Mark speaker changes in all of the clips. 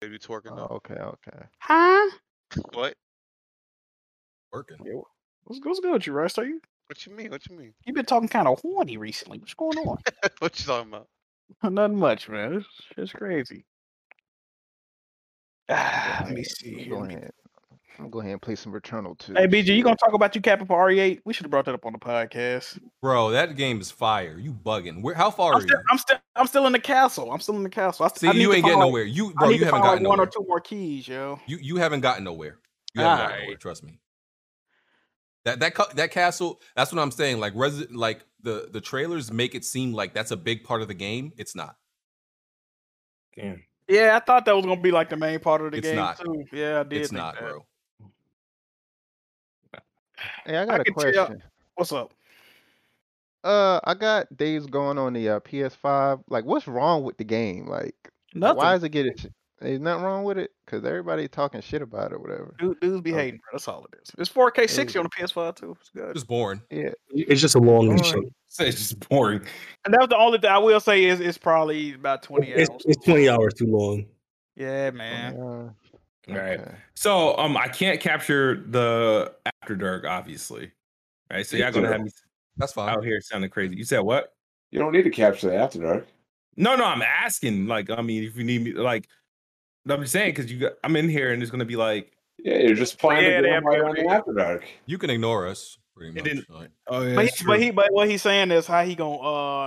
Speaker 1: They be twerking though.
Speaker 2: Oh, okay, okay.
Speaker 3: Huh?
Speaker 1: What?
Speaker 4: Working.
Speaker 2: Yeah, wha- what's, what's good with you, Rust? Are you
Speaker 1: What you mean? What you mean?
Speaker 3: You've been talking kind of horny recently. What's going on?
Speaker 1: what you talking about?
Speaker 2: Uh,
Speaker 3: Not much, man. It's, it's crazy. Ah, let me see
Speaker 2: I'm
Speaker 3: here.
Speaker 2: go
Speaker 3: Let me-
Speaker 2: ahead. I'm gonna go ahead and play some Returnal too.
Speaker 3: Hey, BG, you gonna talk about you capping for RE8? We should have brought that up on the podcast.
Speaker 4: Bro, that game is fire. You bugging. Where how far
Speaker 3: I'm
Speaker 4: are
Speaker 3: still,
Speaker 4: you?
Speaker 3: I'm still, I'm still in the castle. I'm still in the castle. I, st-
Speaker 4: Oh, See,
Speaker 3: I need
Speaker 4: you
Speaker 3: to
Speaker 4: ain't getting
Speaker 3: find, like-
Speaker 4: nowhere. You
Speaker 3: I
Speaker 4: bro,
Speaker 3: need
Speaker 4: you
Speaker 3: to
Speaker 4: haven't
Speaker 3: find, like,
Speaker 4: gotten
Speaker 3: one or
Speaker 4: nowhere.
Speaker 3: two more keys, yo.
Speaker 4: You you haven't gotten nowhere. You haven't gotten
Speaker 3: Alright.
Speaker 4: nowhere, trust me. That that ca- that castle, that's what I'm saying. Like resident like the the trailers make it seem like that's a big part of the game. It's not.
Speaker 5: Damn.
Speaker 3: Yeah, I thought that was gonna be like the main part of the
Speaker 4: It's
Speaker 3: game
Speaker 4: not.
Speaker 3: too. Yeah, I did.
Speaker 4: It's
Speaker 3: think
Speaker 4: not,
Speaker 3: that.
Speaker 4: bro.
Speaker 2: hey, I got a
Speaker 3: can tell-
Speaker 2: question.
Speaker 3: What's up?
Speaker 2: Uh, I got Days Gone on the uh, PS5. Like, what's wrong with the game? Like,
Speaker 3: Nothing.
Speaker 2: why is it getting? sh- There's nothing wrong with it because everybody talking shit about it, or whatever.
Speaker 3: Dude, dudes be
Speaker 2: Oh.
Speaker 3: hating, bro. That's all it is. It's 4K 60 on the PS5 too. It's good.
Speaker 4: Just boring.
Speaker 5: It's just a long
Speaker 2: Boring.
Speaker 5: mission. It's just boring.
Speaker 3: And that's the only thing I will say is it's probably about 20
Speaker 5: It's,
Speaker 3: hours.
Speaker 5: it's 20 hours too long.
Speaker 3: Yeah, man.
Speaker 2: Uh,
Speaker 5: All right.
Speaker 2: okay.
Speaker 5: So um I can't capture the after dark, obviously. Right. So y'all gonna have me
Speaker 4: That's fine.
Speaker 5: out here sounding crazy. You said what?
Speaker 6: You don't need to capture the after dark.
Speaker 5: No, no, I'm asking. Like, I mean, if you need me like I'm just saying because you got I'm in here and it's gonna be like
Speaker 6: Yeah, you're just playing
Speaker 3: Yeah,
Speaker 6: the
Speaker 3: they
Speaker 6: game
Speaker 3: have
Speaker 6: while
Speaker 3: no
Speaker 6: you're on the
Speaker 3: idea.
Speaker 6: after dark.
Speaker 4: You can ignore us pretty
Speaker 5: It
Speaker 4: much.
Speaker 5: didn't-
Speaker 4: like-
Speaker 5: oh yeah.
Speaker 3: But he, but he, but what he's saying is how he gonna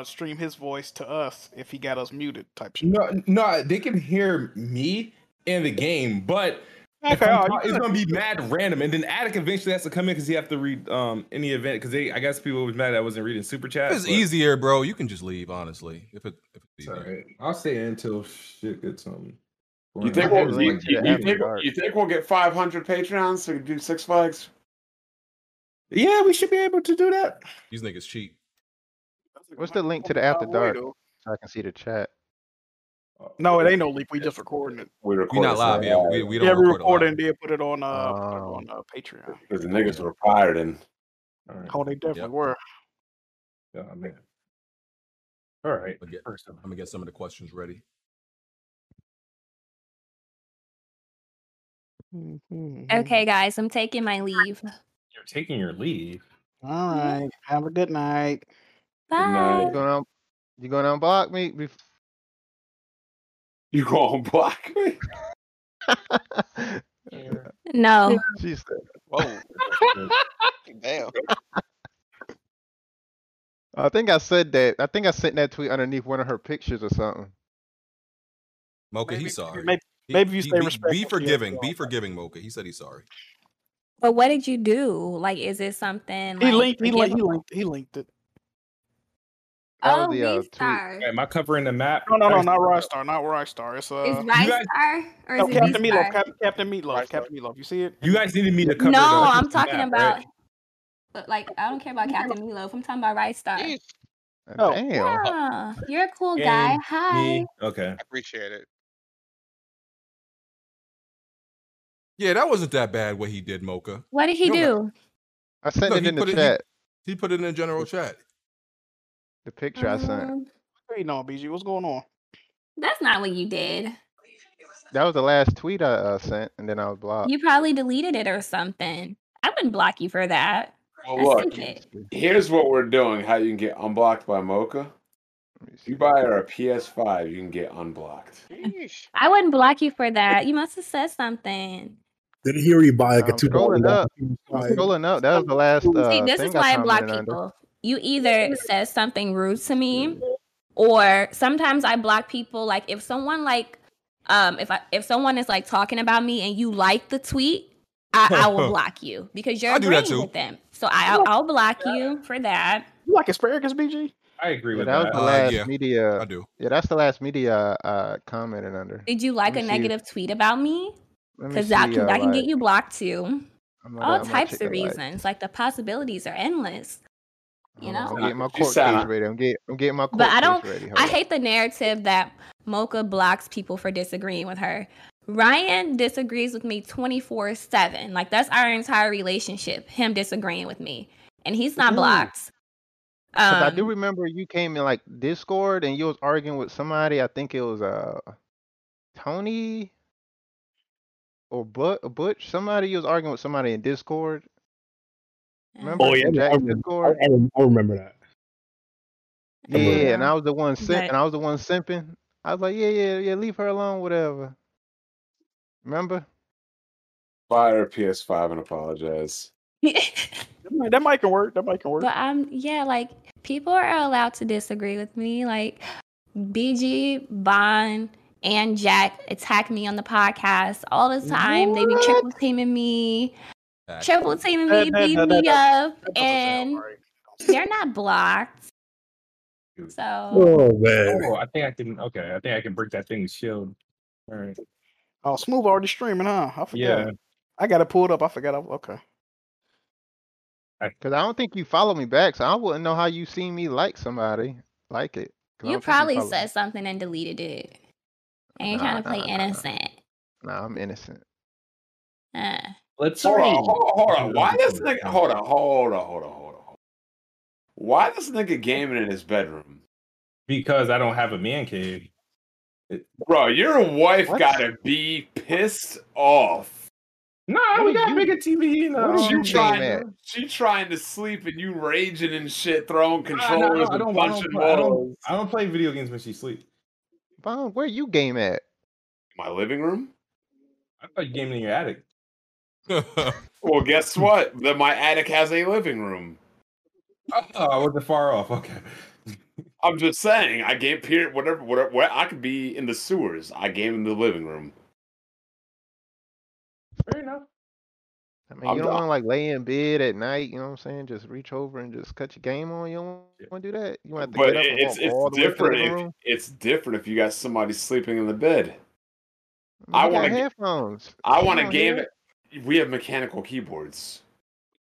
Speaker 3: uh stream his voice to us if he got us muted type shit.
Speaker 5: no no they can hear me in the game, but If
Speaker 3: Okay,
Speaker 5: I'm
Speaker 3: oh,
Speaker 5: talk-
Speaker 3: you
Speaker 5: it's
Speaker 3: good.
Speaker 5: gonna be mad random, and then Attic eventually has to come in because he have to read um any event because they I guess people was mad I wasn't reading super chat.
Speaker 4: If it's easier, bro, you can just leave, honestly. If it if it's easier.
Speaker 5: I'll stay until shit gets something.
Speaker 6: You think,
Speaker 2: Well,
Speaker 6: we'll,
Speaker 2: like
Speaker 6: you,
Speaker 2: the
Speaker 6: you- you
Speaker 2: after
Speaker 6: think,
Speaker 2: dark.
Speaker 6: you think we'll get 500 Patreons so we can do Six Flags?
Speaker 5: Yeah, we should be able to do that.
Speaker 4: These niggas cheat.
Speaker 2: What's the link to the after
Speaker 3: Oh,
Speaker 2: dark?
Speaker 3: wait, though.
Speaker 2: So I can see the chat.
Speaker 5: Uh,
Speaker 3: No, it ain't no leak. We just recording it.
Speaker 6: We
Speaker 4: We
Speaker 6: record
Speaker 4: not
Speaker 6: it
Speaker 4: live, yeah. We, we don't
Speaker 3: yeah, we recorded
Speaker 4: record recording.
Speaker 3: and did put it on uh, put it
Speaker 2: Oh.
Speaker 3: on uh, Patreon.
Speaker 6: Because the niggas were pirating.
Speaker 3: Oh, they definitely were.
Speaker 5: Oh, man. All right.
Speaker 4: I'm gonna get some of the questions ready.
Speaker 5: Mm-hmm.
Speaker 7: Okay, guys, I'm taking my leave.
Speaker 5: You're taking your leave.
Speaker 3: All right. Have a good night.
Speaker 7: Bye.
Speaker 6: night.
Speaker 2: You gonna you gonna unblock me? Bef-
Speaker 6: You gonna block me?
Speaker 7: No,
Speaker 2: she said.
Speaker 1: Whoa. Damn.
Speaker 2: I think I said that. I think I sent that tweet underneath one of her pictures or something.
Speaker 4: Mocha,
Speaker 3: Maybe-
Speaker 4: he's sorry.
Speaker 3: maybe-
Speaker 4: He-
Speaker 3: maybe you
Speaker 4: he-
Speaker 3: stay
Speaker 4: be-
Speaker 3: respectful to
Speaker 4: Be
Speaker 3: your
Speaker 4: forgiving.
Speaker 3: girl.
Speaker 4: Be forgiving, Mocha. He said he's sorry.
Speaker 7: but what did you do? Like, is it something?
Speaker 3: He
Speaker 7: like,
Speaker 3: linked. He linked. He
Speaker 7: forgivable?
Speaker 3: linked. He linked it.
Speaker 2: That was
Speaker 7: Oh,
Speaker 2: the, uh,
Speaker 7: Rise
Speaker 2: tweet.
Speaker 7: Star.
Speaker 5: Am I covering the map?
Speaker 3: No, no, no, not Rockstar. Not Rockstar. It's uh.
Speaker 7: Is Rise
Speaker 5: guys-
Speaker 7: Star or is
Speaker 3: no,
Speaker 7: it
Speaker 3: Captain
Speaker 7: V
Speaker 3: Meatloaf.
Speaker 7: Star?
Speaker 3: Cap, Captain Meatloaf.
Speaker 1: Rockstar.
Speaker 3: Captain Meatloaf. You see it?
Speaker 5: You guys needed me to cover. the-
Speaker 7: No, I'm talking
Speaker 5: map,
Speaker 7: about.
Speaker 5: right?
Speaker 7: but, Like, I don't care about Captain Meatloaf. I'm talking about Rise Star.
Speaker 1: Jeez,
Speaker 2: Uh,
Speaker 3: Oh.
Speaker 2: Damn.
Speaker 7: Yeah, you're a cool guy.
Speaker 5: Game,
Speaker 7: Hi.
Speaker 5: Me. Okay.
Speaker 1: I appreciate it.
Speaker 4: Yeah, that wasn't that bad what he did, Mocha.
Speaker 7: What did he
Speaker 4: You don't
Speaker 7: do?
Speaker 2: I sent
Speaker 4: No,
Speaker 2: it
Speaker 4: he
Speaker 2: in the
Speaker 4: put it- he-
Speaker 2: chat.
Speaker 4: He put it in the general chat.
Speaker 2: the picture I
Speaker 3: Mm-hmm.
Speaker 2: sent.
Speaker 7: Um,
Speaker 3: What you know, BG? What's going on?
Speaker 7: that's not what you did.
Speaker 2: That was the last tweet I uh, sent, and then I was blocked.
Speaker 7: You probably deleted it or something. I wouldn't block you for that.
Speaker 6: Well,
Speaker 7: That's
Speaker 6: look,
Speaker 7: stupid.
Speaker 6: here's what we're doing how you can get unblocked by Mocha.
Speaker 2: Let me
Speaker 6: If you
Speaker 2: see.
Speaker 6: buy her a PS5, you can get unblocked.
Speaker 1: Yeesh.
Speaker 7: I wouldn't block you for that. You must have said something.
Speaker 8: Did he already buy like
Speaker 2: I'm
Speaker 8: a two dollar?
Speaker 2: scrolling up. Scrolling up, that was the last. Uh,
Speaker 7: See, this is
Speaker 2: thing
Speaker 7: why I
Speaker 2: commented
Speaker 7: block
Speaker 2: under.
Speaker 7: people. You either says something rude to me, or sometimes I block people. Like if someone like, um, if I if someone is like talking about me and you like the tweet, I, I will block you because you're
Speaker 4: I do that
Speaker 7: agreeing
Speaker 4: too.
Speaker 7: with them. So I I'll, I'll block you for that.
Speaker 3: You like asparagus, BG?
Speaker 5: I agree
Speaker 2: Oh, Yeah,
Speaker 5: with
Speaker 2: that was
Speaker 5: that.
Speaker 2: the
Speaker 4: Uh,
Speaker 2: last
Speaker 4: yeah. I
Speaker 2: media.
Speaker 4: do.
Speaker 2: Yeah, that's the last media uh, commented under.
Speaker 7: Did you like
Speaker 2: me
Speaker 7: a
Speaker 2: see.
Speaker 7: negative tweet about me?
Speaker 2: Let me
Speaker 7: Because that
Speaker 2: see,
Speaker 7: can
Speaker 2: uh,
Speaker 7: that can
Speaker 2: like,
Speaker 7: get you blocked too.
Speaker 2: I'm gonna-
Speaker 7: All
Speaker 2: I'm gonna
Speaker 7: types
Speaker 2: check
Speaker 7: of
Speaker 2: the like.
Speaker 7: reasons. Like the possibilities are endless. you
Speaker 2: Hold on,
Speaker 7: know?
Speaker 2: I'm getting my
Speaker 6: You
Speaker 2: court
Speaker 6: sound-
Speaker 2: case ready. I'm getting, I'm getting my court
Speaker 7: But I don't-
Speaker 2: case ready.
Speaker 7: I
Speaker 2: Hold on.
Speaker 7: hate the narrative that Mocha blocks people for disagreeing with her. Ryan disagrees with me 24 7. Like, that's our entire relationship, him disagreeing with me. And he's not
Speaker 2: Mhm.
Speaker 7: blocked.
Speaker 2: 'Cause I
Speaker 7: Um,
Speaker 2: do remember you came in like Discord and you was arguing with somebody. I think it was uh Tony. or but Butch. Somebody was arguing with somebody in Discord. Remember?
Speaker 8: Oh yeah,
Speaker 2: in
Speaker 8: I
Speaker 2: Jack's
Speaker 8: remember, I,
Speaker 2: Discord.
Speaker 8: I remember that.
Speaker 2: Yeah,
Speaker 8: remember that.
Speaker 2: and I was the one simp,
Speaker 7: Right.
Speaker 2: and I was the one simping. I was like, yeah, yeah, yeah, leave her alone, whatever. Remember?
Speaker 6: Fire PS5 and apologize.
Speaker 3: That might, that might can work. That might can work.
Speaker 7: But um, yeah, like people are allowed to disagree with me. Like BG, Bond, and Jack attack me on the podcast all the time. They be triple teaming me,
Speaker 4: Back.
Speaker 7: triple teaming
Speaker 3: That-
Speaker 7: me,
Speaker 3: that-
Speaker 7: beating
Speaker 3: that-
Speaker 7: me
Speaker 3: that-
Speaker 7: up,
Speaker 3: That doesn't sound
Speaker 7: and
Speaker 3: right.
Speaker 7: they're not blocked. So
Speaker 8: Oh man,
Speaker 5: Oh, I think I can. Okay, I think I can break that thing's shield. All right.
Speaker 3: Oh, Smooth already streaming, huh? I forgot.
Speaker 5: Yeah.
Speaker 3: I got it pulled up. I forgot. I, okay.
Speaker 2: Because I don't think you follow me back, so I wouldn't know how you see me like somebody like it. 'Cause I
Speaker 7: you
Speaker 2: don't think
Speaker 7: probably
Speaker 2: follow me.
Speaker 7: said something and deleted it, and you're
Speaker 2: Nah,
Speaker 7: trying to play
Speaker 2: nah, nah, nah.
Speaker 7: innocent.
Speaker 2: Nah, I'm innocent.
Speaker 7: Uh,
Speaker 5: Let's
Speaker 6: Hold on,
Speaker 5: read.
Speaker 6: hold on, hold on. Why this nigga? Hold on, hold on, hold on, hold on. Why this nigga gaming in his bedroom?
Speaker 5: because I don't have a man cave.
Speaker 6: Bro, your wife
Speaker 2: What?
Speaker 6: gotta be pissed off.
Speaker 5: No,
Speaker 2: What
Speaker 5: we
Speaker 2: are
Speaker 5: got
Speaker 2: you-
Speaker 5: big a TV. in the
Speaker 2: what are
Speaker 5: home.
Speaker 2: you
Speaker 6: She trying,
Speaker 2: at?
Speaker 6: she trying to sleep and you raging and shit, throwing
Speaker 5: Nah, nah,
Speaker 6: controllers
Speaker 5: I,
Speaker 6: and
Speaker 5: don't, I, don't,
Speaker 6: punching
Speaker 5: play- I,
Speaker 6: balls.
Speaker 5: don't, I don't play video games when she sleeps.
Speaker 2: Bond, where you game at?
Speaker 6: My living room.
Speaker 5: I thought you gaming in your attic.
Speaker 6: Well, guess what? Then my attic has a living room.
Speaker 5: Oh, I wasn't far off. Okay.
Speaker 6: I'm just saying, I game period whatever, whatever. Where I could be in the sewers, I game in the living room.
Speaker 5: Fair enough.
Speaker 2: I mean,
Speaker 6: I'm
Speaker 2: you don't
Speaker 6: not-
Speaker 2: want to like lay in bed at night. You know what I'm saying? Just reach over and just cut your game on. You don't
Speaker 5: Yeah.
Speaker 2: want to do that. You want to
Speaker 6: But
Speaker 2: get up and
Speaker 6: it's
Speaker 2: walk all
Speaker 6: it's
Speaker 2: the way to the
Speaker 6: different.
Speaker 2: living
Speaker 6: If,
Speaker 2: room.
Speaker 6: it's different if you got somebody sleeping in the
Speaker 2: I,
Speaker 6: bed.
Speaker 2: mean,
Speaker 6: I
Speaker 2: you
Speaker 6: wanna
Speaker 2: got
Speaker 6: get-
Speaker 2: headphones.
Speaker 6: I
Speaker 2: You
Speaker 6: want to
Speaker 2: don't
Speaker 6: game
Speaker 2: hear
Speaker 6: it. We have mechanical keyboards.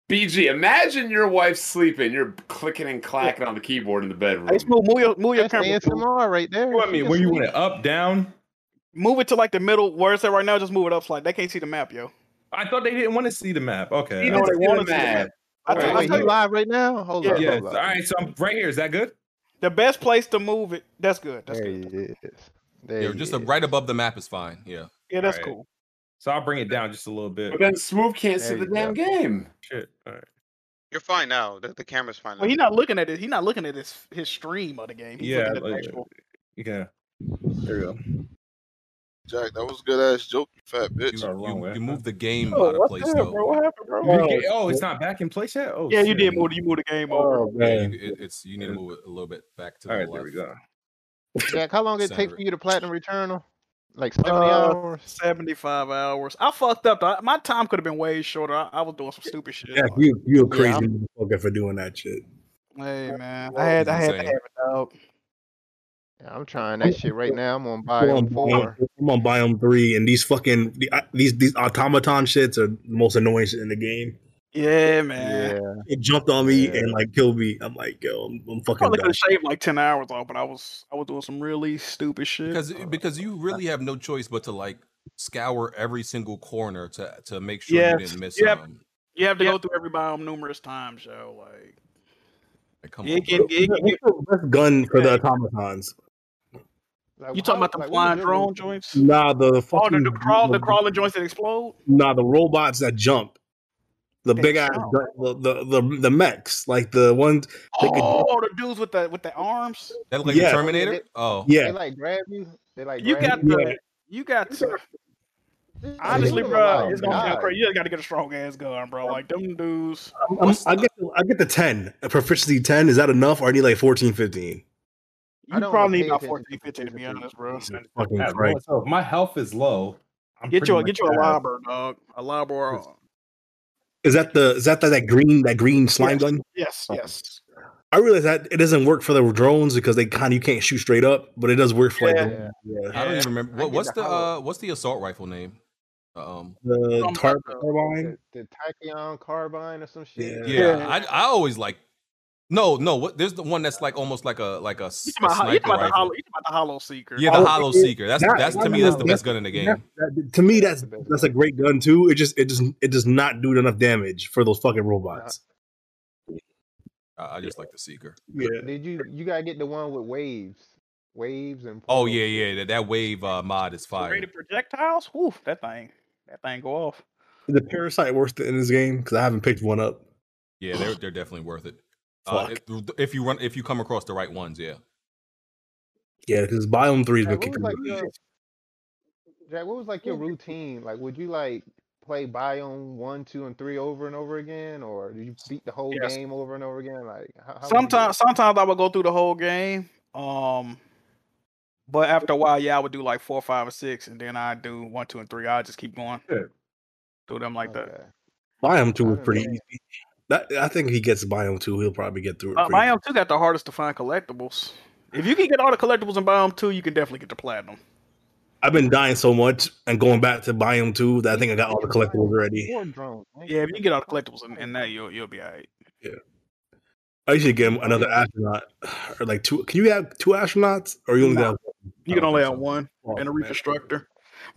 Speaker 6: BG, imagine your wife sleeping. You're clicking and clacking on the keyboard in the bedroom.
Speaker 3: Hey, Smooth, move your, move your
Speaker 2: That's
Speaker 3: camera. Smooth.
Speaker 2: ASMR right there.
Speaker 5: What I mean, where you want it up, down?
Speaker 3: Move it to like the middle. Where it's at right now, just move it up. Like they can't see the map, yo.
Speaker 5: I thought they didn't want to see the map. Okay.
Speaker 3: You
Speaker 6: know
Speaker 3: know
Speaker 5: I-
Speaker 3: they
Speaker 6: they
Speaker 3: want
Speaker 6: want
Speaker 3: to see the map. I
Speaker 6: Wait,
Speaker 3: tell- I
Speaker 5: wait,
Speaker 3: tell
Speaker 2: you
Speaker 3: you,
Speaker 2: live right now? Hold
Speaker 3: Yeah.
Speaker 2: on.
Speaker 5: yes.
Speaker 2: hold
Speaker 5: All
Speaker 2: on.
Speaker 5: right. So I'm right here. Is that good?
Speaker 3: the best place to move it. That's good. That's
Speaker 2: There
Speaker 3: good.
Speaker 2: he is. There
Speaker 4: yeah,
Speaker 2: he
Speaker 4: just a,
Speaker 2: is.
Speaker 4: right above the map is fine. Yeah.
Speaker 3: Yeah, that's
Speaker 5: Alright.
Speaker 3: cool.
Speaker 5: So I'll bring it down just a little bit.
Speaker 6: But then Smooth can't see
Speaker 2: There
Speaker 6: the
Speaker 2: you
Speaker 6: damn game.
Speaker 5: Shit. All right.
Speaker 1: You're fine now. The, the camera's fine.
Speaker 3: Well,
Speaker 1: now.
Speaker 3: he's not looking at it. He's not looking at his his stream of the game. He's
Speaker 5: Yeah,
Speaker 3: looking at the
Speaker 5: like-
Speaker 3: actual.
Speaker 5: Yeah. There we go.
Speaker 9: Jack, that was a good ass joke, you fat
Speaker 4: You,
Speaker 9: bitch.
Speaker 5: Sorry, wrong
Speaker 4: you,
Speaker 5: way.
Speaker 4: you moved the game
Speaker 3: Oh,
Speaker 4: out of
Speaker 3: what
Speaker 4: place
Speaker 3: the hell,
Speaker 4: though.
Speaker 3: bro? What happened, bro?
Speaker 5: You get- oh, it's not back in place yet. Oh,
Speaker 3: yeah, you
Speaker 5: shit.
Speaker 3: did move. You moved the game over.
Speaker 8: oh
Speaker 4: Yeah, you,
Speaker 8: man,
Speaker 4: it, it's you need to move it a little bit back to
Speaker 5: All right,
Speaker 4: the
Speaker 5: there we
Speaker 4: left.
Speaker 5: go.
Speaker 2: Jack, how long it take
Speaker 4: Center.
Speaker 2: for you to platinum Returnal? Like 70
Speaker 3: Uh,
Speaker 2: hours?
Speaker 3: Seventy-five hours. I fucked up. though. My time could have been way shorter. I, I was doing some stupid shit.
Speaker 8: Jack, you you a
Speaker 2: Yeah,
Speaker 8: crazy motherfucker for doing that shit.
Speaker 3: Hey man, I had I
Speaker 4: He's
Speaker 3: had to have
Speaker 4: insane.
Speaker 3: it out.
Speaker 2: Yeah, I'm trying that shit right now. I'm on
Speaker 8: I'm on
Speaker 2: Biome 4.
Speaker 8: Biome- I'm on biome three, and these fucking the, uh, these these automaton shits are the most annoying shit in the game.
Speaker 3: Yeah
Speaker 2: Yeah.
Speaker 3: man.
Speaker 8: It jumped on me
Speaker 2: Yeah.
Speaker 8: and like killed me. I'm like, yo, I'm, I'm fucking.
Speaker 3: Probably could
Speaker 8: done.
Speaker 3: have shaved like ten hours off, but I was I was doing some really stupid shit.
Speaker 4: Because Eh, because you really have no choice but to like scour every single corner to to make sure you
Speaker 3: Yes.
Speaker 4: didn't miss
Speaker 3: Yep.
Speaker 4: something.
Speaker 3: you have to go through every biome numerous times, yo. Like
Speaker 4: Like, come
Speaker 3: it
Speaker 4: on,
Speaker 3: can,
Speaker 4: bro.
Speaker 3: it can
Speaker 8: What's the best gun for the automatons?
Speaker 2: Like,
Speaker 3: You talking
Speaker 2: how-
Speaker 3: about the
Speaker 2: like, what was
Speaker 3: flying
Speaker 2: your
Speaker 3: drone
Speaker 2: reason?
Speaker 3: joints?
Speaker 8: Nah, the, the
Speaker 3: Oh, the,
Speaker 8: fucking
Speaker 3: the crawl, the crawling joints that explode.
Speaker 8: Nah, the robots that jump. The
Speaker 3: They
Speaker 8: big ass,
Speaker 3: jump.
Speaker 8: gun- the, the the the mechs, like the ones. They could-
Speaker 3: Oh, the dudes with the with the arms.
Speaker 4: that look like
Speaker 8: yeah.
Speaker 4: the Terminator. Oh,
Speaker 8: Yeah,
Speaker 2: They like grab you. They like
Speaker 3: You
Speaker 2: grab
Speaker 3: got the. You got to,
Speaker 2: you.
Speaker 3: honestly,
Speaker 2: Oh,
Speaker 3: bro. It's gonna
Speaker 2: God.
Speaker 3: sound crazy. You just got to get a strong ass gun, bro. Like them dudes.
Speaker 8: I'm- I'm- i get the, I get the ten a proficiency ten. Is that enough, or I need like 14, 15?
Speaker 2: I
Speaker 3: You
Speaker 2: don't
Speaker 3: probably need
Speaker 2: pay
Speaker 3: about
Speaker 2: attention
Speaker 3: 14,
Speaker 2: to
Speaker 3: 15 to be
Speaker 2: physical
Speaker 3: honest, bro.
Speaker 8: Jesus fucking
Speaker 5: Yeah,
Speaker 8: Christ.
Speaker 5: so if my health is low. I'm
Speaker 3: Get
Speaker 5: pretty
Speaker 3: you a
Speaker 5: much
Speaker 3: get you a
Speaker 5: out.
Speaker 3: lobber, dog. A lobber. uh,
Speaker 8: Is that the is that that, that green that green slime gun?
Speaker 3: Yes, yes.
Speaker 8: I realize that it doesn't work for the drones because they kind of you can't shoot straight up, but it does work for like
Speaker 2: Yeah.
Speaker 8: the, yeah,
Speaker 4: I don't
Speaker 3: Yeah.
Speaker 4: even remember.
Speaker 2: I
Speaker 4: What,
Speaker 2: get
Speaker 4: what's
Speaker 2: the
Speaker 4: the
Speaker 2: hollow.
Speaker 4: uh, what's the assault rifle name? Um,
Speaker 8: the
Speaker 3: Um,
Speaker 8: tar-
Speaker 3: uh,
Speaker 8: carbine.
Speaker 2: The, the Tachyon carbine or some shit.
Speaker 8: Yeah.
Speaker 4: yeah,
Speaker 3: Yeah.
Speaker 4: I, I always like. No, no. What there's the one that's like almost like a like a, s-
Speaker 3: You
Speaker 4: a
Speaker 3: talking about, ho- you talking
Speaker 4: sniper
Speaker 3: about the
Speaker 4: rifle.
Speaker 3: hollow? You talking about the hollow seeker?
Speaker 4: Yeah, the
Speaker 8: Oh,
Speaker 4: Hollow
Speaker 8: it-
Speaker 4: Seeker. That's
Speaker 8: that-
Speaker 4: that's to
Speaker 8: that
Speaker 4: me
Speaker 8: is-
Speaker 4: that's the
Speaker 8: that's-
Speaker 4: best gun in the game.
Speaker 8: That, that- to me,
Speaker 2: That's
Speaker 8: that's
Speaker 2: the best
Speaker 8: that's a great gun too. It just it just it does not do enough damage for those fucking robots.
Speaker 4: I, I just like the Seeker.
Speaker 8: Yeah,
Speaker 2: Did you you gotta get the one with waves, waves and.
Speaker 4: Oh
Speaker 2: portals.
Speaker 4: yeah, yeah. That, that wave uh, mod is fire.
Speaker 3: Rated projectiles. Woof, that thing. That thing go off.
Speaker 8: Is the parasite worth it in this game? Because I haven't picked one up.
Speaker 4: Yeah, they're they're definitely worth it. Uh,
Speaker 8: Fuck.
Speaker 4: if, if you run, if you come across the right ones, yeah.
Speaker 8: Yeah, because Biome Three is
Speaker 2: Jack,
Speaker 8: what
Speaker 2: what
Speaker 8: kicked
Speaker 2: was like
Speaker 8: me.
Speaker 2: your, Jack, what was like your routine? Like, would you like play Biome one, two, and three over and over again, or did you beat the whole
Speaker 3: Yes.
Speaker 2: game over and over again? Like, how, how would you do
Speaker 3: Sometimes,
Speaker 2: it?
Speaker 3: sometimes I would go through the whole game. Um, but after a while, yeah, I would do like four, five, or six, and then I do one, two, and three. I just keep going
Speaker 5: Sure.
Speaker 3: through them like that.
Speaker 2: Okay.
Speaker 8: Biome Two
Speaker 2: I
Speaker 8: was pretty
Speaker 2: don't know.
Speaker 8: easy. That I think if he gets Biome Two, he'll probably get through it.
Speaker 3: Uh,
Speaker 8: pretty-
Speaker 3: Biome two got the hardest to find collectibles. If you can get all the collectibles in Biome two, you can definitely get the platinum.
Speaker 8: I've been dying so much and going back to Biome Two that I think I got all the collectibles already.
Speaker 2: War drone. man.
Speaker 3: Yeah, if you can get all the collectibles in, in that, you'll you'll be alright.
Speaker 8: I should get him another astronaut or like two. Can you have two astronauts or you only
Speaker 3: Nah.
Speaker 8: got?
Speaker 3: You
Speaker 4: I
Speaker 3: can
Speaker 4: don't
Speaker 3: only
Speaker 4: think
Speaker 3: have
Speaker 4: so.
Speaker 3: one
Speaker 8: Oh,
Speaker 3: and a
Speaker 8: man.
Speaker 3: reconstructor.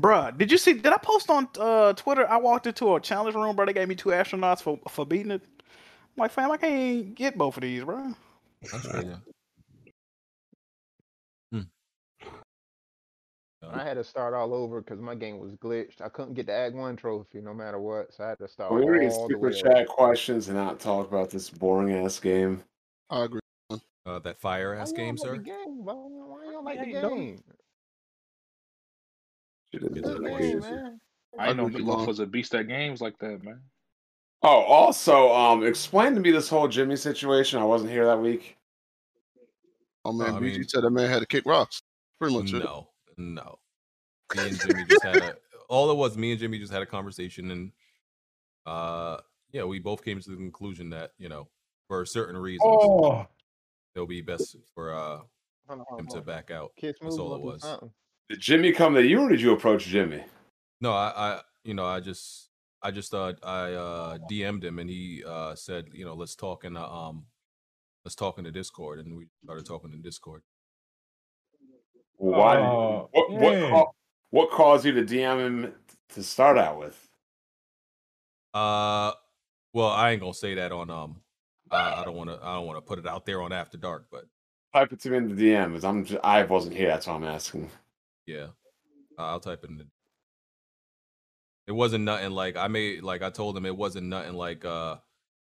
Speaker 3: Bruh, did you see? Did I post on uh, Twitter? I walked into a challenge room, bro. They gave me two astronauts for for beating it. I'm like, fam, I can't get both of these, bro.
Speaker 4: That's crazy. Hmm. Uh,
Speaker 2: I had to start all over because my game was glitched. I couldn't get the Ag One trophy no matter what, so I had to start
Speaker 6: We're gonna get
Speaker 2: all the
Speaker 6: super
Speaker 2: way
Speaker 6: chat questions and not talk about this boring ass game.
Speaker 9: I agree.
Speaker 4: uh, that fire
Speaker 2: over.
Speaker 4: ass game,
Speaker 2: Why
Speaker 4: sir.
Speaker 2: you don't like the game, bro? Why you don't like
Speaker 3: Yeah,
Speaker 2: the
Speaker 3: you don't.
Speaker 2: game?
Speaker 6: Shit is
Speaker 4: It's
Speaker 2: Good
Speaker 4: a
Speaker 6: boring.
Speaker 2: game, man.
Speaker 10: I know
Speaker 9: Agreed.
Speaker 10: motherfuckers that beast at games like that, man.
Speaker 6: Oh, also, um, explain to me this whole Jimmy situation. I wasn't here that week.
Speaker 9: Oh man, BG
Speaker 4: I mean-
Speaker 9: said that man had to kick rocks. Pretty much it.
Speaker 4: No, no. Me and Jimmy just had a, all it was. Me and Jimmy just had a conversation, and uh, yeah, we both came to the conclusion that you know, for certain reasons,
Speaker 5: Oh,
Speaker 4: it'll be best for uh
Speaker 2: Hold on, hold on,
Speaker 4: him to
Speaker 2: hold on.
Speaker 4: back out.
Speaker 2: Kids
Speaker 4: That's
Speaker 2: Uh-huh. move
Speaker 4: all it
Speaker 2: looking
Speaker 4: was.
Speaker 2: something.
Speaker 6: Did Jimmy come to you, or did you approach Jimmy?
Speaker 4: No, I, I you know, I just, I just, uh, I uh, DM'd him, and he uh said, you know, let's talk in the um, let's talk in the Discord, and we started talking in Discord.
Speaker 6: Why? did-
Speaker 5: Oh,
Speaker 6: what, what,
Speaker 5: yeah.
Speaker 6: ca- what caused you to DM him to start out with?
Speaker 4: Uh, well, I ain't gonna say that on um, I, I don't want to, I don't want to put it out there on After Dark, but
Speaker 6: Type it to me in the DM. 'cause I'm just, I wasn't here. That's why I'm asking.
Speaker 4: Yeah, Uh, I'll type it in. The... It wasn't nothing like I made. Like I told him, it wasn't nothing like. uh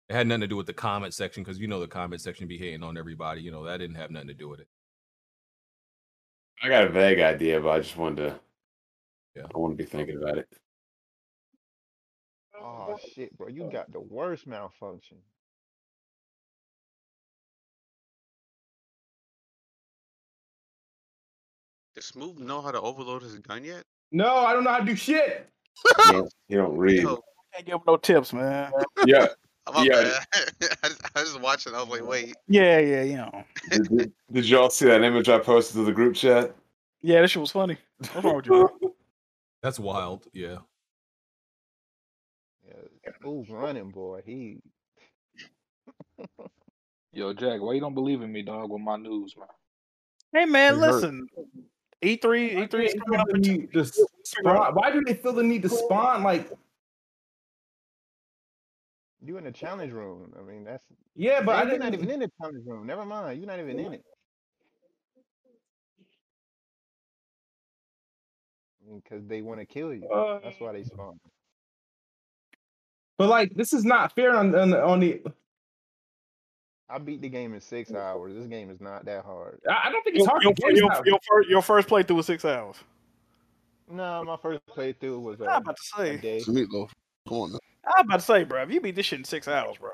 Speaker 4: It had nothing to do with the comment section because you know the comment section be hating on everybody. You know that didn't have nothing to do with it.
Speaker 6: I got a vague idea, but I just wanted to.
Speaker 4: Yeah.
Speaker 6: I want to be thinking about it.
Speaker 2: Oh shit, bro! You got the worst malfunction.
Speaker 1: Does Smooth know how to overload his gun yet?
Speaker 5: no, I don't know how to do shit.
Speaker 6: You don't, you don't read.
Speaker 1: Yo,
Speaker 3: Can't give 'em no tips, man.
Speaker 6: Yeah.
Speaker 1: I'm
Speaker 6: Yeah.
Speaker 1: I, just, I was watching. I was like, wait.
Speaker 3: Yeah, yeah, you know.
Speaker 6: Did, did, did y'all see that image I posted to the group chat?
Speaker 3: Yeah, that shit was funny. What's wrong with you? man?
Speaker 4: That's wild. Yeah.
Speaker 2: Yeah, Smooth running, boy. He
Speaker 10: Yo, Jack, why you don't believe in me, dog? With my news, man.
Speaker 3: Hey, man,
Speaker 5: It hurt.
Speaker 3: listen. E three, E
Speaker 5: Why do
Speaker 3: three
Speaker 5: they
Speaker 3: is coming
Speaker 5: feel
Speaker 3: up
Speaker 5: the
Speaker 3: in two.
Speaker 5: need to spawn? Why do they feel the need to spawn? Like,
Speaker 2: You in the challenge room. I mean, that's.
Speaker 5: yeah, but I
Speaker 2: Dang, you're not
Speaker 5: didn't.
Speaker 2: even in the challenge room. Never mind. You're not even in it. Because they want to kill you.
Speaker 5: Uh,
Speaker 2: That's why they spawn.
Speaker 5: but like, this is not fair on on, on the.
Speaker 2: I beat the game in six hours. This game is not that hard.
Speaker 5: I I don't think it's
Speaker 3: Your,
Speaker 5: hard.
Speaker 3: your,
Speaker 5: The game's
Speaker 3: your,
Speaker 5: not-
Speaker 3: your, first, your first playthrough was six hours.
Speaker 2: No, my first playthrough was
Speaker 3: I was
Speaker 2: uh,
Speaker 3: about to
Speaker 2: a
Speaker 3: say.
Speaker 2: day.
Speaker 9: It's meatloaf. Come on now.
Speaker 3: I was about to say, bro, if you beat this shit in six hours, bro.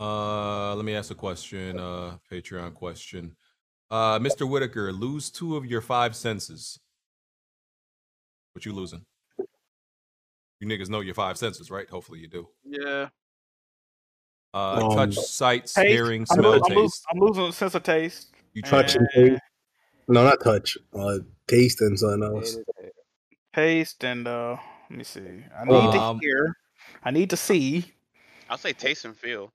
Speaker 4: Uh, let me ask a question. Uh, Patreon question. Uh, Mr. Whitaker, lose two of your five senses. What you losing? You niggas know your five senses, right? Hopefully you do.
Speaker 3: Yeah.
Speaker 4: Uh,
Speaker 8: Um,
Speaker 4: touch, sight,
Speaker 3: Taste.
Speaker 4: hearing,
Speaker 3: I'm,
Speaker 4: smell,
Speaker 3: lo- I'm, lo-
Speaker 4: taste.
Speaker 3: I'm losing the sense of taste.
Speaker 4: You try
Speaker 8: Touch and
Speaker 3: Eh.
Speaker 8: taste. No, not touch. Uh, taste and something
Speaker 2: Yeah,
Speaker 8: else.
Speaker 2: it is.
Speaker 3: Taste and uh, let me see. I need
Speaker 4: Um,
Speaker 3: to hear. I need to see.
Speaker 1: I'll say taste and feel.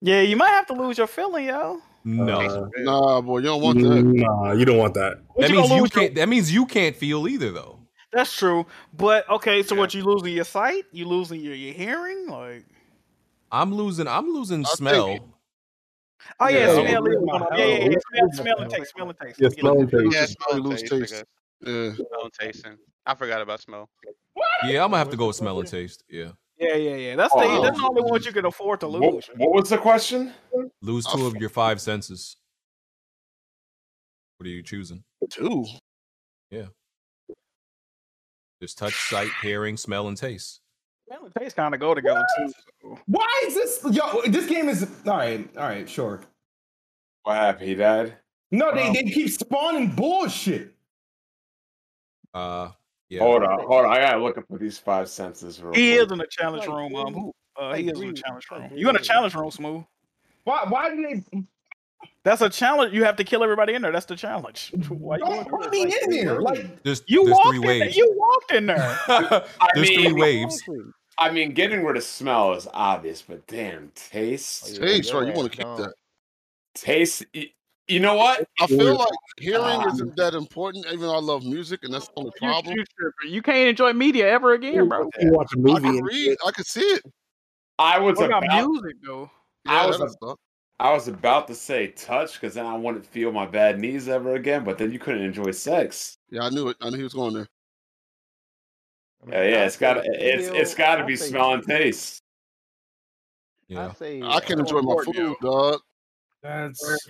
Speaker 3: Yeah, you might have to lose your feeling, yo.
Speaker 4: no.
Speaker 1: Taste
Speaker 8: Uh,
Speaker 1: and feel.
Speaker 9: Nah, boy, you don't want that.
Speaker 8: Nah, you don't want that.
Speaker 3: What
Speaker 4: that
Speaker 3: you
Speaker 4: means
Speaker 3: gonna
Speaker 4: you
Speaker 3: lose your-
Speaker 4: can't. That means you can't feel either, though.
Speaker 3: That's true. But okay, so
Speaker 1: Yeah.
Speaker 3: what you losing your sight? You losing your, your hearing? Like
Speaker 4: I'm losing. I'm losing
Speaker 9: I'll take
Speaker 4: smell.
Speaker 9: it.
Speaker 3: Oh yeah,
Speaker 9: Yeah.
Speaker 3: smell it.
Speaker 9: Yeah.
Speaker 3: Yeah, yeah, yeah. Smell,
Speaker 9: Yeah.
Speaker 3: smell and taste. Smell and taste.
Speaker 9: Yeah,
Speaker 3: Forget
Speaker 9: smell
Speaker 3: it.
Speaker 9: and taste.
Speaker 1: Yeah,
Speaker 9: It's
Speaker 1: smell
Speaker 9: probably
Speaker 1: and
Speaker 9: lose
Speaker 1: taste.
Speaker 9: taste.
Speaker 1: Yeah. Smell and tasting. I forgot about smell.
Speaker 4: Yeah, I'm gonna have to go with smell and taste. Yeah,
Speaker 3: Yeah, yeah, yeah. That's the
Speaker 4: Oh.
Speaker 3: that's the only ones you can afford to lose.
Speaker 6: What was the question?
Speaker 4: lose
Speaker 3: Oh,
Speaker 4: two of your five senses. What are you choosing?
Speaker 9: Two.
Speaker 4: Yeah. There's touch, sight, hearing, smell, and taste.
Speaker 3: Smell and taste kind of go together too.
Speaker 5: Why is this? Yo, this game is all right. All right, sure.
Speaker 6: What happened? He died.
Speaker 5: No, they, they keep spawning bullshit.
Speaker 4: Uh, yeah.
Speaker 6: Hold on, hold on. I gotta look up for these five senses. Real
Speaker 3: He
Speaker 6: quick.
Speaker 3: is in the challenge room. Um, who- uh, he is in the challenge room. You in the challenge room, smooth?
Speaker 5: Why? Why do they?
Speaker 3: That's a challenge. You have to kill everybody in there. That's the challenge. Why you
Speaker 5: Don't put me in there. Like
Speaker 4: There's,
Speaker 3: You
Speaker 4: there's
Speaker 3: walked
Speaker 4: three
Speaker 3: in there.
Speaker 4: waves.
Speaker 3: You walked in there.
Speaker 4: There's three
Speaker 6: mean-
Speaker 4: waves.
Speaker 6: I mean, getting rid of smell is obvious, but damn, taste.
Speaker 9: Taste, right? You want to keep that.
Speaker 6: Taste. y- You know what?
Speaker 9: I feel like
Speaker 2: Ah.
Speaker 9: hearing isn't that important, even though I love music, and that's the only
Speaker 3: You,
Speaker 9: problem.
Speaker 3: you tripper. You can't enjoy media ever again, bro.
Speaker 8: You watch a movie.
Speaker 9: I can
Speaker 8: and
Speaker 9: read. I can see
Speaker 6: Oh,
Speaker 9: it.
Speaker 6: I was
Speaker 3: What
Speaker 6: about.
Speaker 3: about music though?
Speaker 6: I
Speaker 9: Yeah,
Speaker 6: was.
Speaker 9: that
Speaker 6: a-
Speaker 9: suck.
Speaker 6: I was about to say touch because then I wouldn't feel my bad knees ever again. But then you couldn't enjoy sex.
Speaker 9: Yeah, I knew it. I knew he was going there.
Speaker 6: Yeah, yeah it's got. to It's it's
Speaker 2: feel-
Speaker 6: got to
Speaker 2: I
Speaker 6: be
Speaker 2: say-
Speaker 6: smell and taste.
Speaker 4: Yeah.
Speaker 2: I say
Speaker 9: I can
Speaker 2: uh,
Speaker 9: enjoy my
Speaker 2: important.
Speaker 9: food, dog.
Speaker 5: that's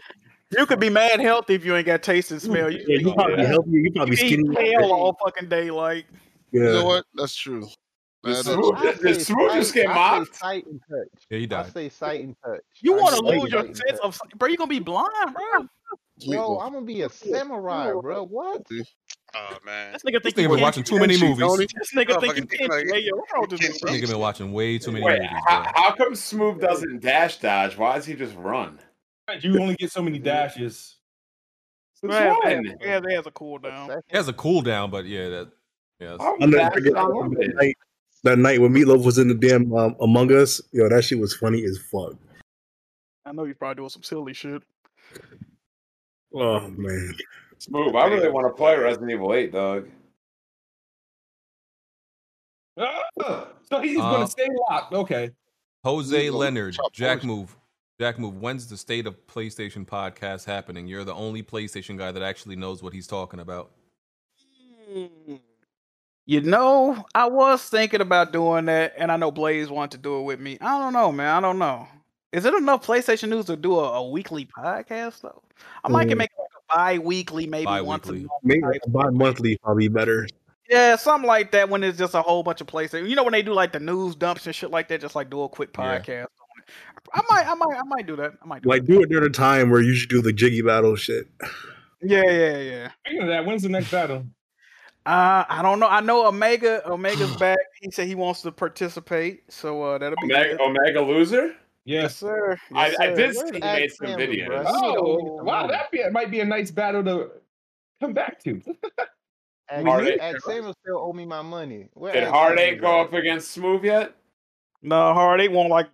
Speaker 3: You could be mad healthy if you ain't got taste and smell. You
Speaker 8: Yeah, you probably
Speaker 6: Yeah.
Speaker 8: healthy. You probably
Speaker 3: you
Speaker 8: skinny.
Speaker 3: eat kale all fucking day, like
Speaker 8: Yeah.
Speaker 9: You know what? That's true.
Speaker 6: Did
Speaker 9: That is
Speaker 6: Smooth,
Speaker 9: true.
Speaker 2: I
Speaker 6: did
Speaker 2: say
Speaker 6: Smooth just
Speaker 2: sight-
Speaker 6: get
Speaker 2: I say
Speaker 6: mocked?
Speaker 2: sight and touch.
Speaker 4: Yeah, he
Speaker 2: I
Speaker 4: died.
Speaker 2: say sight and touch.
Speaker 3: you
Speaker 9: I
Speaker 3: want to
Speaker 9: say
Speaker 3: lose your
Speaker 9: sight and
Speaker 3: sense
Speaker 9: touch.
Speaker 3: of bro. You gonna be blind, bro.
Speaker 2: Bro,
Speaker 9: Meatloaf.
Speaker 2: I'm gonna be a samurai, bro. What?
Speaker 1: Oh man.
Speaker 3: This nigga
Speaker 4: This
Speaker 3: think
Speaker 4: nigga
Speaker 3: you
Speaker 4: been
Speaker 3: can.
Speaker 4: watching too many
Speaker 9: Kenshi,
Speaker 4: movies.
Speaker 9: Tony.
Speaker 4: This
Speaker 3: This nigga think you
Speaker 1: Motherfucking
Speaker 3: can.
Speaker 1: nigga,
Speaker 3: Yeah, yo, what's wrong with this
Speaker 1: Kenshi.
Speaker 3: nigga?
Speaker 4: nigga been watching way too many
Speaker 6: Wait,
Speaker 4: movies.
Speaker 6: how,
Speaker 4: bro.
Speaker 6: how come Smooth doesn't dash dodge? Why does he just run?
Speaker 5: you only get so many dashes.
Speaker 6: Just
Speaker 3: Yeah,
Speaker 6: run.
Speaker 3: they- Yeah, they has a cooldown.
Speaker 4: It has a cooldown, but yeah, that yeah. that's-
Speaker 6: Why would
Speaker 8: I'll never
Speaker 6: dash
Speaker 8: forget
Speaker 6: dodge run
Speaker 8: that
Speaker 6: it?
Speaker 8: night, that night when Meatloaf was in the damn um, Among Us. Yo, that shit was funny as fuck.
Speaker 3: I know he's probably doing some silly shit.
Speaker 8: Oh man,
Speaker 6: Smooth. I really want to play Resident Evil 8, dog.
Speaker 5: Ah, so he's
Speaker 4: Uh,
Speaker 5: gonna stay locked. Okay.
Speaker 4: Jose
Speaker 9: Meatloaf,
Speaker 4: Leonard,
Speaker 9: chop
Speaker 4: Jack
Speaker 9: first.
Speaker 4: move, Jack move. When's the state of PlayStation podcast happening? You're the only PlayStation guy that actually knows what he's talking about.
Speaker 3: Mm. You know, I was thinking about doing that, and I know Blaze wanted to do it with me. I don't know, man. I don't know. Is it enough PlayStation news to do a, a weekly podcast though? I might can
Speaker 8: Mm.
Speaker 3: make it like a bi-weekly, maybe once a
Speaker 4: Bi-weekly.
Speaker 3: month.
Speaker 8: maybe
Speaker 3: type.
Speaker 8: bi-monthly probably better.
Speaker 3: Yeah, something like that. When it's just a whole bunch of PlayStation, you know, when they do like the news dumps and shit like that, just like do a quick
Speaker 4: Yeah.
Speaker 3: podcast. on it. I might, I might, I might do that. I might do
Speaker 8: Like
Speaker 3: that.
Speaker 8: do it during a time where you should do the jiggy battle shit.
Speaker 3: Yeah, yeah, yeah.
Speaker 5: Speaking of that, when's the next battle?
Speaker 3: Uh, I don't know. I know Omega. Omega's back. He said he wants to participate, so uh, that'll be
Speaker 6: Omega,
Speaker 3: good.
Speaker 6: Omega loser?
Speaker 3: Yes,
Speaker 5: Yes.
Speaker 3: sir.
Speaker 6: I-
Speaker 3: Yes,
Speaker 6: I
Speaker 3: sir.
Speaker 6: did- This
Speaker 2: Where's
Speaker 6: team
Speaker 2: Axe
Speaker 6: made some
Speaker 2: Family,
Speaker 6: videos.
Speaker 2: bruh? He the only
Speaker 5: Oh,
Speaker 2: one
Speaker 5: wow,
Speaker 2: around.
Speaker 5: that be, might be a nice battle to come back to.
Speaker 2: Axe-
Speaker 6: Are they-
Speaker 2: Axe Samuel still owe me my money. Where
Speaker 6: Did
Speaker 2: Axe
Speaker 6: Heartache go
Speaker 2: Samuel
Speaker 6: up against Smooth yet?
Speaker 3: No, hard. They want like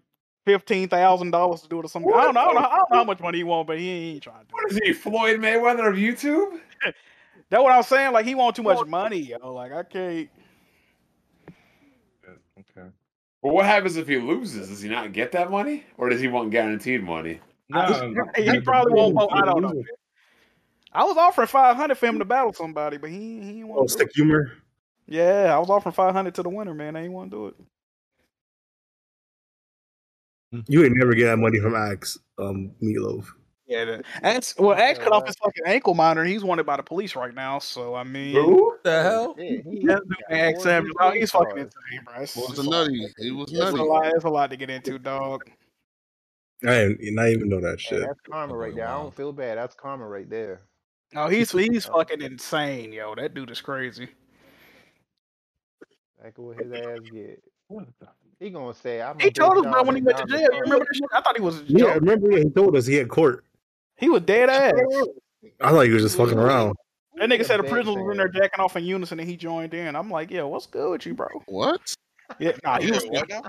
Speaker 3: fifteen thousand dollars to do it or something. I don't know. I don't know, I don't know how much money he want, but he ain't trying to.
Speaker 6: What
Speaker 3: Do
Speaker 6: is he, Floyd Mayweather of YouTube?
Speaker 3: it. That's what I'm saying. Like he want too much money. You know, like I can't.
Speaker 5: Okay.
Speaker 6: Well, what happens if he loses? Does he not get that money? Or does he want guaranteed money?
Speaker 3: he probably won't vote. I don't know. I was offering five hundred for him to battle somebody, but he he ain't
Speaker 8: Oh,
Speaker 3: want. to.
Speaker 8: stick humor.
Speaker 3: Yeah, I was offering five hundred to the winner, man. They ain't want to do it.
Speaker 8: You ain't never get that money from Axe, um, Meatloaf.
Speaker 3: Yeah, that- Axe. Well, Axe cut off
Speaker 2: Yeah.
Speaker 3: his fucking ankle monitor. He's wanted by the police right now. So I mean,
Speaker 6: Who?
Speaker 4: The hell?
Speaker 2: Yeah, he-
Speaker 3: that dude,
Speaker 2: got
Speaker 3: Axe
Speaker 2: four
Speaker 3: Samuel,
Speaker 2: GTA
Speaker 3: he's fucking
Speaker 2: cards.
Speaker 3: insane, bro. It's,
Speaker 9: Was
Speaker 3: it's
Speaker 9: a
Speaker 3: a lot.
Speaker 9: nutty. He was
Speaker 3: It's a
Speaker 9: nutty.
Speaker 3: lot. It's a lot to get into, dog.
Speaker 8: I didn't, and I even know that
Speaker 2: Hey,
Speaker 8: shit.
Speaker 2: that's karma
Speaker 4: boy
Speaker 2: right there. I
Speaker 4: wild.
Speaker 2: don't feel bad. That's karma right there.
Speaker 3: No, he's he's
Speaker 2: Oh.
Speaker 3: fucking insane, yo. That dude is crazy.
Speaker 2: Like what his ass get.
Speaker 5: What the-
Speaker 2: He gonna say I'm.
Speaker 3: He told us about when he went to jail. You remember that shit? I thought he was a
Speaker 8: Yeah, I
Speaker 3: joke.
Speaker 8: remember he told us he had court.
Speaker 3: He was dead ass.
Speaker 8: I thought he was just fucking around.
Speaker 3: That nigga said the prisoners were in there jacking off in unison, and he joined in. I'm like, yo, what's good with you, bro?
Speaker 9: What?
Speaker 3: Yeah, nah, he
Speaker 1: Yeah,
Speaker 3: was.
Speaker 1: what now?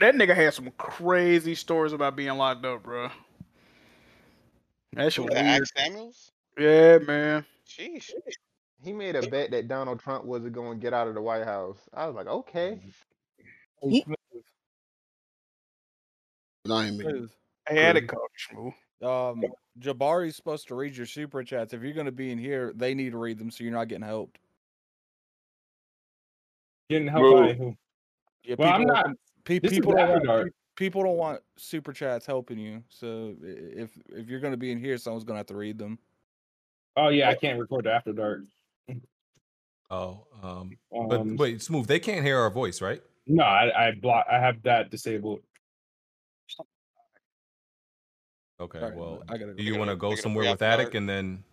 Speaker 3: That nigga had some crazy stories about being locked up, bro. That shit
Speaker 1: Who
Speaker 3: was
Speaker 1: the
Speaker 3: weird.
Speaker 1: Axe Samuels?
Speaker 3: Yeah, man.
Speaker 1: Sheesh.
Speaker 2: He made a bet that Donald Trump wasn't going to get out of the White House. I was like, okay.
Speaker 9: But I ain't making
Speaker 3: Hey, had it coach,
Speaker 11: Um, Jabari's supposed to read your super chats. If you're going to be in here, they need to read them, so you're not getting helped.
Speaker 5: Getting helped by
Speaker 11: Move.
Speaker 5: who?
Speaker 11: Yeah,
Speaker 5: Well, I'm
Speaker 11: people-
Speaker 5: not-
Speaker 11: pe-
Speaker 5: this is
Speaker 11: people don't want-
Speaker 5: Vanguard.
Speaker 11: people don't want super chats helping you. So i- if if you're going to be in here, someone's going to have to read them.
Speaker 5: Oh yeah, I can't record the after dark.
Speaker 4: Oh, um, but
Speaker 5: Um,
Speaker 4: wait, smooth. They can't hear our voice, right?
Speaker 5: No, I, I block. I have that disabled.
Speaker 4: Okay.
Speaker 5: Sorry,
Speaker 4: well,
Speaker 5: I gotta
Speaker 4: do you
Speaker 5: go.
Speaker 4: want to go
Speaker 5: Take it up
Speaker 4: somewhere
Speaker 5: the
Speaker 4: with
Speaker 5: after
Speaker 4: Attic and then?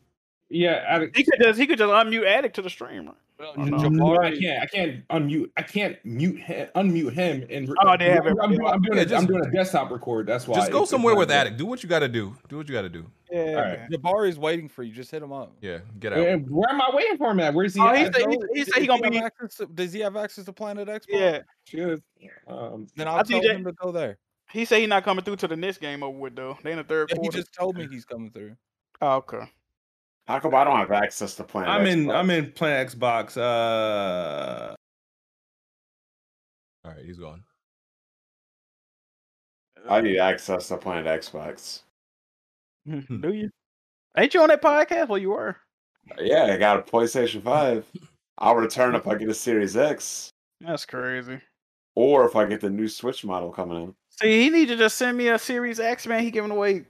Speaker 5: Yeah, Attic.
Speaker 3: He could just he could just unmute Attic to the stream. right?
Speaker 5: No, I can't. I can't unmute. I can't mute him, unmute him. And re-
Speaker 3: Oh, they have
Speaker 5: I'm,
Speaker 3: it-
Speaker 5: I'm doing, I'm doing
Speaker 4: Yeah,
Speaker 5: a,
Speaker 4: just-
Speaker 5: I'm doing a desktop record. That's why.
Speaker 4: Just go
Speaker 5: it's- it's
Speaker 4: somewhere
Speaker 5: not
Speaker 4: with
Speaker 5: good.
Speaker 4: Attic. Do what you got to do. Do what you got to do.
Speaker 11: Yeah,
Speaker 5: All right.
Speaker 11: Jabari's waiting for you. Just hit him up.
Speaker 4: Yeah, get
Speaker 5: Where,
Speaker 4: out.
Speaker 5: where am I waiting for him at? Where's he?
Speaker 11: Oh, he
Speaker 5: at?
Speaker 11: said- he
Speaker 5: bro?
Speaker 11: said- he
Speaker 5: Is-
Speaker 11: said he
Speaker 5: is
Speaker 11: gonna be-
Speaker 5: have access to-
Speaker 11: Does he have access to Planet Expo?
Speaker 3: Yeah.
Speaker 5: Good. Um,
Speaker 11: Then
Speaker 3: I
Speaker 11: I'll tell
Speaker 3: think that-
Speaker 11: him to go there.
Speaker 3: He said he's not coming through to the next game over with though. They in the third
Speaker 11: Yeah, he
Speaker 3: quarter.
Speaker 11: just told me he's coming through.
Speaker 3: Oh, okay.
Speaker 6: How come I don't have access to Planet
Speaker 5: I'm
Speaker 6: X?
Speaker 5: in. I'm in Planet Xbox. Uh,
Speaker 4: All right, he's gone.
Speaker 6: I need access to Planet Xbox.
Speaker 3: Do you? Ain't you on that podcast? Well, you were.
Speaker 6: Yeah, I got a PlayStation 5. I'll return if I get a Series X
Speaker 3: That's crazy.
Speaker 6: or if I get the new Switch model coming in.
Speaker 3: See, he need to just send me a Series X, man. He giving away.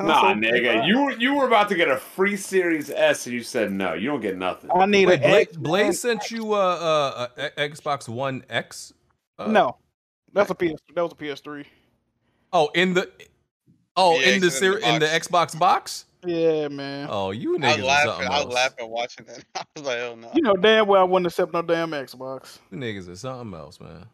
Speaker 6: Nah,
Speaker 3: console-
Speaker 6: nigga, you were- you were about to get a free Series S and you said no, you don't get nothing.
Speaker 3: I need
Speaker 4: Wait,
Speaker 3: an
Speaker 4: Blaze,
Speaker 3: X.
Speaker 4: Blaze sent you uh, uh, a, a Xbox One X. Uh,
Speaker 3: No, that's a PS. That was a PS3.
Speaker 4: Oh, in the. Oh,
Speaker 1: Yeah,
Speaker 4: in the
Speaker 1: it's in the
Speaker 4: ser- in the Xbox box.
Speaker 3: Yeah, man.
Speaker 4: Oh, you
Speaker 1: I
Speaker 4: niggas
Speaker 1: was
Speaker 4: are
Speaker 1: laughing.
Speaker 4: something
Speaker 1: I was
Speaker 4: else.
Speaker 1: laughing watching it. I was like, hell no.
Speaker 3: You know damn well I wouldn't accept no damn Xbox.
Speaker 4: You niggas are something else, man.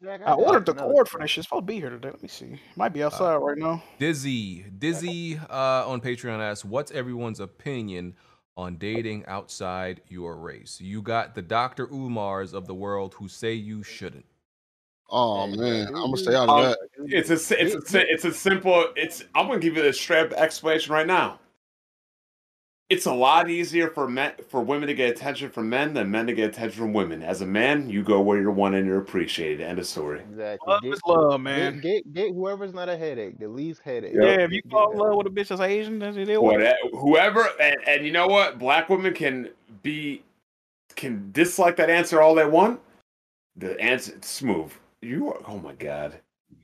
Speaker 2: Jack,
Speaker 3: I
Speaker 2: got
Speaker 3: ordered the
Speaker 2: another
Speaker 3: cord for that shit. It's supposed to be here today. Let me see. Might be outside right now.
Speaker 4: Dizzy, Dizzy uh, on Patreon asks, "What's everyone's opinion on dating outside your race? You got the Doctor Umars of the world who say you shouldn't."
Speaker 9: Oh man, I'm gonna stay out of
Speaker 6: Um,
Speaker 9: that.
Speaker 6: It's a si- it's a, si- it's a simple. It's I'm gonna give you the straight up explanation right now. It's a lot easier for men for women to get attention from men than men to get attention from women. As a man, you go where you're wanted and you're appreciated. End of story.
Speaker 2: Exactly. Love
Speaker 3: is love, man.
Speaker 2: Get, get get whoever's not a headache, the least headache.
Speaker 6: Yeah.
Speaker 3: Yeah, if you fall in love with a bitch that's Asian, that's it.
Speaker 6: Whatever, whoever, and, and you know what? Black women can be can dislike that answer all they want. The answer, smooth. You are. Oh my god.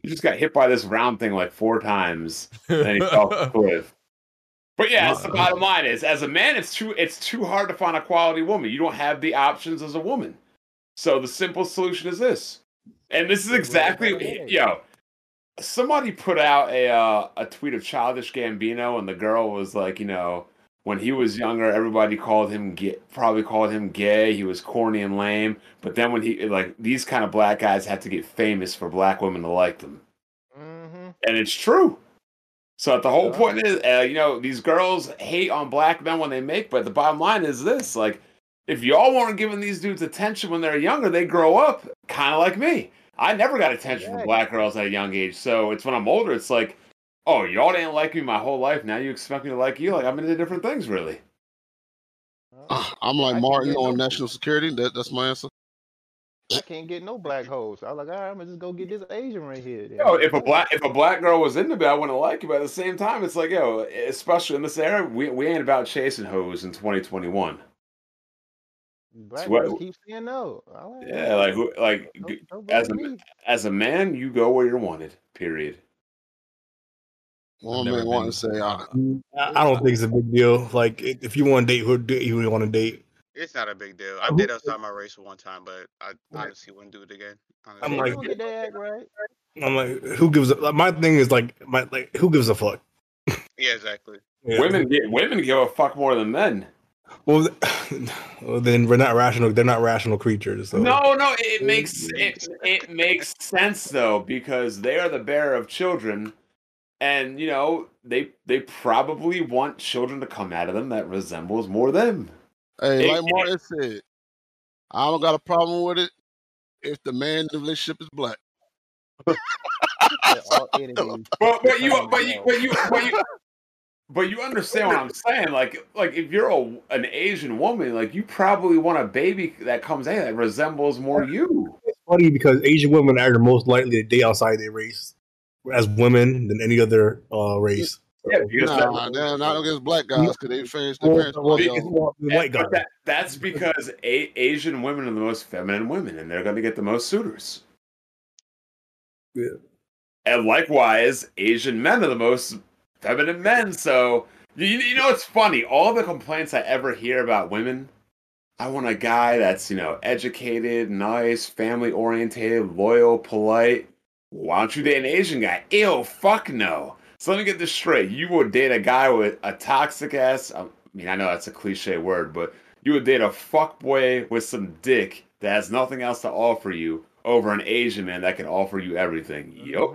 Speaker 6: You just got hit by this round thing like four times, and then he fell off the cliff. But yeah, that's the bottom line. Is as a man, it's too it's too hard to find a quality woman. You don't have the options as a woman. So the simple solution is this, and this is exactly yo. Somebody put out a uh, a tweet of Childish Gambino, and the girl was like, you know, when he was younger, everybody called him gay, probably called him gay. He was corny and lame. But then when he like these kind of black guys have to get famous for black women to like them, and it's true. So the whole point is, uh, you know, these girls hate on black men when they make. But the bottom line is this: like, if y'all weren't giving these dudes attention when they're younger, they grow up kind of like me. I never got attention from black girls at a young age. So it's when I'm older, it's like, oh, y'all didn't like me my whole life. Now you expect me to like you? Like I'm into different things, really.
Speaker 9: Ah, I'm like Martin on national security. That, that's my answer.
Speaker 2: I can't get no black hoes. I was like, all right, I'm gonna just go get this Asian right here. then."
Speaker 6: Yo, if a black if a black girl was into me, I wouldn't like you. But at the same time, it's like yo, especially in this era, we, we ain't about chasing hoes in 2021.
Speaker 2: black
Speaker 6: what-
Speaker 2: girls keep saying no. I like,
Speaker 6: Yeah, like who, like g- as a as a man, you go where you're wanted. Period.
Speaker 9: One man want to say, I,
Speaker 8: I I don't think it's a big deal. Like i- if you want to date, who do you want to date?
Speaker 1: It's not a big deal. I did outside my race one time, but I honestly wouldn't do it again.
Speaker 8: I'm
Speaker 1: honestly.
Speaker 8: like-
Speaker 2: Don't get that act right.
Speaker 8: I'm like, who gives? A, my thing is like, my like, who gives a fuck?
Speaker 1: yeah, exactly.
Speaker 8: Yeah.
Speaker 6: Women get women give a fuck more than men.
Speaker 8: Well, well, then we're not rational. They're not rational creatures. So.
Speaker 6: No, no, it it makes it, it makes sense though because they are the bearer of children, and you know they they probably want children to come out of them that resembles more them.
Speaker 9: hey,
Speaker 6: It-
Speaker 9: like Martin said, I don't got a problem with it if the man in the relationship is black.
Speaker 6: But but you but you but you but you but you understand what I'm saying? Like like if you're a, an Asian woman, like you probably want a baby that comes in that resembles more you.
Speaker 8: It's funny because Asian women are the most likely to date outside their race, as women than any other uh, race.
Speaker 6: Yeah, because
Speaker 9: Nah,
Speaker 6: that-
Speaker 9: they're not against black guys because they fans, their
Speaker 6: Well,
Speaker 9: parents.
Speaker 6: well,
Speaker 9: probably
Speaker 6: it's
Speaker 9: don't.
Speaker 6: more But that- that's because a- Asian women are the most feminine women, and they're going to get the most suitors.
Speaker 8: Yeah.
Speaker 6: And likewise, Asian men are the most feminine men. So you, you know, it's funny. All the complaints I ever hear about women, I want a guy that's you know educated, nice, family oriented, loyal, polite. Why don't you date an Asian guy? Ew, fuck no. So let me get this straight. You would date a guy with a toxic ass. I mean, I know that's a cliche word, but you would date a fuckboy with some dick that has nothing else to offer you over an Asian man that can offer you everything. Yup.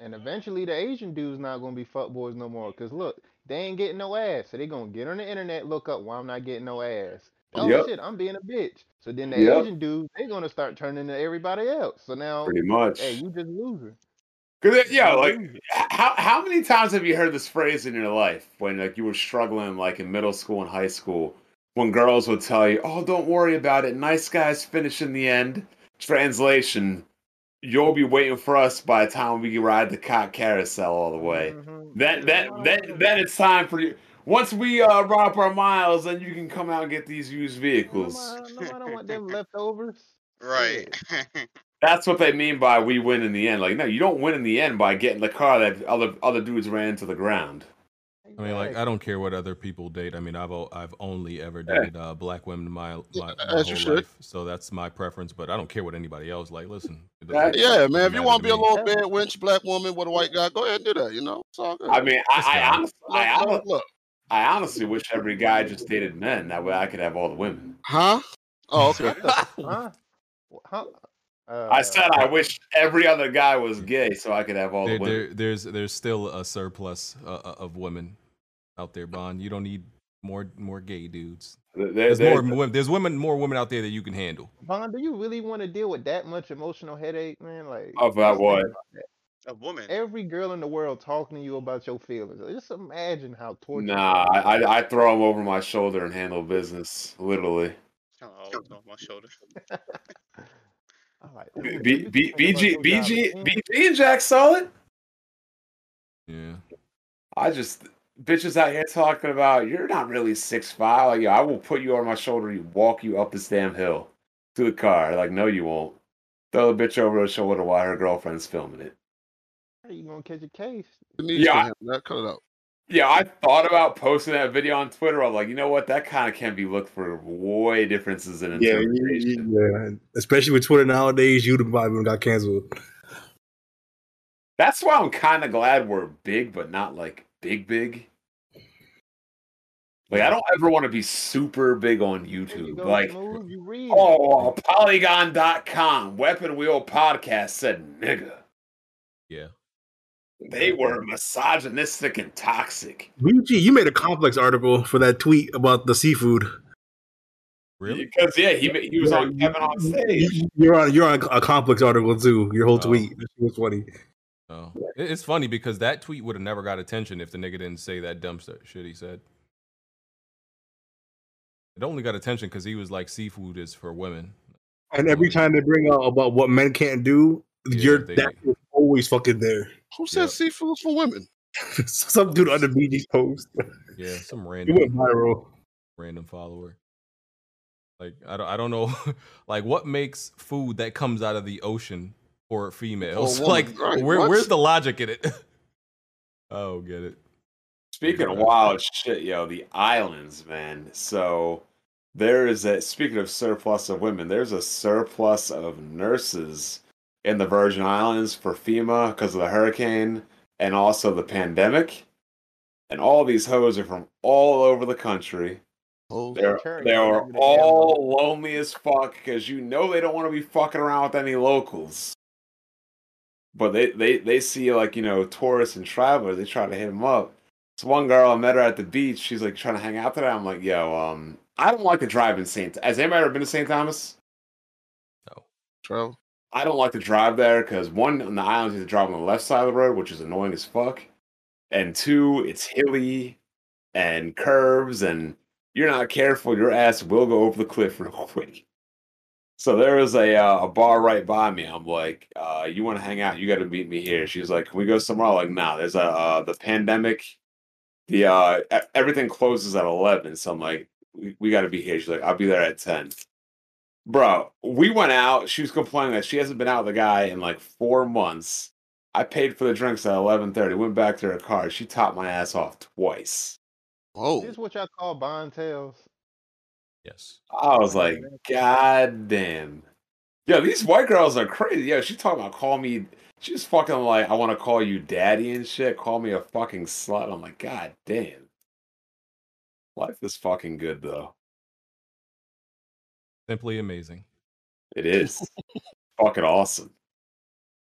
Speaker 2: And eventually, the Asian dude's not gonna be fuckboys no more. Cause look, they ain't getting no ass, so they gonna get on the internet, look up why I'm not getting no ass. Oh
Speaker 6: Yep.
Speaker 2: shit, I'm being a bitch. So then the
Speaker 6: Yep.
Speaker 2: Asian dude, they gonna start turning to everybody else. So now,
Speaker 6: Pretty much.
Speaker 2: hey, you just loser.
Speaker 6: Cause it- yeah, like h- how how many times have you heard this phrase in your life when like you were struggling like in middle school and high school when girls would tell you, "Oh, don't worry about it. Nice guys finish in the end." Translation: You'll be waiting for us by the time we ride the cock carousel all the way. That that that then it's time for you. Once we uh, run up our miles, then you can come out and get these used vehicles.
Speaker 2: No, I don't want them leftovers.
Speaker 1: Right.
Speaker 6: That's what they mean by we win in the end. Like, no, you don't win in the end by getting the car that other other dudes ran into the ground.
Speaker 4: I mean, like, I don't care what other people date. I mean, I've o- I've only ever
Speaker 6: Yeah.
Speaker 4: dated uh, black women my my, my
Speaker 9: as you
Speaker 4: whole
Speaker 9: should.
Speaker 4: life, so that's my preference. But I don't care what anybody else like. Listen, it
Speaker 9: Yeah,
Speaker 4: doesn't-
Speaker 9: yeah,
Speaker 4: doesn't
Speaker 9: man. If you
Speaker 4: matter
Speaker 9: want to
Speaker 4: to
Speaker 9: be a
Speaker 4: me.
Speaker 9: little bad wench black woman with a white guy, go ahead and do that. You know, it's all good.
Speaker 6: I mean, I I, honest, I,
Speaker 9: Look,
Speaker 6: hon-
Speaker 9: look, look.
Speaker 6: I honestly wish every guy just dated men. That way, I could have all the women.
Speaker 9: huh? Oh, okay.
Speaker 2: Huh? Wh- uh, Huh?
Speaker 6: I said I wish every other guy was gay, so I could have all
Speaker 4: There,
Speaker 6: the women.
Speaker 4: there, there's there's still a surplus uh, uh, of women out there, Bond. You don't need more more gay dudes.
Speaker 6: There-
Speaker 4: there's
Speaker 6: there-
Speaker 4: more women. There's women more women out there that you can handle.
Speaker 2: Vaughn, do you really want to deal with that much emotional headache, man? Like
Speaker 6: About
Speaker 2: just think
Speaker 6: what?
Speaker 2: about that.
Speaker 1: A woman.
Speaker 2: Every girl in the world talking to you about your feelings. Just imagine how torturous.
Speaker 6: Nah, I I- I throw them over my shoulder and handle business literally.
Speaker 1: Oh, it's off my shoulder.
Speaker 2: I like
Speaker 6: B-
Speaker 2: that.
Speaker 6: B- B- BG BG
Speaker 2: Mm.
Speaker 6: BG and Jack solid.
Speaker 4: Yeah.
Speaker 6: I just bitches out here talking about you're not really six five. Like, yo, I will put you on my shoulder and walk you up this damn hill to the car. Like, no, you won't. Throw the bitch over her shoulder while her girlfriend's filming it.
Speaker 2: How you gonna catch a case?
Speaker 9: Yeah,
Speaker 6: Yeah.
Speaker 9: him, man. cut it out.
Speaker 6: Yeah, I thought about posting that video on Twitter. I'm like, you know what? That kind of can be looked for way differences in
Speaker 8: Yeah,
Speaker 6: interpretation.
Speaker 8: yeah, yeah. Especially with Twitter nowadays, YouTube probably would've got canceled.
Speaker 6: That's why I'm kind of glad we're big, but not like big, big. Like, I don't ever want to be super big on YouTube.
Speaker 2: Go
Speaker 6: Like,
Speaker 2: smooth, you read.
Speaker 6: Oh, Polygon.com, Weapon Wheel Podcast said nigga.
Speaker 4: Yeah.
Speaker 6: They were misogynistic and toxic.
Speaker 8: BG, you made a complex article for that tweet about the seafood.
Speaker 4: Really?
Speaker 6: Because, yeah, he, he was on Kevin on stage.
Speaker 8: You're on you're on a complex article too. Your whole
Speaker 4: Oh.
Speaker 8: tweet. It was funny.
Speaker 4: Oh. It- It's funny because that tweet would have never got attention if the nigga didn't say that dumb st- shit he said. It only got attention because he was like, "Seafood is for women."
Speaker 8: And every time they bring out about what men can't do,
Speaker 4: Oh, Yeah,
Speaker 8: you're
Speaker 4: they-
Speaker 8: that is always fucking there.
Speaker 9: Who said
Speaker 4: Yep.
Speaker 9: seafood's for women?
Speaker 8: Some dude under BG's post.
Speaker 4: Yeah, some
Speaker 8: It went
Speaker 4: random
Speaker 8: viral.
Speaker 4: random follower. Like I don't I don't know like what makes food that comes out of the ocean for females?
Speaker 9: woman,
Speaker 4: like
Speaker 9: right,
Speaker 4: where,
Speaker 9: what?
Speaker 4: where's the logic in it? oh, get it.
Speaker 6: Speaking of wild shit, yo, the islands, man. So there is a speaking of surplus of women, there's a surplus of nurses in the Virgin Islands for FEMA because of the hurricane and also the pandemic. And all these hoes are from all over the country.
Speaker 9: Oh,
Speaker 6: They're
Speaker 2: Sure,
Speaker 6: they
Speaker 2: you
Speaker 6: are
Speaker 2: remember the damn
Speaker 6: all lonely as fuck because you know they don't want to be fucking around with any locals. But they, they, they see like you know tourists and travelers. They try to hit them up. This one girl I met her at the beach. She's like trying to hang out today. I'm like, yo, um, I don't like to drive in Saint. Has anybody ever been to Saint Thomas?
Speaker 9: Travel.
Speaker 6: I don't like to drive there because one, on the islands, you have to drive on the left side of the road, which is annoying as fuck. And two, it's hilly and curves, and you're not careful, your ass will go over the cliff real quick. So there was a uh, a bar right by me. I'm like, uh, you want to hang out? You got to meet me here. She's like, can we go somewhere? I'm like, nah. There's a uh, the pandemic. The uh, e- everything closes at eleven. So I'm like, we, we got to be here. She's like, I'll be there at ten. Bro, we went out. She was complaining that she hasn't been out with a guy in like four months. I paid for the drinks at eleven thirty. Went back to her car. She topped my ass off twice.
Speaker 9: Oh.
Speaker 2: This is what y'all call bond tails.
Speaker 4: Yes.
Speaker 6: I was like, God damn. Yo, these white girls are crazy. Yo, she talking about call me. She's fucking like, I want to call you daddy and shit. Call me a fucking slut. I'm like, God damn. Life is fucking good though.
Speaker 4: Simply amazing.
Speaker 6: It is fucking awesome.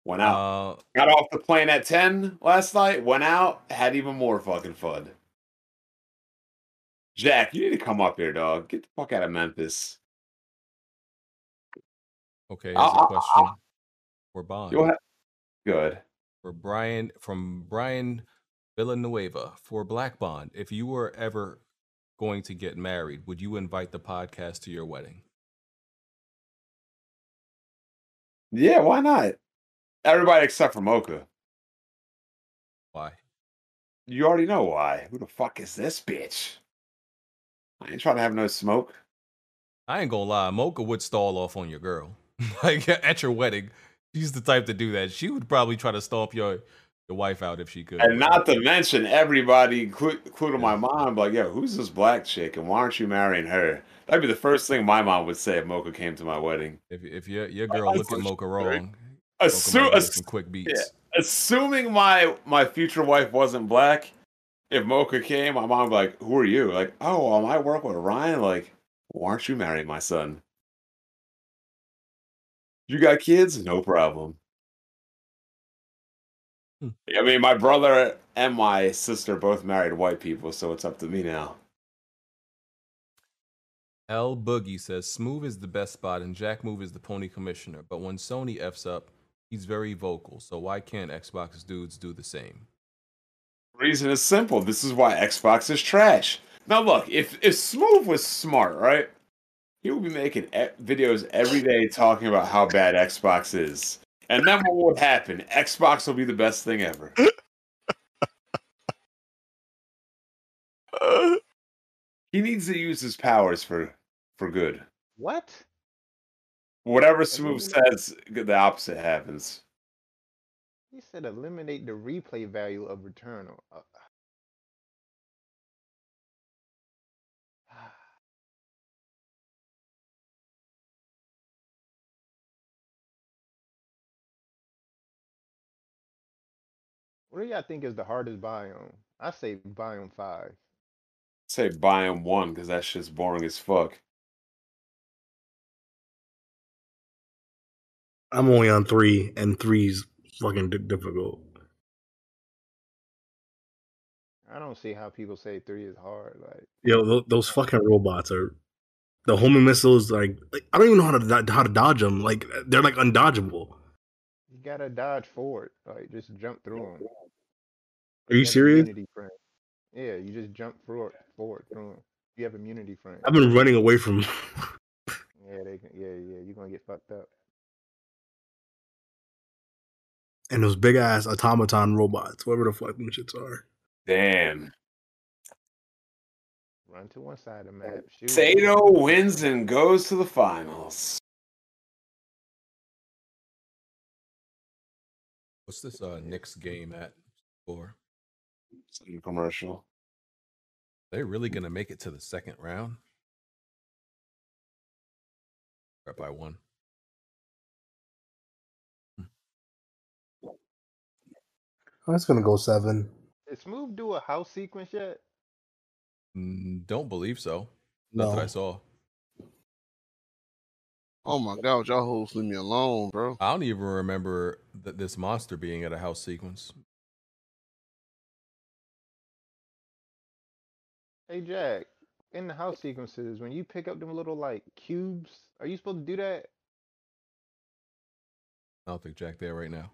Speaker 6: Went out. Got off the plane at 10 last night. Went out. Had even more fucking fun. Jack, you need to come up here, dog. Get the fuck out of Memphis.
Speaker 4: Okay, here's
Speaker 6: I'll-
Speaker 4: a
Speaker 6: I'll-
Speaker 4: question for Bond.
Speaker 6: Go ahead. Good.
Speaker 4: For Brian from Brian Villanueva for Black Bond. If you were ever going to get married, would you invite the podcast to your wedding?
Speaker 6: Yeah, why not? Everybody except for Mocha.
Speaker 4: Why?
Speaker 6: You already know why. Who the fuck is this bitch? I ain't trying to have no smoke.
Speaker 4: I ain't gonna lie, Mocha would stall off on your girl. like at your wedding. She's the type to do that. She would probably try to stomp your your wife out if she could.
Speaker 6: And not to mention everybody, inclu- including my mom, like, yo, who's this black chick and why aren't you marrying her? That'd be the first thing my mom would say if Mocha came to my wedding.
Speaker 4: if if your your girl looked at Mocha wrong,
Speaker 6: Assu-
Speaker 4: Mocha might give
Speaker 6: ass-
Speaker 4: some quick beats.
Speaker 6: yeah, assuming my my future wife wasn't black, if Mocha came, my mom would be like, who are you? Like, oh, um, I work with Ryan. Like, why aren't you marrying my son? You got kids? No problem. I mean, my brother and my sister both married white people, so it's up to me now.
Speaker 4: L Boogie says Smooth is the best spot and Jack Move is the pony commissioner, but when Sony F's up, he's very vocal, so why can't Xbox dudes do the same?
Speaker 6: Reason is simple. This is why Xbox is trash. Now, look, if if Smooth was smart, right, he would be making e- videos every day talking about how bad Xbox is, and then what would happen? Xbox will be the best thing ever. he needs to use his powers for for good.
Speaker 2: What?
Speaker 6: Whatever Smooth says, the opposite happens.
Speaker 2: He said eliminate the replay value of Returnal. Uh, What do y'all think is the hardest biome? I say biome five.
Speaker 6: Say buy him one because that shit's boring as fuck.
Speaker 8: I'm only on three, and three's fucking di- difficult.
Speaker 2: I don't see how people say three is hard. Like
Speaker 8: Yo, th- those fucking robots are the homing missiles. Like, like I don't even know how to do- how to dodge them. Like they're like undodgeable.
Speaker 2: you gotta dodge forward. Like just jump through them.
Speaker 8: Are you serious?
Speaker 2: Yeah, you just jump forward, forward through them. You have immunity frame.
Speaker 8: I've been running away from.
Speaker 2: Yeah, they can. Yeah, yeah. You're gonna get fucked up.
Speaker 8: and those big ass automaton robots, whatever the fuck them shits are.
Speaker 6: Damn.
Speaker 2: Run to one side of the map. Shoot.
Speaker 6: Sato wins and goes to the finals.
Speaker 4: What's this uh Knicks game at for?
Speaker 6: Commercial.
Speaker 4: They really gonna make it to the second round? Right by one.
Speaker 8: That's gonna go seven.
Speaker 2: Did Smooth do a house sequence yet?
Speaker 4: Mm, Don't believe so. Not that I
Speaker 8: No.
Speaker 4: saw.
Speaker 9: Oh my god, y'all hoes leave me alone, bro.
Speaker 4: I don't even remember th- this monster being at a house sequence.
Speaker 2: Hey Jack, in the house sequences, when you pick up them little like cubes, are you supposed to do that?
Speaker 4: I don't think Jack there right now.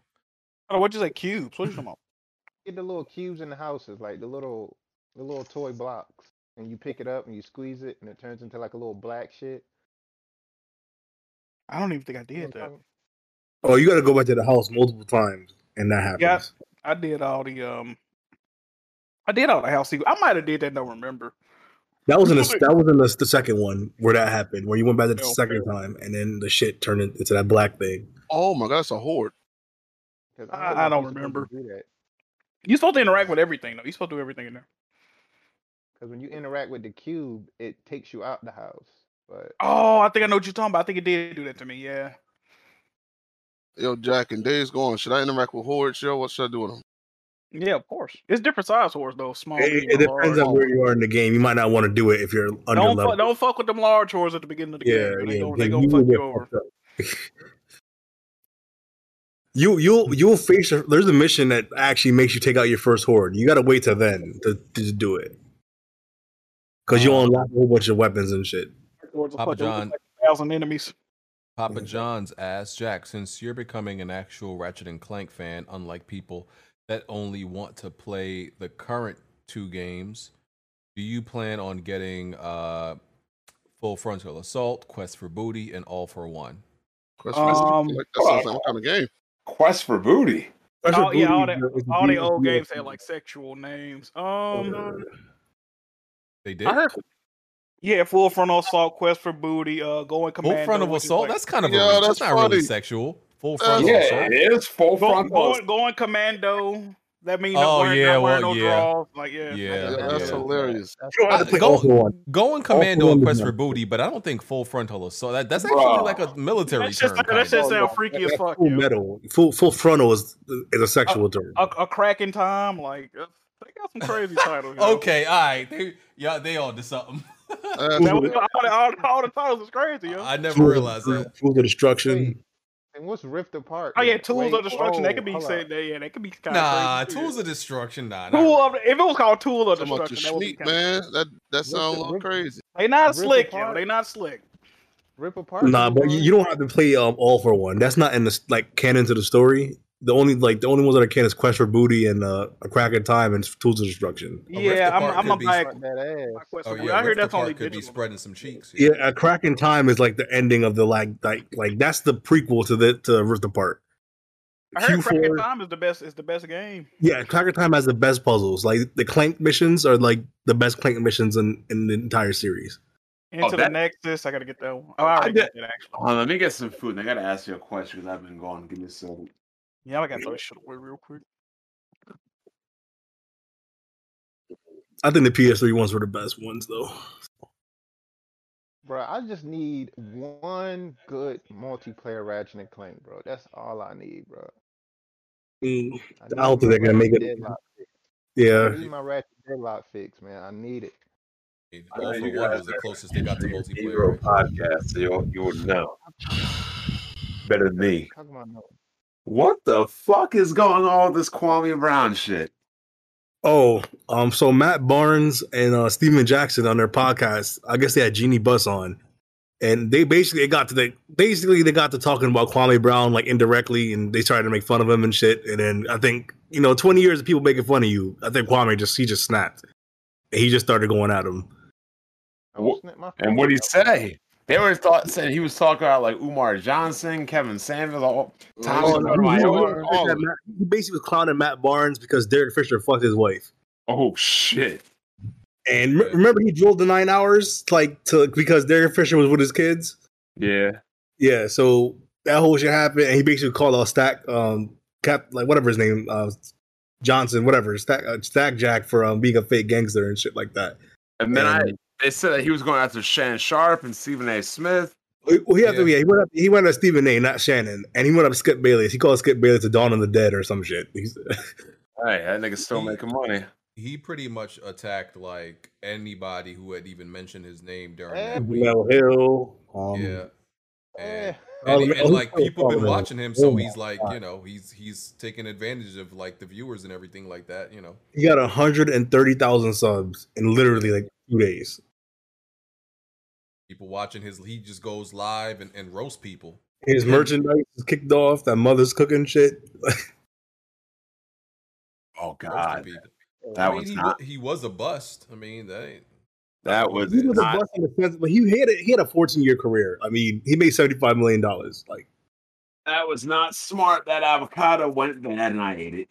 Speaker 3: Oh, what'd you say? Cubes? What you talking about?
Speaker 2: Get the little cubes in the houses, like the little the little toy blocks, and you pick it up and you squeeze it, and it turns into like a little black shit.
Speaker 3: I don't even think I did that.
Speaker 8: Oh, you got to go back to the house multiple times, and that happens.
Speaker 3: Yeah, I did all the um. I did all the house sequence. I might have did that. Don't remember.
Speaker 8: That was in the that was in the, the second one where that happened, where you went back the
Speaker 3: Oh, Okay.
Speaker 8: second time, and then the shit turned in- into that black thing.
Speaker 9: Oh my god, that's a horde.
Speaker 3: I, I don't remember. You're supposed to interact with everything though. You're supposed to do everything in there.
Speaker 2: Because when you interact with the cube, it takes you out the house. But
Speaker 3: Oh, I think I know what you're talking about. I think it did do that to me. Yeah.
Speaker 9: Yo, Jack, and days gone. Should I interact with hordes, yo? What should I do with them?
Speaker 3: Yeah, of course. It's different size horse though. Small.
Speaker 8: It, it
Speaker 3: medium,
Speaker 8: depends
Speaker 3: large.
Speaker 8: on where you are in the game. You might not want to do it if you're under
Speaker 3: Don't
Speaker 8: level.
Speaker 3: fuck, don't fuck with them large horse at the beginning of the
Speaker 8: yeah, yeah.
Speaker 3: game. They
Speaker 8: yeah,
Speaker 3: gon' they
Speaker 8: you
Speaker 3: gonna
Speaker 8: will
Speaker 3: fuck
Speaker 8: get
Speaker 3: you over.
Speaker 8: fucked up. You you'll you'll face a, there's a mission that actually makes you take out your first horde. You gotta wait till then to, to do it because you'll unlock a whole bunch of weapons and shit.
Speaker 3: Hordes will
Speaker 4: Papa
Speaker 3: fuck you over
Speaker 4: John.
Speaker 3: like a thousand enemies.
Speaker 4: Papa John's asked Jack, since you're becoming an actual Ratchet and Clank fan, unlike people that only want to play the current two games, do you plan on getting uh, Full Frontal Assault, Quest for Booty, and All for One?
Speaker 9: Quest
Speaker 3: for- Um,
Speaker 9: Like, that sounds like what kind of game?
Speaker 6: Quest for Booty.
Speaker 3: All, Oh, yeah, all the all the old games had like sexual names.
Speaker 6: Oh,
Speaker 3: Um,
Speaker 4: They did.
Speaker 3: I heard. Yeah, full frontal assault, quest for booty, uh, going
Speaker 4: Full
Speaker 3: commando.
Speaker 4: frontal
Speaker 3: which is
Speaker 4: assault.
Speaker 3: like-
Speaker 4: That's kind of
Speaker 9: Yeah,
Speaker 4: a reach.
Speaker 9: that's
Speaker 4: That's not really
Speaker 9: funny.
Speaker 4: sexual. Full
Speaker 9: That's-
Speaker 4: frontal
Speaker 6: yeah,
Speaker 4: assault.
Speaker 6: it is full
Speaker 3: Go-
Speaker 6: frontal.
Speaker 3: going, going commando. That means
Speaker 4: Oh,
Speaker 3: not wearing,
Speaker 4: yeah,
Speaker 3: not wearing
Speaker 4: well,
Speaker 3: no
Speaker 4: yeah.
Speaker 3: draws. Like yeah,
Speaker 4: Yeah,
Speaker 9: Yeah, that's
Speaker 4: yeah.
Speaker 9: hilarious.
Speaker 8: You don't have to play
Speaker 4: Go-
Speaker 8: all for one.
Speaker 4: Going
Speaker 8: for
Speaker 4: commando
Speaker 8: One
Speaker 4: and
Speaker 8: is
Speaker 4: quest for
Speaker 8: not-
Speaker 4: booty, but I don't think full frontal assault. That, that's actually
Speaker 6: Bruh.
Speaker 4: like a military
Speaker 3: That's
Speaker 4: term.
Speaker 3: just that
Speaker 4: kinda.
Speaker 3: shit sound freaky as
Speaker 8: That's
Speaker 3: fuck.
Speaker 8: full
Speaker 3: yo.
Speaker 8: metal, full full frontal is is a
Speaker 4: Oh,
Speaker 8: sexual term.
Speaker 3: A, a cracking time, like uh, they got some crazy titles. yo.
Speaker 4: Okay, all right. They, yeah, they all did something.
Speaker 9: Uh,
Speaker 3: That was, all, the- all, the- all the titles is crazy, yo.
Speaker 4: I never
Speaker 8: Tools of-
Speaker 4: realized that.
Speaker 8: Tools of destruction.
Speaker 2: wait, and what's ripped apart?
Speaker 3: Oh yeah,
Speaker 2: is
Speaker 3: tools
Speaker 2: way-
Speaker 3: of destruction.
Speaker 2: whoa,
Speaker 3: That could be
Speaker 2: hold
Speaker 3: said.
Speaker 2: up.
Speaker 3: That, yeah, that could be kind of
Speaker 4: Nah,
Speaker 3: crazy. too, yo.
Speaker 4: tools of destruction. Nah, nah.
Speaker 3: Tool of, if it was called tool of
Speaker 9: Come up to
Speaker 3: destruction, that would be
Speaker 9: Schmeat,
Speaker 3: kind of.
Speaker 9: man. That that sounds a little
Speaker 2: Rick-
Speaker 9: crazy.
Speaker 3: They not
Speaker 2: Rip
Speaker 3: slick, yo.
Speaker 2: apart.
Speaker 3: They not slick.
Speaker 2: Rip apart.
Speaker 8: Nah,
Speaker 2: was
Speaker 8: but you,
Speaker 2: on-
Speaker 8: you don't have to play um, all for one. That's not in the s- like canon to the story. The only like the only ones that are canon is Quest for Booty and uh, A Crack in Time and Tools of Destruction.
Speaker 4: A Rift
Speaker 3: Yeah, I'm,
Speaker 4: Apart
Speaker 3: I'm
Speaker 4: could
Speaker 3: gonna
Speaker 4: be
Speaker 3: buy.
Speaker 4: spread-
Speaker 2: That ass.
Speaker 4: Oh yeah,
Speaker 3: I hear
Speaker 4: Rift
Speaker 3: that's
Speaker 4: Apart
Speaker 3: only
Speaker 4: could be
Speaker 3: digital.
Speaker 4: spreading some cheeks.
Speaker 8: Yeah, A Crack in Time is like the ending of the like like like that's the prequel to the to Rift Apart.
Speaker 3: I heard Cracker
Speaker 8: Q4
Speaker 3: Time is the best. Is the best game.
Speaker 8: Yeah, Crack in Time has the best puzzles. Like the Clank missions are like the best Clank missions in in the entire series.
Speaker 3: Into the
Speaker 6: that-
Speaker 3: Nexus. I gotta get that one. Oh, I already
Speaker 6: did-
Speaker 3: got that actually.
Speaker 6: Hold on, let me get some food. And I gotta ask you a question because I've been gone. Give me a second.
Speaker 3: Yeah, I gotta throw this shit away real quick.
Speaker 8: I think the PS3 ones were the best ones though.
Speaker 2: Bro, I just need one good multiplayer Ratchet and Clank, bro. That's all I need, bro.
Speaker 8: Mm,
Speaker 2: I,
Speaker 8: I
Speaker 2: need
Speaker 8: don't think
Speaker 2: my
Speaker 8: they're gonna make
Speaker 2: Ratchet
Speaker 8: it.
Speaker 2: Deadlock. I
Speaker 8: Yeah,
Speaker 2: need my Ratchet Deadlock fix, man. I need it.
Speaker 4: All for
Speaker 6: you
Speaker 4: one
Speaker 6: guys
Speaker 4: was the
Speaker 6: are
Speaker 4: closest they got to
Speaker 6: Hero
Speaker 4: multiplayer.
Speaker 6: podcast, so you you would know better than me.
Speaker 2: How come I know?
Speaker 6: What the fuck is going on with this Kwame Brown shit?
Speaker 8: Oh, um, so Matt Barnes and uh Steven Jackson on their podcast, I guess they had Jeannie Buss on, and they basically got to the basically they got to talking about Kwame Brown like indirectly, and they started to make fun of him and shit. And then I think you know, twenty years of people making fun of you, I think Kwame just he just snapped. He just started going at him.
Speaker 2: I will
Speaker 6: What-
Speaker 2: snip my
Speaker 6: And
Speaker 2: phone
Speaker 6: what he
Speaker 2: out.
Speaker 6: say? They were thought saying he was talking about like Umar Johnson, Kevin Sanders, all Tommy
Speaker 9: Oh, no, he- he-
Speaker 6: Sotomayor.
Speaker 9: all of it.
Speaker 8: He basically was clowning Matt Barnes because Derek Fisher fucked his wife.
Speaker 6: Oh shit!
Speaker 8: And re- remember, he drilled the nine hours like to because Derek Fisher was with his kids.
Speaker 6: Yeah,
Speaker 8: Yeah, so that whole shit happened, and he basically called out Stack, um, Cap, like whatever his name, uh, Johnson, whatever Stack, uh, Stack Jack for um being a fake gangster and shit like that.
Speaker 6: and then
Speaker 8: And-
Speaker 6: I they said that he was going after Shan Sharp and Stephen A. Smith.
Speaker 8: Well, he had to, yeah,
Speaker 4: Yeah.
Speaker 8: he went up, he went up Stephen A, not Shannon, and he went up Skip Bayless. He called Skip Bayless the Dawn of the Dead or some shit. He's-
Speaker 6: Hey, that nigga still making money.
Speaker 4: He pretty much attacked like anybody who had even mentioned his name during
Speaker 2: Eh.
Speaker 4: that week.
Speaker 8: Mel Hill, um,
Speaker 4: Yeah.
Speaker 2: Eh,
Speaker 4: And, and,
Speaker 8: Oh,
Speaker 4: and, like
Speaker 8: he's so
Speaker 4: people been
Speaker 8: popular.
Speaker 4: watching him, so
Speaker 8: Oh my
Speaker 4: he's like,
Speaker 8: God.
Speaker 4: you know, he's he's taking advantage of like the viewers and everything like that, you know.
Speaker 8: he got hundred and thirty thousand subs in literally like two days.
Speaker 4: People watching his he just goes live and, and roasts people.
Speaker 8: His merchandise is kicked off. That mother's cooking shit.
Speaker 6: Oh
Speaker 4: roasting
Speaker 6: god,
Speaker 4: people.
Speaker 6: that
Speaker 3: Oh,
Speaker 4: I mean,
Speaker 6: was
Speaker 4: he,
Speaker 6: not.
Speaker 4: wa- he was a bust. I mean, that ain't
Speaker 6: That was
Speaker 8: he was a
Speaker 6: not-
Speaker 8: bust in the sense, but he had a, he had a 14 year career. I mean, he made 75 million dollars. Like
Speaker 6: That was not smart. That avocado went bad, and I ate it.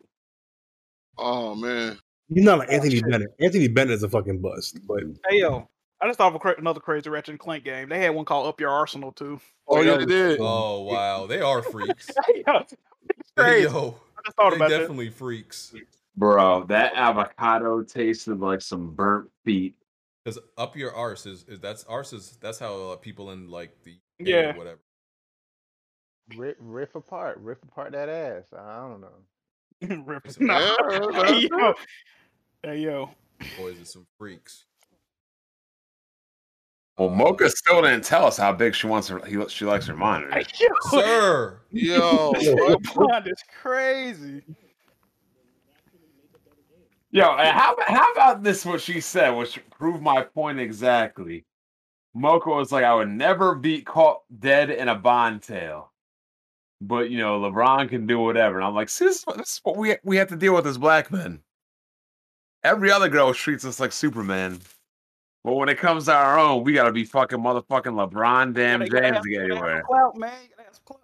Speaker 9: Oh man,
Speaker 8: he's not
Speaker 6: Oh,
Speaker 8: like Anthony Bennett. Anthony Bennett is a fucking bust. But
Speaker 6: Mm.
Speaker 3: Hey yo, I just thought of a cra- another crazy Ratchet and Clank game. They had one called Up Your Arsenal too.
Speaker 9: Oh, yeah, they did.
Speaker 4: Oh wow, they are freaks.
Speaker 3: Crazy.
Speaker 4: Yo,
Speaker 3: I just thought
Speaker 4: they
Speaker 3: about that.
Speaker 4: definitely freaks.
Speaker 6: Bro, that avocado tasted like some burnt feet.
Speaker 4: Because up your arse is, is that's arse is that's how uh, people in like the UK or
Speaker 3: Yeah.
Speaker 4: whatever.
Speaker 2: Riff, riff apart, riff apart that ass. I don't know.
Speaker 3: Rip- nah.
Speaker 9: Yeah,
Speaker 3: hey yo, hey yo.
Speaker 4: Boys are some freaks.
Speaker 6: Well, Mocha still didn't tell us how big she wants her. He, she likes her monitor.
Speaker 4: Sir,
Speaker 9: Yo, what?
Speaker 3: Blonde is crazy.
Speaker 6: Yo, and how how about this? What she said, which proved my point exactly. Mocha was like, "I would never be caught dead in a bond tail," but you know, LeBron can do whatever. And I'm like, "See, this is, what- this is what we we have to deal with as black men. Every other girl treats us like Superman, but when it comes to our own, we got to be fucking motherfucking LeBron, damn
Speaker 3: They gotta
Speaker 6: James
Speaker 3: have-
Speaker 6: to get
Speaker 3: they gotta have
Speaker 6: anywhere."
Speaker 3: Clout, man. You gotta have some clout.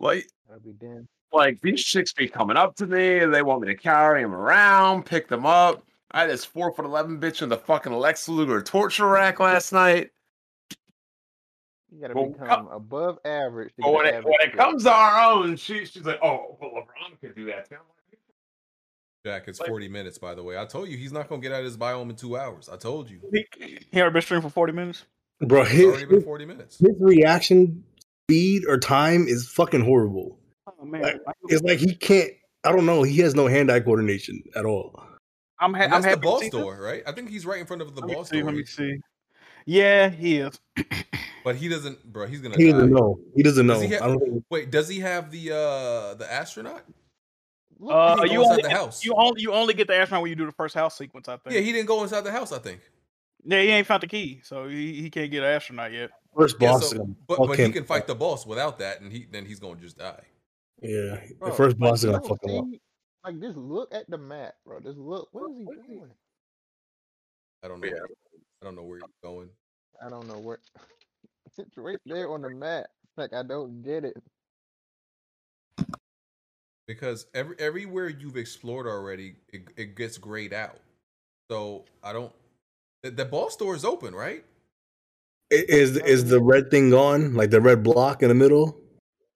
Speaker 6: Like,
Speaker 2: That'd be damn.
Speaker 6: like these chicks be coming up to me. They want me to carry them around, pick them up. I had this four foot eleven bitch in the fucking Lex Luger torture rack last night.
Speaker 2: You gotta
Speaker 6: Well, we
Speaker 2: become above average. to
Speaker 6: But
Speaker 2: get
Speaker 6: when it
Speaker 2: average
Speaker 6: when it
Speaker 2: shit.
Speaker 6: comes to our own, she she's like, oh, well, LeBron could do that. too." I'm like,
Speaker 4: Jack, it's
Speaker 6: Like-
Speaker 4: 40 minutes, by the way. I told you he's not gonna get out of his biome in two hours. I told you.
Speaker 3: He already been streaming for forty minutes.
Speaker 8: bro,
Speaker 4: It's
Speaker 8: his,
Speaker 4: already been 40 minutes.
Speaker 8: his reaction speed or time is fucking horrible.
Speaker 3: Oh man, I-
Speaker 8: It's like he can't. I don't know. He has no hand eye coordination at all.
Speaker 3: I'm, ha-
Speaker 4: And
Speaker 3: I'm
Speaker 4: that's
Speaker 3: happy. to
Speaker 4: the ball
Speaker 3: see this.
Speaker 4: store, right? I think he's right in front of the
Speaker 3: Let me
Speaker 4: ball
Speaker 3: see. Let
Speaker 4: store.
Speaker 3: me see. Yeah, he is.
Speaker 4: But he doesn't bro, he's gonna
Speaker 8: He doesn't
Speaker 4: die.
Speaker 8: know. He doesn't know.
Speaker 4: Does he have-
Speaker 8: I don't think.
Speaker 4: Wait, does he have the uh the astronaut?
Speaker 2: Look,
Speaker 3: Uh,
Speaker 4: he
Speaker 3: you
Speaker 4: goes
Speaker 3: only
Speaker 4: out the house.
Speaker 3: you only you only get the astronaut when you do the first house sequence. I think.
Speaker 4: Yeah, he didn't go inside the house, I think.
Speaker 3: Yeah, he ain't found the key, so he, he can't get an astronaut yet.
Speaker 8: First
Speaker 4: Yeah,
Speaker 8: boss.
Speaker 4: so-
Speaker 8: is gonna
Speaker 4: but
Speaker 8: fuck
Speaker 4: but
Speaker 8: him
Speaker 4: he can fight the boss without that, and he then he's gonna just die.
Speaker 8: Yeah,
Speaker 2: bro,
Speaker 8: the first
Speaker 2: like,
Speaker 8: boss is gonna
Speaker 2: you
Speaker 8: fuck him up.
Speaker 2: see- Like just look at the map, bro. Just look. What is he doing?
Speaker 4: I don't know. where- I don't know where he's going.
Speaker 2: I don't know where. It's right there on the map. Like I don't get it.
Speaker 4: because every everywhere you've explored already, it, it gets grayed out. So I don't. The, the ball store is open, right?
Speaker 8: I- Is is the red thing gone? Like the red block in the middle?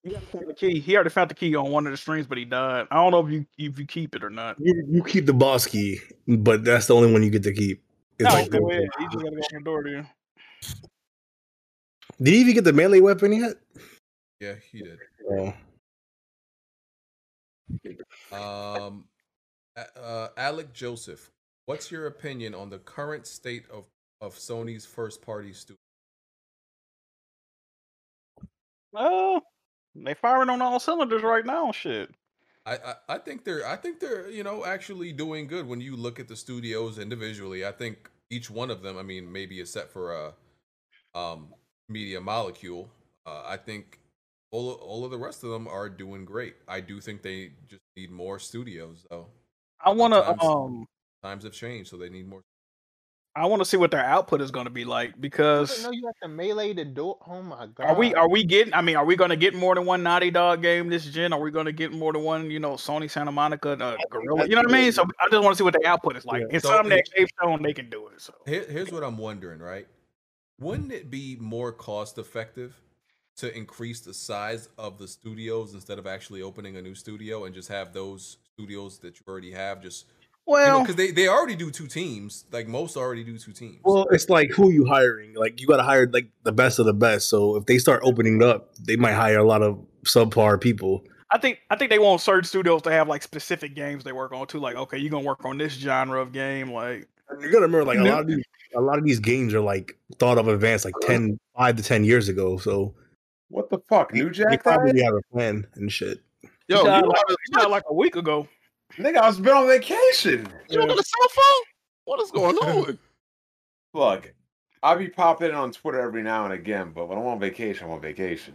Speaker 3: He already found the key. He already found the key on one of the streams, but he died. I don't know if you if you keep it or not.
Speaker 8: You you keep the boss key, but that's the only one you get to keep. It's
Speaker 3: No,
Speaker 8: like
Speaker 3: go
Speaker 8: the-
Speaker 3: ahead. You just gotta go on the door there.
Speaker 8: did he even get the melee weapon yet?
Speaker 4: Yeah, he did.
Speaker 8: Oh.
Speaker 4: Um, A- uh, Alec Joseph, what's your opinion on the current state of of Sony's first party studio?
Speaker 2: Uh,
Speaker 3: Oh, they firing on all cylinders right now. Shit.
Speaker 4: I, I I think they're I think they're you know actually doing good when you look at the studios individually. I think each one of them. I mean, maybe except for uh, um, Media Molecule. Uh, I think all of, all of the rest of them are doing great. I do think they just need more studios though.
Speaker 3: I wanna
Speaker 4: Sometimes-
Speaker 3: um
Speaker 4: Times have changed, so they need more.
Speaker 3: I wanna see what their output is gonna be like
Speaker 2: I
Speaker 3: because
Speaker 2: didn't know you have to melee the door. Oh my god.
Speaker 3: Uh, Are
Speaker 8: Uh,
Speaker 3: we are we getting? I mean, are we going to get more than one Naughty Dog game this gen? Are we going to get more than one? You know, Sony Santa Monica, uh, Gorilla. You know what I mean? So I just want to see what the output is like.
Speaker 8: Yeah.
Speaker 3: And
Speaker 4: So
Speaker 3: some that
Speaker 4: it-
Speaker 3: they've shown they can do it. So
Speaker 4: Here, here's what I'm wondering, right? Wouldn't it be more cost effective to increase the size of the studios instead of actually opening a new studio and just have those studios that you already have just
Speaker 3: well,
Speaker 4: because they, they already do two teams. Like most already do two teams.
Speaker 8: Well, it's like who you hiring? Like you got to hire like the best of the best. So if they start opening it up, they might hire a lot of subpar people.
Speaker 3: I think I think they want certain studios to have like specific games they work on too. Like, okay, you're gonna work on this genre of game. Like,
Speaker 8: And You got to remember, like a lot of these, a lot of these games are like thought of advanced like 10, 5 to ten years ago. So
Speaker 6: What the fuck, New
Speaker 8: they
Speaker 6: Jack?
Speaker 8: probably have a plan and shit.
Speaker 9: yo, you
Speaker 3: Yeah,
Speaker 9: got a,
Speaker 3: it's not like a week ago.
Speaker 6: Nigga, I was been on vacation.
Speaker 9: you got a cell phone? What is going on?
Speaker 6: Look, I be popping on Twitter every now and again, but when I'm on vacation, I'm on vacation.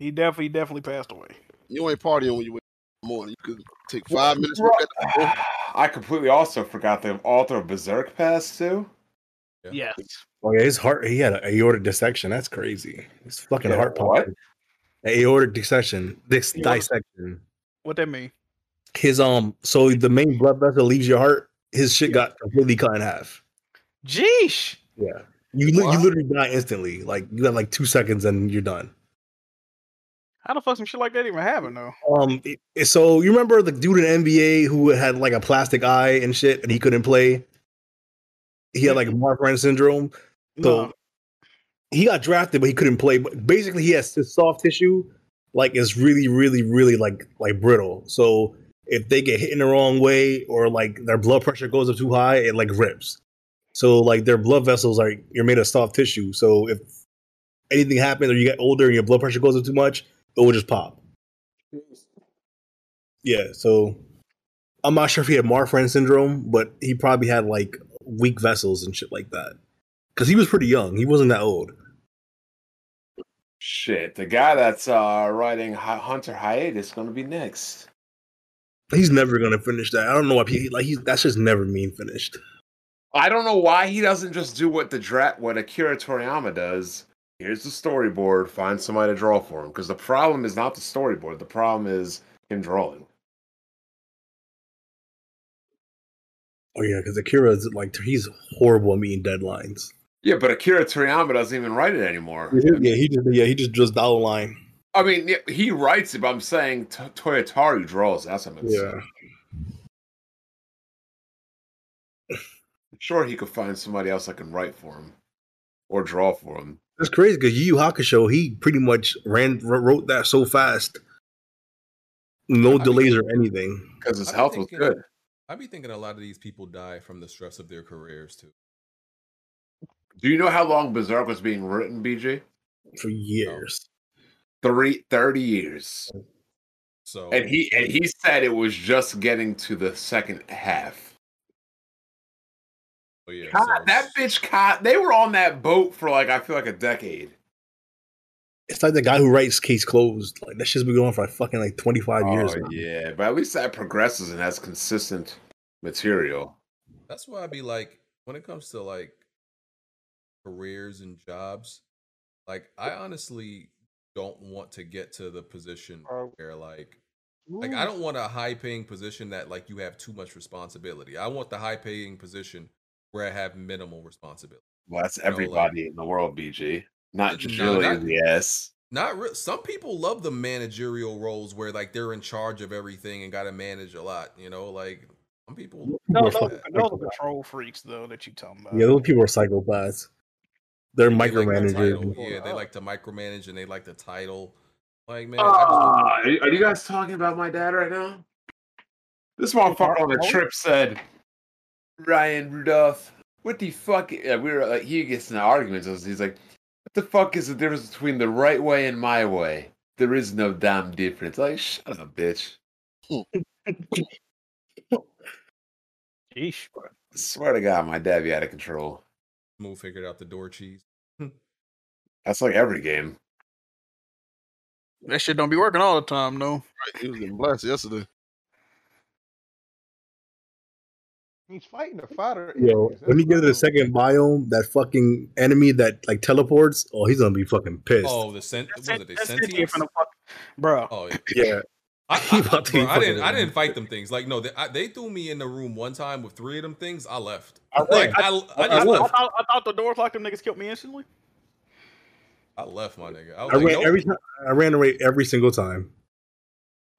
Speaker 3: He definitely definitely passed away.
Speaker 9: you ain't partying when you wake up in the morning. You could take five minutes.
Speaker 6: Bro,
Speaker 9: Look at the
Speaker 6: I completely also forgot the author of Berserk Pass too.
Speaker 3: Yes.
Speaker 8: Oh yeah, his heart. He had an aortic dissection. That's crazy. His fucking
Speaker 3: Yeah,
Speaker 8: heart
Speaker 3: what?
Speaker 8: popped. An aortic dissection. This
Speaker 3: Aortic-
Speaker 8: dissection.
Speaker 3: What that mean?
Speaker 8: His um. So the main blood vessel leaves your heart. His shit got completely cut in half.
Speaker 3: Jeesh.
Speaker 8: Yeah. You li- you literally die instantly. Like you have like two seconds and you're done.
Speaker 3: How the fuck some shit like that even happen though?
Speaker 8: Um. it- it- so you remember the dude in NBA who had like a plastic eye and shit, and he couldn't play. He had like Marfan syndrome. So he got drafted, but he couldn't play. But basically, he has his soft tissue, like it's really, really, really like like brittle. So if they get hit in the wrong way or like their blood pressure goes up too high, it like rips. So like their blood vessels are you're made of soft tissue. So if anything happens or you get older and your blood pressure goes up too much, it will just pop. Yeah, so I'm not sure if he had Marfan syndrome, but he probably had like weak vessels and shit like that. Cause he was pretty young. He wasn't that old.
Speaker 6: Shit, the guy that's uh, writing Hi- Hunter Hiatus is going to be next.
Speaker 8: He's never gonna finish that. I don't know why he like he's that's just never mean finished.
Speaker 6: I don't know why he doesn't just do what the dra- what Akira Toriyama does. Here's the storyboard. Find somebody to draw for him. Because the problem is not the storyboard. The problem is him drawing.
Speaker 8: Oh yeah, because Akira is like he's horrible at meeting deadlines.
Speaker 6: Yeah, but Akira Toriyama doesn't even write it anymore.
Speaker 8: Yeah, he just yeah he just just dollar line.
Speaker 6: I mean, yeah, he writes it, but I'm saying T- Toyotaru draws. That's what I'm
Speaker 8: Yeah.
Speaker 6: saying. Sure, he could find somebody else that can write for him or draw for him.
Speaker 8: That's crazy because Yu Yu Hakusho he pretty much ran wr- wrote that so fast, no delays or anything.
Speaker 6: Because his
Speaker 4: I be
Speaker 6: health was
Speaker 4: thinking-
Speaker 6: good.
Speaker 4: I be thinking a lot of these people die from the stress of their careers too.
Speaker 6: Do you know how long Berserk was being written, BJ?
Speaker 8: For years.
Speaker 6: Three, 30 years.
Speaker 4: So
Speaker 6: And he and he said it was just getting to the second half.
Speaker 4: so Oh, yeah,
Speaker 6: God,
Speaker 4: so
Speaker 6: that bitch caught they were on that boat for like I feel like a decade.
Speaker 8: It's like the guy who writes Case Closed. Like that shit's been going for like fucking like twenty five years.
Speaker 6: Oh,
Speaker 8: now.
Speaker 6: yeah, but at least that progresses and has consistent material.
Speaker 4: That's why I'd be like, when it comes to like careers and jobs, like I honestly don't want to get to the position
Speaker 3: Uh,
Speaker 4: where like like I don't want a high paying position that like you have too much responsibility. I want the high paying position where I have minimal responsibility.
Speaker 6: Well, that's
Speaker 4: You know, like-
Speaker 6: everybody in the world, BG. Not just
Speaker 4: No,
Speaker 6: really
Speaker 4: not-
Speaker 6: in the ass.
Speaker 4: Not re- some people love the managerial roles where like they're in charge of everything and got to manage a lot, you know, like some people
Speaker 3: No,
Speaker 8: People are
Speaker 3: those,
Speaker 8: fucking
Speaker 3: those are
Speaker 8: psychopaths.
Speaker 3: control freaks though that you talking about.
Speaker 8: Yeah, those people are psychopaths. They're
Speaker 4: they like the
Speaker 8: micromanagers.
Speaker 4: title. Yeah,
Speaker 8: uh,
Speaker 4: they like to micromanage and they like the title. Like man, I just want-
Speaker 8: Uh,
Speaker 6: Ah, are you- are you guys talking about my dad right now? This motherfucker on the trip said, Ryan Rudolph, what the fuck? Yeah, we were like, he gets in arguments. and He's like, what the fuck is the difference between the right way and my way? There is no damn difference. Like, shut up, bitch. Hmm.
Speaker 3: Yeesh.
Speaker 6: Swear to God, my dad be out of control.
Speaker 4: Move figured out the door cheese.
Speaker 6: That's like every game.
Speaker 3: That shit don't be working all the time though.
Speaker 9: He was getting blessed yesterday.
Speaker 2: He's fighting the fodder.
Speaker 8: Yo,
Speaker 2: enemies, that's
Speaker 8: when you get to
Speaker 2: what I
Speaker 8: the second biome, that fucking enemy that like teleports, oh, he's gonna be fucking pissed.
Speaker 4: Oh, the sent. What was it? The
Speaker 3: That's it,
Speaker 4: sentience.
Speaker 3: from the fuck, bro.
Speaker 4: Oh yeah.
Speaker 8: Yeah,
Speaker 4: I,
Speaker 8: He
Speaker 4: I,
Speaker 8: about to
Speaker 4: bro,
Speaker 8: be
Speaker 4: I didn't.
Speaker 8: fucking
Speaker 4: I didn't
Speaker 8: wrong.
Speaker 4: fight them things. Like no, they, I, they threw me in the room one time with three of them things. I left.
Speaker 8: I left.
Speaker 4: like I, I,
Speaker 8: I
Speaker 4: just
Speaker 8: left.
Speaker 4: left.
Speaker 3: thought, I thought the doors locked them niggas killed me instantly.
Speaker 4: I left my nigga. I was
Speaker 8: I
Speaker 4: like,
Speaker 8: ran
Speaker 4: nope.
Speaker 8: every time. I ran away every single time.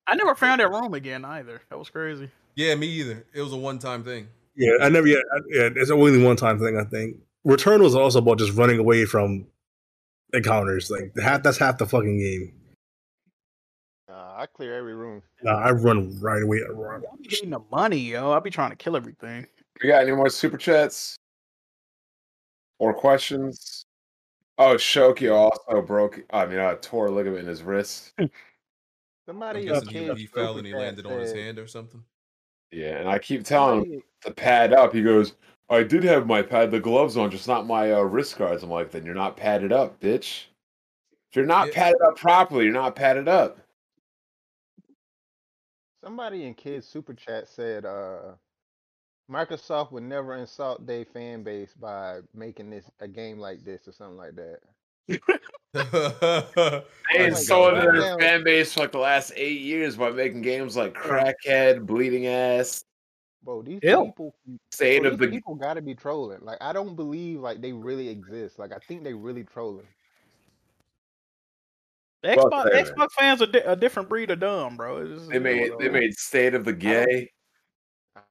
Speaker 3: I never found that room again either. That was crazy.
Speaker 4: yeah, me either. It was a one time thing.
Speaker 8: Yeah, I never. Yeah, I- yeah it's only one time thing. I think Returnal is also about just running away from encounters. Like half that's half the fucking game.
Speaker 2: Nah, I clear every room.
Speaker 8: Nah, I run right away. I run.
Speaker 3: I be getting the money, yo. I be trying to kill everything.
Speaker 6: We got any more super chats or questions? Oh, Shoki also broke. I mean, uh, tore a ligament in his wrist.
Speaker 2: Somebody
Speaker 4: I'm
Speaker 2: your
Speaker 4: guessing he,
Speaker 2: kids
Speaker 4: he fell
Speaker 2: super
Speaker 4: and he
Speaker 2: fast
Speaker 4: landed on his
Speaker 2: said-
Speaker 4: hand or something.
Speaker 6: Yeah, and I keep telling him
Speaker 2: somebody-
Speaker 6: to pad up. He goes, "I did have my pad, the gloves on, just not my uh, wrist guards." I'm like, "Then you're not padded up, bitch. If you're not
Speaker 4: Yeah.
Speaker 6: padded up properly, you're not padded up."
Speaker 2: Somebody in kids super chat said, uh, Microsoft would never insult their fan base by making this a game like this or something like that.
Speaker 6: They
Speaker 2: Like,
Speaker 6: insulted
Speaker 2: Oh right
Speaker 6: their
Speaker 2: now-
Speaker 6: fan base for like the last eight years by making games like Crackhead, Bleeding Ass,
Speaker 2: Bro, these
Speaker 6: Ew.
Speaker 2: people
Speaker 6: State
Speaker 2: bro,
Speaker 6: of
Speaker 2: these
Speaker 6: the
Speaker 2: people gotta be trolling. Like I don't believe like they really exist. Like I think they really trolling.
Speaker 3: Xbox,
Speaker 6: Fuck that, man.
Speaker 3: Xbox fans are di- a different breed of dumb, bro. It's just-
Speaker 6: They made they made State of the Gay.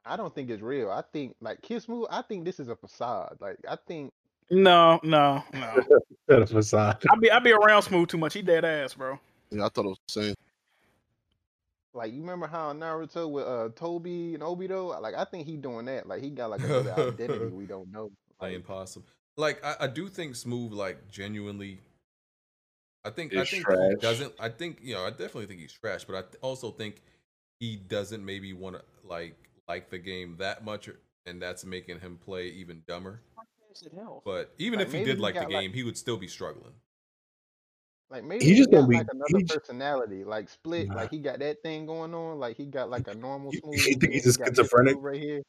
Speaker 2: I don't think it's real. I think like Kiss Move, I think this is a facade. Like I think
Speaker 3: No, no, no.
Speaker 8: That a facade.
Speaker 3: I be I be around Smooth too much. He dead ass, bro.
Speaker 9: Yeah, I thought it was the same.
Speaker 2: like you remember how in Naruto with uh Toby and Obito? Like I think he doing that. Like he got like another identity we don't know.
Speaker 4: Like impossible. Like I, I do think Smooth like genuinely. I think I
Speaker 6: Is
Speaker 4: think
Speaker 6: trash.
Speaker 4: he doesn't. I think you know. I definitely think he's trash, but I th- also think he doesn't maybe want to like like the game that much, or- and that's making him play even dumber. But even
Speaker 2: Like,
Speaker 4: if he
Speaker 2: maybe
Speaker 4: did
Speaker 2: he
Speaker 4: like the
Speaker 2: got, like-
Speaker 4: game, he would still be struggling.
Speaker 2: Like maybe
Speaker 8: He
Speaker 2: he,
Speaker 8: just
Speaker 2: got
Speaker 8: gonna be-
Speaker 2: like
Speaker 8: he
Speaker 2: another
Speaker 8: j-
Speaker 2: personality, like split. Like he got that thing going on. Like he got like a normal smooth.
Speaker 8: think
Speaker 2: and
Speaker 8: he's
Speaker 2: then
Speaker 8: just
Speaker 2: he got this
Speaker 8: schizophrenic?
Speaker 2: Smooth right here.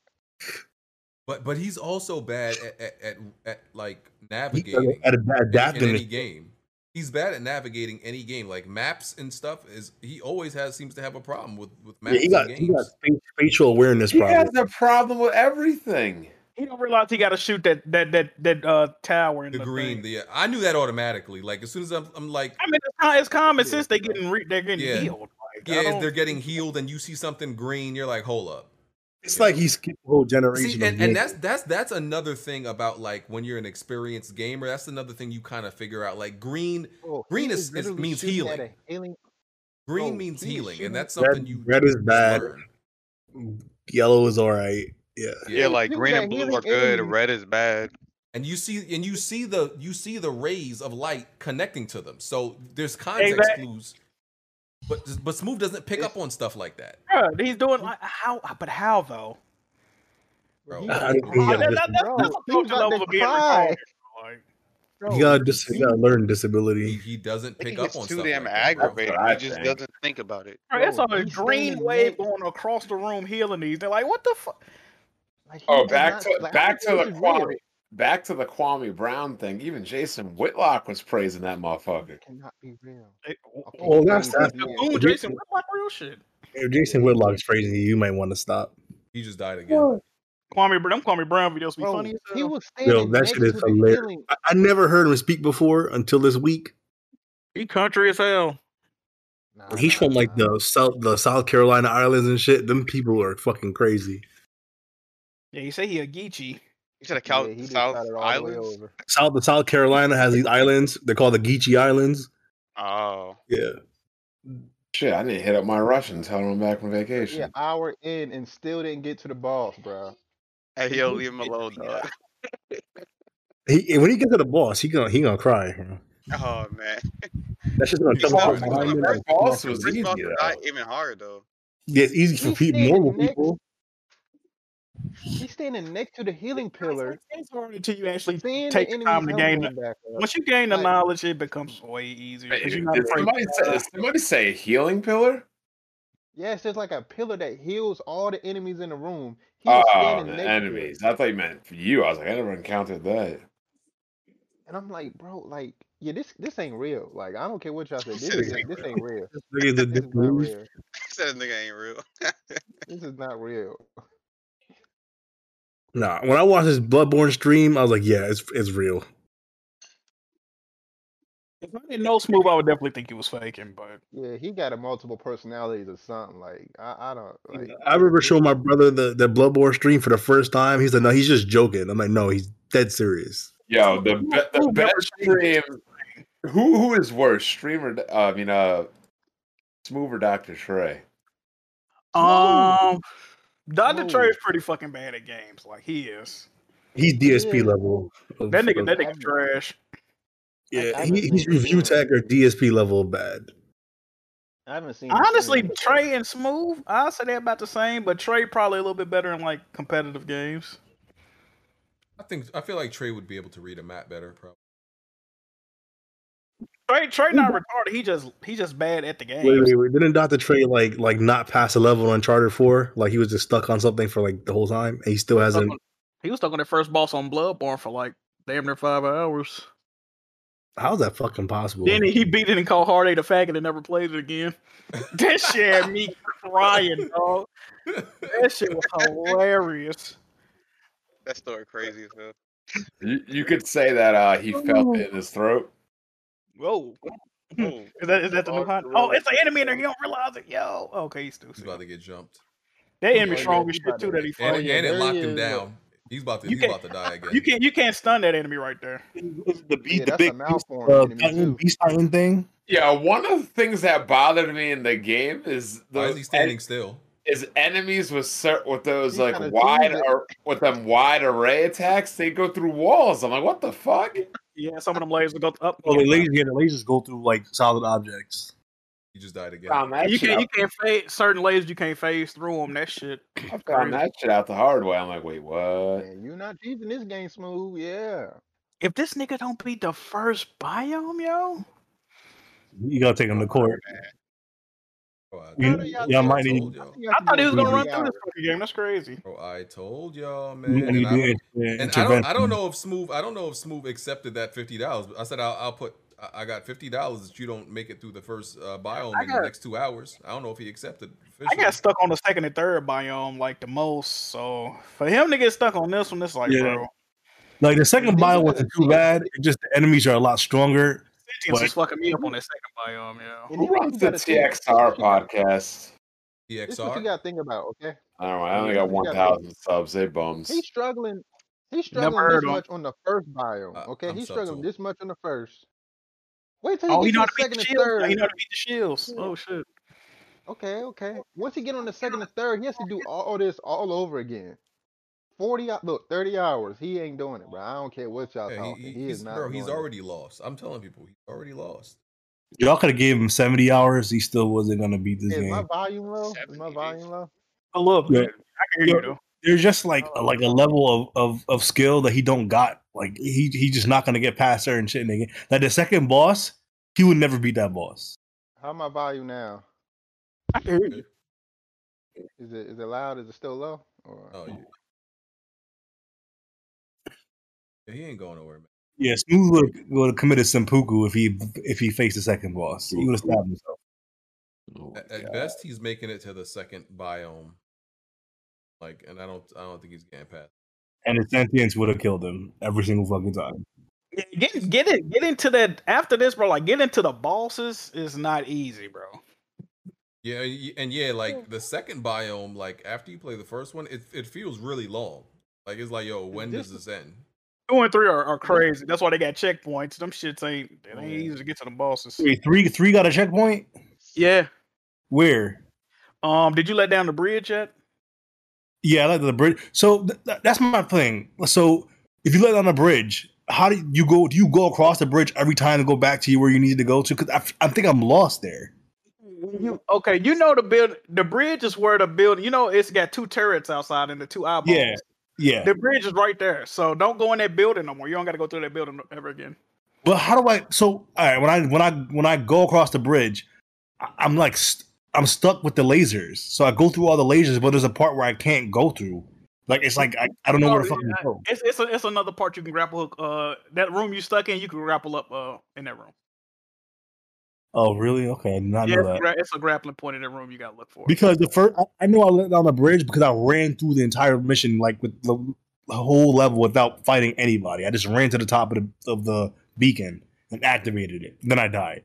Speaker 4: But but he's also bad at at, at, at like
Speaker 8: He's
Speaker 4: navigating
Speaker 8: at a bad
Speaker 4: in- in,
Speaker 8: adapting.
Speaker 4: any game. He's bad at navigating any game, like maps and stuff. Is he always has seems to have a problem with with maps
Speaker 8: Yeah, he got
Speaker 4: and
Speaker 8: he
Speaker 4: games.
Speaker 8: got fa- facial awareness
Speaker 6: He
Speaker 8: problem.
Speaker 6: has a problem with everything.
Speaker 3: He don't realize he got to shoot that that that that uh, tower in
Speaker 4: the
Speaker 3: the,
Speaker 4: green,
Speaker 3: Thing.
Speaker 4: the I knew that automatically. Like as soon as I'm, I'm like,
Speaker 3: I mean, it's, co- it's common sense they getting re- they're getting
Speaker 4: Yeah.
Speaker 3: healed. Like, I
Speaker 4: yeah, if
Speaker 3: don't-
Speaker 4: they're getting healed and you see something green, you're like, hold up.
Speaker 8: It's like he skipped a whole generation.
Speaker 4: See,
Speaker 8: of
Speaker 4: and,
Speaker 8: games.
Speaker 4: and that's that's that's another thing about like when you're an experienced gamer. That's another thing you kind of figure out. Like green,
Speaker 2: Bro, Oh, he
Speaker 4: green is, is
Speaker 2: literally
Speaker 4: means
Speaker 2: shooting at
Speaker 4: healing.
Speaker 2: a healing.
Speaker 4: Green
Speaker 2: bro,
Speaker 4: means
Speaker 2: he is
Speaker 4: healing,
Speaker 2: shooting-
Speaker 4: and that's
Speaker 8: Red-
Speaker 4: something you
Speaker 8: red is bad.
Speaker 4: learn.
Speaker 8: Yellow is all right. Yeah.
Speaker 1: Yeah, like
Speaker 2: you
Speaker 1: green
Speaker 2: got
Speaker 1: and blue
Speaker 2: healing
Speaker 1: are good,
Speaker 2: and-
Speaker 1: red is bad.
Speaker 4: and you see and you see the you see the rays of light connecting to them. So there's context
Speaker 3: Exact-
Speaker 4: clues. But but Smooth doesn't pick up on stuff like that.
Speaker 3: Bruh, he's doing like how, but how though?
Speaker 4: Bro.
Speaker 2: He got-
Speaker 8: I don't think he
Speaker 3: That-
Speaker 8: got
Speaker 3: that-
Speaker 8: dis-
Speaker 3: that's-
Speaker 2: Bro,
Speaker 3: that's
Speaker 2: he
Speaker 3: approach
Speaker 2: about
Speaker 3: level
Speaker 2: to
Speaker 3: of being
Speaker 2: cry.
Speaker 3: retarded, bro. Like,
Speaker 2: Bro,
Speaker 8: he got dis- he got learned disability.
Speaker 4: He, he doesn't
Speaker 1: I
Speaker 4: pick
Speaker 1: think
Speaker 4: up
Speaker 1: it's
Speaker 4: on
Speaker 1: too
Speaker 4: stuff.
Speaker 1: damn
Speaker 4: like that, bro.
Speaker 1: aggravated.
Speaker 6: I
Speaker 1: He just
Speaker 6: think.
Speaker 1: doesn't think about it.
Speaker 3: Bro, it's
Speaker 2: Bro,
Speaker 3: a
Speaker 2: he's
Speaker 3: green
Speaker 2: standing
Speaker 3: wave
Speaker 2: next-
Speaker 3: going across the room healing these. They're like, what the fuck?
Speaker 2: like, he
Speaker 6: Oh,
Speaker 2: does
Speaker 6: back
Speaker 2: not-
Speaker 6: to
Speaker 2: like, I
Speaker 6: back to
Speaker 2: don't
Speaker 6: the
Speaker 2: think this is real.
Speaker 6: Kwame, back to the Kwame Brown thing. Even Jason Whitlock was praising that motherfucker.
Speaker 2: It cannot be real.
Speaker 3: They-
Speaker 2: Okay,
Speaker 8: Oh, that's-
Speaker 2: maybe
Speaker 8: that's-
Speaker 2: he is.
Speaker 3: Boom, Jason, what about real shit?
Speaker 8: If Jason Whitlock's crazy, you might want to stop.
Speaker 4: He just died again.
Speaker 3: Kwame, Br- them Kwame Brown videos be
Speaker 2: Bro,
Speaker 3: funny as
Speaker 2: he
Speaker 3: hell.
Speaker 2: was standing
Speaker 8: Yo, that
Speaker 2: next
Speaker 8: shit
Speaker 2: to
Speaker 8: is
Speaker 2: the
Speaker 8: hilarious.
Speaker 2: healing.
Speaker 8: I, I never heard him speak before until this week.
Speaker 3: He country as hell.
Speaker 2: Nah,
Speaker 8: He's
Speaker 2: nah,
Speaker 8: from like
Speaker 2: nah.
Speaker 8: the South, the South Carolina islands and shit. Them people are fucking crazy.
Speaker 3: Yeah, you say he a Geechee.
Speaker 1: He said a
Speaker 2: Yeah,
Speaker 1: Cal-
Speaker 2: he just
Speaker 1: South
Speaker 2: got it all the way
Speaker 1: Islands.
Speaker 2: over.
Speaker 8: South, the South Carolina has these islands. They're called the Geechee Islands.
Speaker 1: Oh,
Speaker 8: Yeah,
Speaker 6: Shit, I need to hit up my Russian, tell him I'm back from
Speaker 2: Yeah,
Speaker 6: vacation.
Speaker 2: hour in and still didn't get to the boss, bro.
Speaker 1: hey, yo, leave him alone, dog.
Speaker 8: he, and when he gets to the boss, he gonna he gonna cry. bro.
Speaker 1: Oh man,
Speaker 8: That's just gonna
Speaker 4: He's
Speaker 8: come from
Speaker 4: lost.
Speaker 8: behind him.
Speaker 6: That
Speaker 8: like,
Speaker 6: boss was
Speaker 1: Chris
Speaker 6: easy
Speaker 1: Boss is
Speaker 6: though.
Speaker 1: not even hard though.
Speaker 8: yeah, it's easy for
Speaker 2: He's
Speaker 8: people,
Speaker 2: standing
Speaker 8: normal
Speaker 2: next-
Speaker 8: people.
Speaker 2: He's standing next to the healing pillar,
Speaker 3: It's hard until you actually
Speaker 2: seeing
Speaker 3: take
Speaker 2: the
Speaker 3: the
Speaker 2: enemy's
Speaker 3: time
Speaker 2: health
Speaker 3: to gain.
Speaker 2: going back up.
Speaker 3: Once you gain the
Speaker 2: Like-
Speaker 3: knowledge, it becomes way easier. 'cause
Speaker 6: Hey,
Speaker 3: you're not
Speaker 6: did
Speaker 3: afraid
Speaker 6: somebody
Speaker 3: to
Speaker 6: say,
Speaker 3: die.
Speaker 6: did somebody say healing pillar?
Speaker 2: Yes, there's like a pillar that heals all the enemies in the room. He
Speaker 6: Oh,
Speaker 2: was standing
Speaker 6: the
Speaker 2: next to it.
Speaker 6: enemies. I thought you meant for you. I was like, I never encountered that.
Speaker 2: And I'm like, bro, like, yeah, this this ain't real. Like, I don't care what y'all say. This
Speaker 1: This
Speaker 2: is
Speaker 1: ain't
Speaker 2: this ain't real.
Speaker 8: Look at the-
Speaker 2: This
Speaker 8: the
Speaker 2: is not
Speaker 8: news.
Speaker 2: real.
Speaker 1: He said that nigga ain't real.
Speaker 2: This is not real.
Speaker 8: Nah, when I watched his Bloodborne stream, I was like, yeah, it's it's real.
Speaker 3: If I didn't know Smooth, I would definitely think he was faking. But
Speaker 2: Yeah, he got a multiple personalities or something. Like, I, I don't like.
Speaker 8: I remember showing my brother the, the Bloodborne stream for the first time. He's like, no, he's just joking. I'm like, no, he's dead serious.
Speaker 6: Yo, the be- the
Speaker 3: Who never
Speaker 6: best stream. Who who is worse, streamer? Uh, I mean, uh, Smooth or Doctor Trey?
Speaker 3: um, Doctor
Speaker 2: Smooth.
Speaker 3: Trey is pretty fucking bad at games. Like he is.
Speaker 8: He's DSP
Speaker 2: Yeah.
Speaker 8: level. of-
Speaker 3: That nigga,
Speaker 8: of-
Speaker 3: that nigga
Speaker 2: I've-
Speaker 3: trash.
Speaker 8: yeah,
Speaker 2: I
Speaker 8: he,
Speaker 2: haven't
Speaker 8: he's
Speaker 2: seen him
Speaker 8: review
Speaker 2: play.
Speaker 8: tech or DSP level bad.
Speaker 2: I haven't seen. him stream
Speaker 3: Honestly,
Speaker 2: before.
Speaker 3: Trey and Smooth, I say they're about the same, but Trey probably a little bit better in like competitive games.
Speaker 4: I think I feel like Trey would be able to read a map better, probably.
Speaker 3: Trey, Trey not retarded. He just he just bad at the game.
Speaker 8: Wait, wait, wait. Didn't Dr. Trey like like not pass a level on Uncharted 4? Like he was just stuck on something for like the whole time and he still hasn't
Speaker 3: He was stuck on the first boss on Bloodborne for like damn near five hours.
Speaker 8: how's that fucking possible?
Speaker 3: Then he beat it and called Hard Eight a faggot and never played it again. that shit had me crying, dog. That shit was hilarious.
Speaker 1: That story crazy as hell.
Speaker 6: You, you could say that uh, he
Speaker 2: Oh.
Speaker 6: felt it in his throat.
Speaker 3: Whoa. is that is that the new hot? Oh, it's an enemy in there. You don't realize it, yo. Okay, he's stupid.
Speaker 4: He's about to get jumped.
Speaker 3: That enemy strong as shit too. That he fought.
Speaker 4: And, and it locked him down. He's about to.
Speaker 3: You
Speaker 4: He's
Speaker 3: can't-
Speaker 4: about to die again.
Speaker 3: You can't you can't stun that enemy right there. The beat
Speaker 2: that's a malformed
Speaker 8: Uh,
Speaker 2: enemy
Speaker 8: Titan,
Speaker 2: too.
Speaker 8: Beast Titan thing?
Speaker 6: Yeah, one of the things that bothered me in the game is the
Speaker 4: Why is he standing still?
Speaker 6: is enemies with cer- with those
Speaker 2: He
Speaker 6: like
Speaker 2: kinda
Speaker 6: wide
Speaker 2: zoomed it.
Speaker 6: ar- with them wide array attacks. They go through walls. I'm like, what the fuck?
Speaker 3: Yeah, some of them lasers go up.
Speaker 8: Oh, the lasers, yeah, the lasers go through like solid objects.
Speaker 4: He just died again.
Speaker 6: Found that
Speaker 3: you
Speaker 6: shit
Speaker 3: can't you
Speaker 6: out-
Speaker 3: can't phase certain lasers. You can't phase through them. That shit.
Speaker 6: I found that shit out the hard way. I'm like, wait, what?
Speaker 2: Man, you're not keeping this game smooth, yeah.
Speaker 3: If this nigga don't beat the first biome, yo,
Speaker 8: You gotta take them to court.
Speaker 4: Oh, I,
Speaker 8: You-
Speaker 2: How do y'all
Speaker 8: y'all
Speaker 2: think-
Speaker 8: might
Speaker 4: I
Speaker 8: need.
Speaker 4: told y'all.
Speaker 2: think
Speaker 3: I thought he was gonna
Speaker 8: Mhm.
Speaker 3: run through this fucking game. That's crazy.
Speaker 4: Oh, I told y'all,
Speaker 8: you
Speaker 4: man.
Speaker 8: need
Speaker 4: And I,
Speaker 8: to
Speaker 4: don't-
Speaker 8: do
Speaker 4: and I
Speaker 8: intervention.
Speaker 4: don't. I don't know if Smooth. I don't know if Smooth accepted that fifty dollars. I said I'll, I'll put. I- I got fifty dollars that you don't make it through the first uh, biome in the
Speaker 3: got-
Speaker 4: next two hours. I don't know if he accepted.
Speaker 3: I
Speaker 4: Officially.
Speaker 3: got stuck on the second and third biome like the most. So for him to get stuck on this one, it's like,
Speaker 8: Yeah.
Speaker 3: bro,
Speaker 8: Like the second
Speaker 2: These
Speaker 8: bio
Speaker 2: are
Speaker 8: wasn't too
Speaker 2: the-
Speaker 8: bad. It's just the enemies are a lot stronger.
Speaker 3: Sentience
Speaker 8: Like-
Speaker 3: is fucking me up on that second biome, yo.
Speaker 2: And
Speaker 6: Who
Speaker 2: even if
Speaker 6: runs
Speaker 2: you
Speaker 6: the
Speaker 2: gotta think-
Speaker 6: TXR podcast?
Speaker 2: This is what you
Speaker 4: EXR.
Speaker 2: gotta think about, okay?
Speaker 6: I don't know. I only
Speaker 2: Yeah,
Speaker 6: got
Speaker 2: you gotta-
Speaker 6: one thousand subs. They bums.
Speaker 2: He's struggling. He's
Speaker 3: Never
Speaker 2: struggling
Speaker 3: heard
Speaker 2: this
Speaker 3: of him.
Speaker 2: much on the first biome.
Speaker 4: Uh,
Speaker 2: Okay,
Speaker 4: I'm
Speaker 2: he's
Speaker 4: sub
Speaker 2: struggling
Speaker 4: too.
Speaker 2: this much on the first. Wait till he
Speaker 3: Oh, he
Speaker 2: gets to
Speaker 3: know how
Speaker 2: the
Speaker 3: to beat
Speaker 2: second
Speaker 3: the
Speaker 2: and
Speaker 3: shields.
Speaker 2: third.
Speaker 3: He know how to beat the shields. Oh shit.
Speaker 2: Okay, okay. Once he get on the second and third, he has to do all this all over again. Forty hou- look, thirty hours. He ain't doing it, bro. I don't care what y'all
Speaker 4: Yeah, he,
Speaker 2: talking.
Speaker 4: he-
Speaker 2: He,
Speaker 4: he's,
Speaker 2: is not.
Speaker 4: bro, he's
Speaker 2: doing it.
Speaker 4: already lost. I'm telling people, he's already lost.
Speaker 8: Y'all could have gave him seventy hours. He still wasn't gonna beat this
Speaker 2: Is my
Speaker 8: game.
Speaker 2: volume low? Is my
Speaker 1: 70
Speaker 2: volume low?
Speaker 3: A little
Speaker 8: Yeah.
Speaker 3: bit. I can hear you though. Oh.
Speaker 8: There's just like a, like a level of, of of skill that he don't got. Like he he just not gonna get past certain shit. Nigga. Like the second boss, he would never beat that boss.
Speaker 2: How my volume now?
Speaker 3: I can hear you.
Speaker 2: Is it is it loud? Is it still low? Or
Speaker 4: Oh, yeah. Yeah, he ain't going nowhere, man.
Speaker 8: Yeah, Smooth would would have committed seppuku if he if he faced the second boss. He would have stabbed himself.
Speaker 4: At, at best, he's making it to the second biome. Like, and I don't, I don't think he's getting past.
Speaker 8: And his sentience would have killed him every single fucking time.
Speaker 3: Yeah, Get get it get into that after this, bro. Like get into the bosses is not easy, bro.
Speaker 4: Yeah, and y- and yeah, like the second biome, like after you play the first one, it it feels really long. Like it's like, yo, when does this end?
Speaker 3: Two and three are, are crazy. That's why they got checkpoints. Them shits ain't it ain't easy to get to the bosses.
Speaker 8: Wait, three three got a checkpoint?
Speaker 3: Yeah.
Speaker 8: Where?
Speaker 3: Um, did you let down the bridge yet?
Speaker 8: Yeah, I like the bridge. So th- th- that's my thing. So if you let on the bridge, how do you go? Do you go across the bridge every time to go back to you where you needed to go to? Because I, f- I think I'm lost there.
Speaker 3: You okay? You know the build. The bridge is where the building. You know it's got two turrets outside and the two eyeballs.
Speaker 8: Yeah. Yeah,
Speaker 3: The bridge is right there. So don't go in that building no more. You don't got to go through that building ever again.
Speaker 8: but how do I? So all right, when I when I when I go across the bridge, I, I'm like st- I'm stuck with the lasers. So I go through all the lasers, but there's a part where I can't go through. Like it's like I, I don't know where to
Speaker 3: No,
Speaker 8: fucking
Speaker 3: I-
Speaker 8: go.
Speaker 3: Oh, It's it's, a, it's another part you can grapple. hook, Uh, that room you stuck in, you can grapple up. Uh, in that room.
Speaker 8: Oh really? Okay, I did not
Speaker 3: Yeah,
Speaker 8: know
Speaker 3: it's, a
Speaker 8: that.
Speaker 3: gra- it's a grappling point in that room you got to look for.
Speaker 8: Because the first, I, I knew I let down the bridge because I ran through the entire mission, like with the whole level without fighting anybody. I just ran to the top of the of the beacon and activated it. Then I died.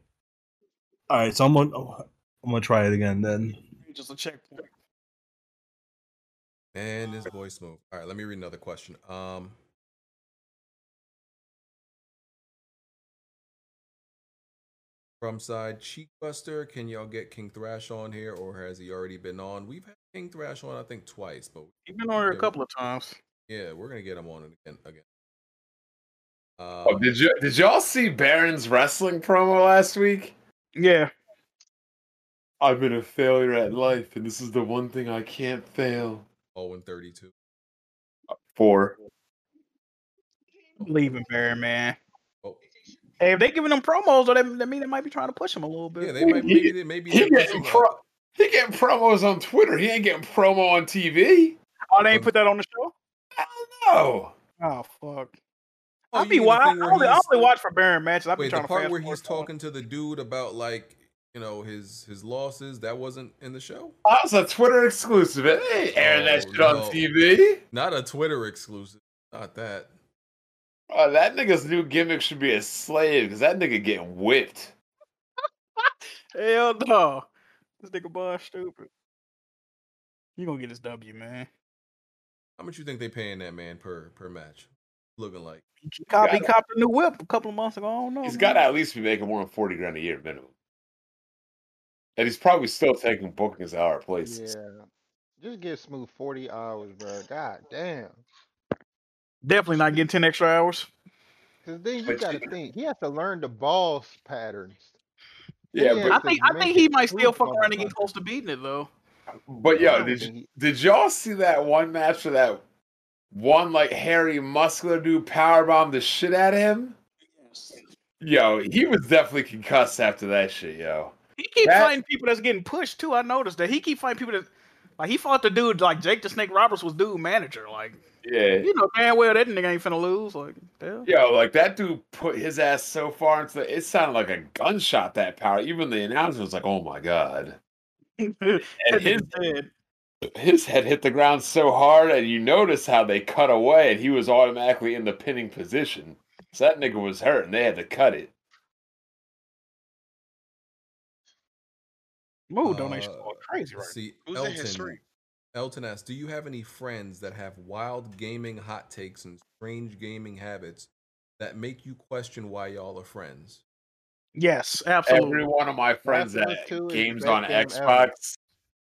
Speaker 8: All right, so I'm gonna oh, I'm gonna try it again. Then
Speaker 3: Just a checkpoint.
Speaker 4: And his voice move. All right, let me read another question. Um, from side Cheekbuster, can y'all get King Thrash on here, or has he already been on? We've had King Thrash on, I think, twice, but
Speaker 3: You've been on here
Speaker 4: Yeah.
Speaker 3: a couple of times.
Speaker 4: yeah, we're gonna get him on again. Again.
Speaker 6: Oh,
Speaker 4: Um,
Speaker 6: did you did y'all see Baron's wrestling promo last week?
Speaker 3: Yeah.
Speaker 6: I've been a failure at life, and this is the one thing I can't fail.
Speaker 4: oh, and thirty-two.
Speaker 6: For
Speaker 3: Leaving Barry, man.
Speaker 4: Oh,
Speaker 3: Hey, if they giving them promos, or that, that mean they might be trying to push them a little bit.
Speaker 4: Yeah, they might maybe they- maybe
Speaker 6: He
Speaker 4: they're
Speaker 6: getting,
Speaker 4: pushing
Speaker 6: pro- he getting promos on Twitter. He ain't getting promo on TV.
Speaker 3: Oh, they ain't put that on the show?
Speaker 6: I don't know.
Speaker 3: Oh fuck!
Speaker 4: Oh,
Speaker 3: I'll
Speaker 4: you
Speaker 3: be
Speaker 4: mean the
Speaker 3: wild.
Speaker 4: thing where
Speaker 3: I only, I
Speaker 4: he's-
Speaker 3: only watch for Baron matches. I'll be
Speaker 4: Wait, the
Speaker 3: trying to
Speaker 4: part
Speaker 3: fast
Speaker 4: where
Speaker 3: forward
Speaker 4: he's
Speaker 3: through 'em.
Speaker 4: talking to the dude about like you know his his losses that wasn't in the show.
Speaker 6: That was a Twitter exclusive. It ain't airing that
Speaker 4: Oh,
Speaker 6: shit on
Speaker 4: no.
Speaker 6: TV.
Speaker 4: Not a Twitter exclusive. Not that.
Speaker 6: Oh, that nigga's new gimmick should be a slave because that nigga getting whipped.
Speaker 3: Hell no. This nigga bar stupid. You gonna get this W, man.
Speaker 4: How much you think they paying that man per per match? Looking like
Speaker 3: He copped, he
Speaker 6: gotta-
Speaker 3: copped a new whip a couple of months ago. I don't know.
Speaker 6: He's
Speaker 3: man.
Speaker 6: got to at least be making more than 40 grand a year minimum. And he's probably still taking bookings at our places.
Speaker 2: Yeah. Just give Smooth 40 hours, bro. God damn.
Speaker 3: definitely not getting ten extra hours.
Speaker 2: Because then you
Speaker 6: But
Speaker 2: got to
Speaker 6: you-
Speaker 2: think, he has to learn the boss patterns. Then
Speaker 6: Yeah,
Speaker 2: he
Speaker 6: but,
Speaker 3: I
Speaker 2: has to
Speaker 3: think I think
Speaker 2: make
Speaker 3: he
Speaker 2: it
Speaker 3: might still
Speaker 2: proof
Speaker 3: fuck
Speaker 2: on
Speaker 3: around and get
Speaker 2: something.
Speaker 3: close to beating it though.
Speaker 6: but
Speaker 2: I
Speaker 6: yo,
Speaker 2: don't
Speaker 6: did, y-
Speaker 2: think he-
Speaker 6: did y'all see that one match for that one, like, hairy, muscular dude powerbombed the shit out of him? Yo, he was definitely concussed after that shit, yo.
Speaker 3: He keep
Speaker 6: That-
Speaker 3: fighting people that's getting pushed too. I noticed that he keep fighting people that like he fought the dude like Jake the Snake Roberts was dude manager. Like
Speaker 6: Yeah.
Speaker 3: you know damn well that nigga ain't finna lose. Like hell.
Speaker 6: Yo, like that dude put his ass so far into the, it sounded like a gunshot that power. Even the announcer was like, "Oh my god!" And his
Speaker 3: Dead.
Speaker 6: his head hit the ground so hard, and you notice how they cut away, and he was automatically in the pinning position. So that nigga was hurt, and they had to cut it.
Speaker 3: Move donations
Speaker 4: Uh,
Speaker 3: going crazy right
Speaker 4: let's see
Speaker 1: Who's in his
Speaker 4: Elton.
Speaker 1: stream?
Speaker 4: Elton asks, "Do you have any friends that have wild gaming hot takes and strange gaming habits that make you question why y'all are friends?"
Speaker 3: Yes, absolutely.
Speaker 6: Every one of my friends
Speaker 2: Last
Speaker 6: that
Speaker 2: of Us 2 is
Speaker 6: games
Speaker 2: best
Speaker 6: on
Speaker 2: game ever.
Speaker 6: Xbox,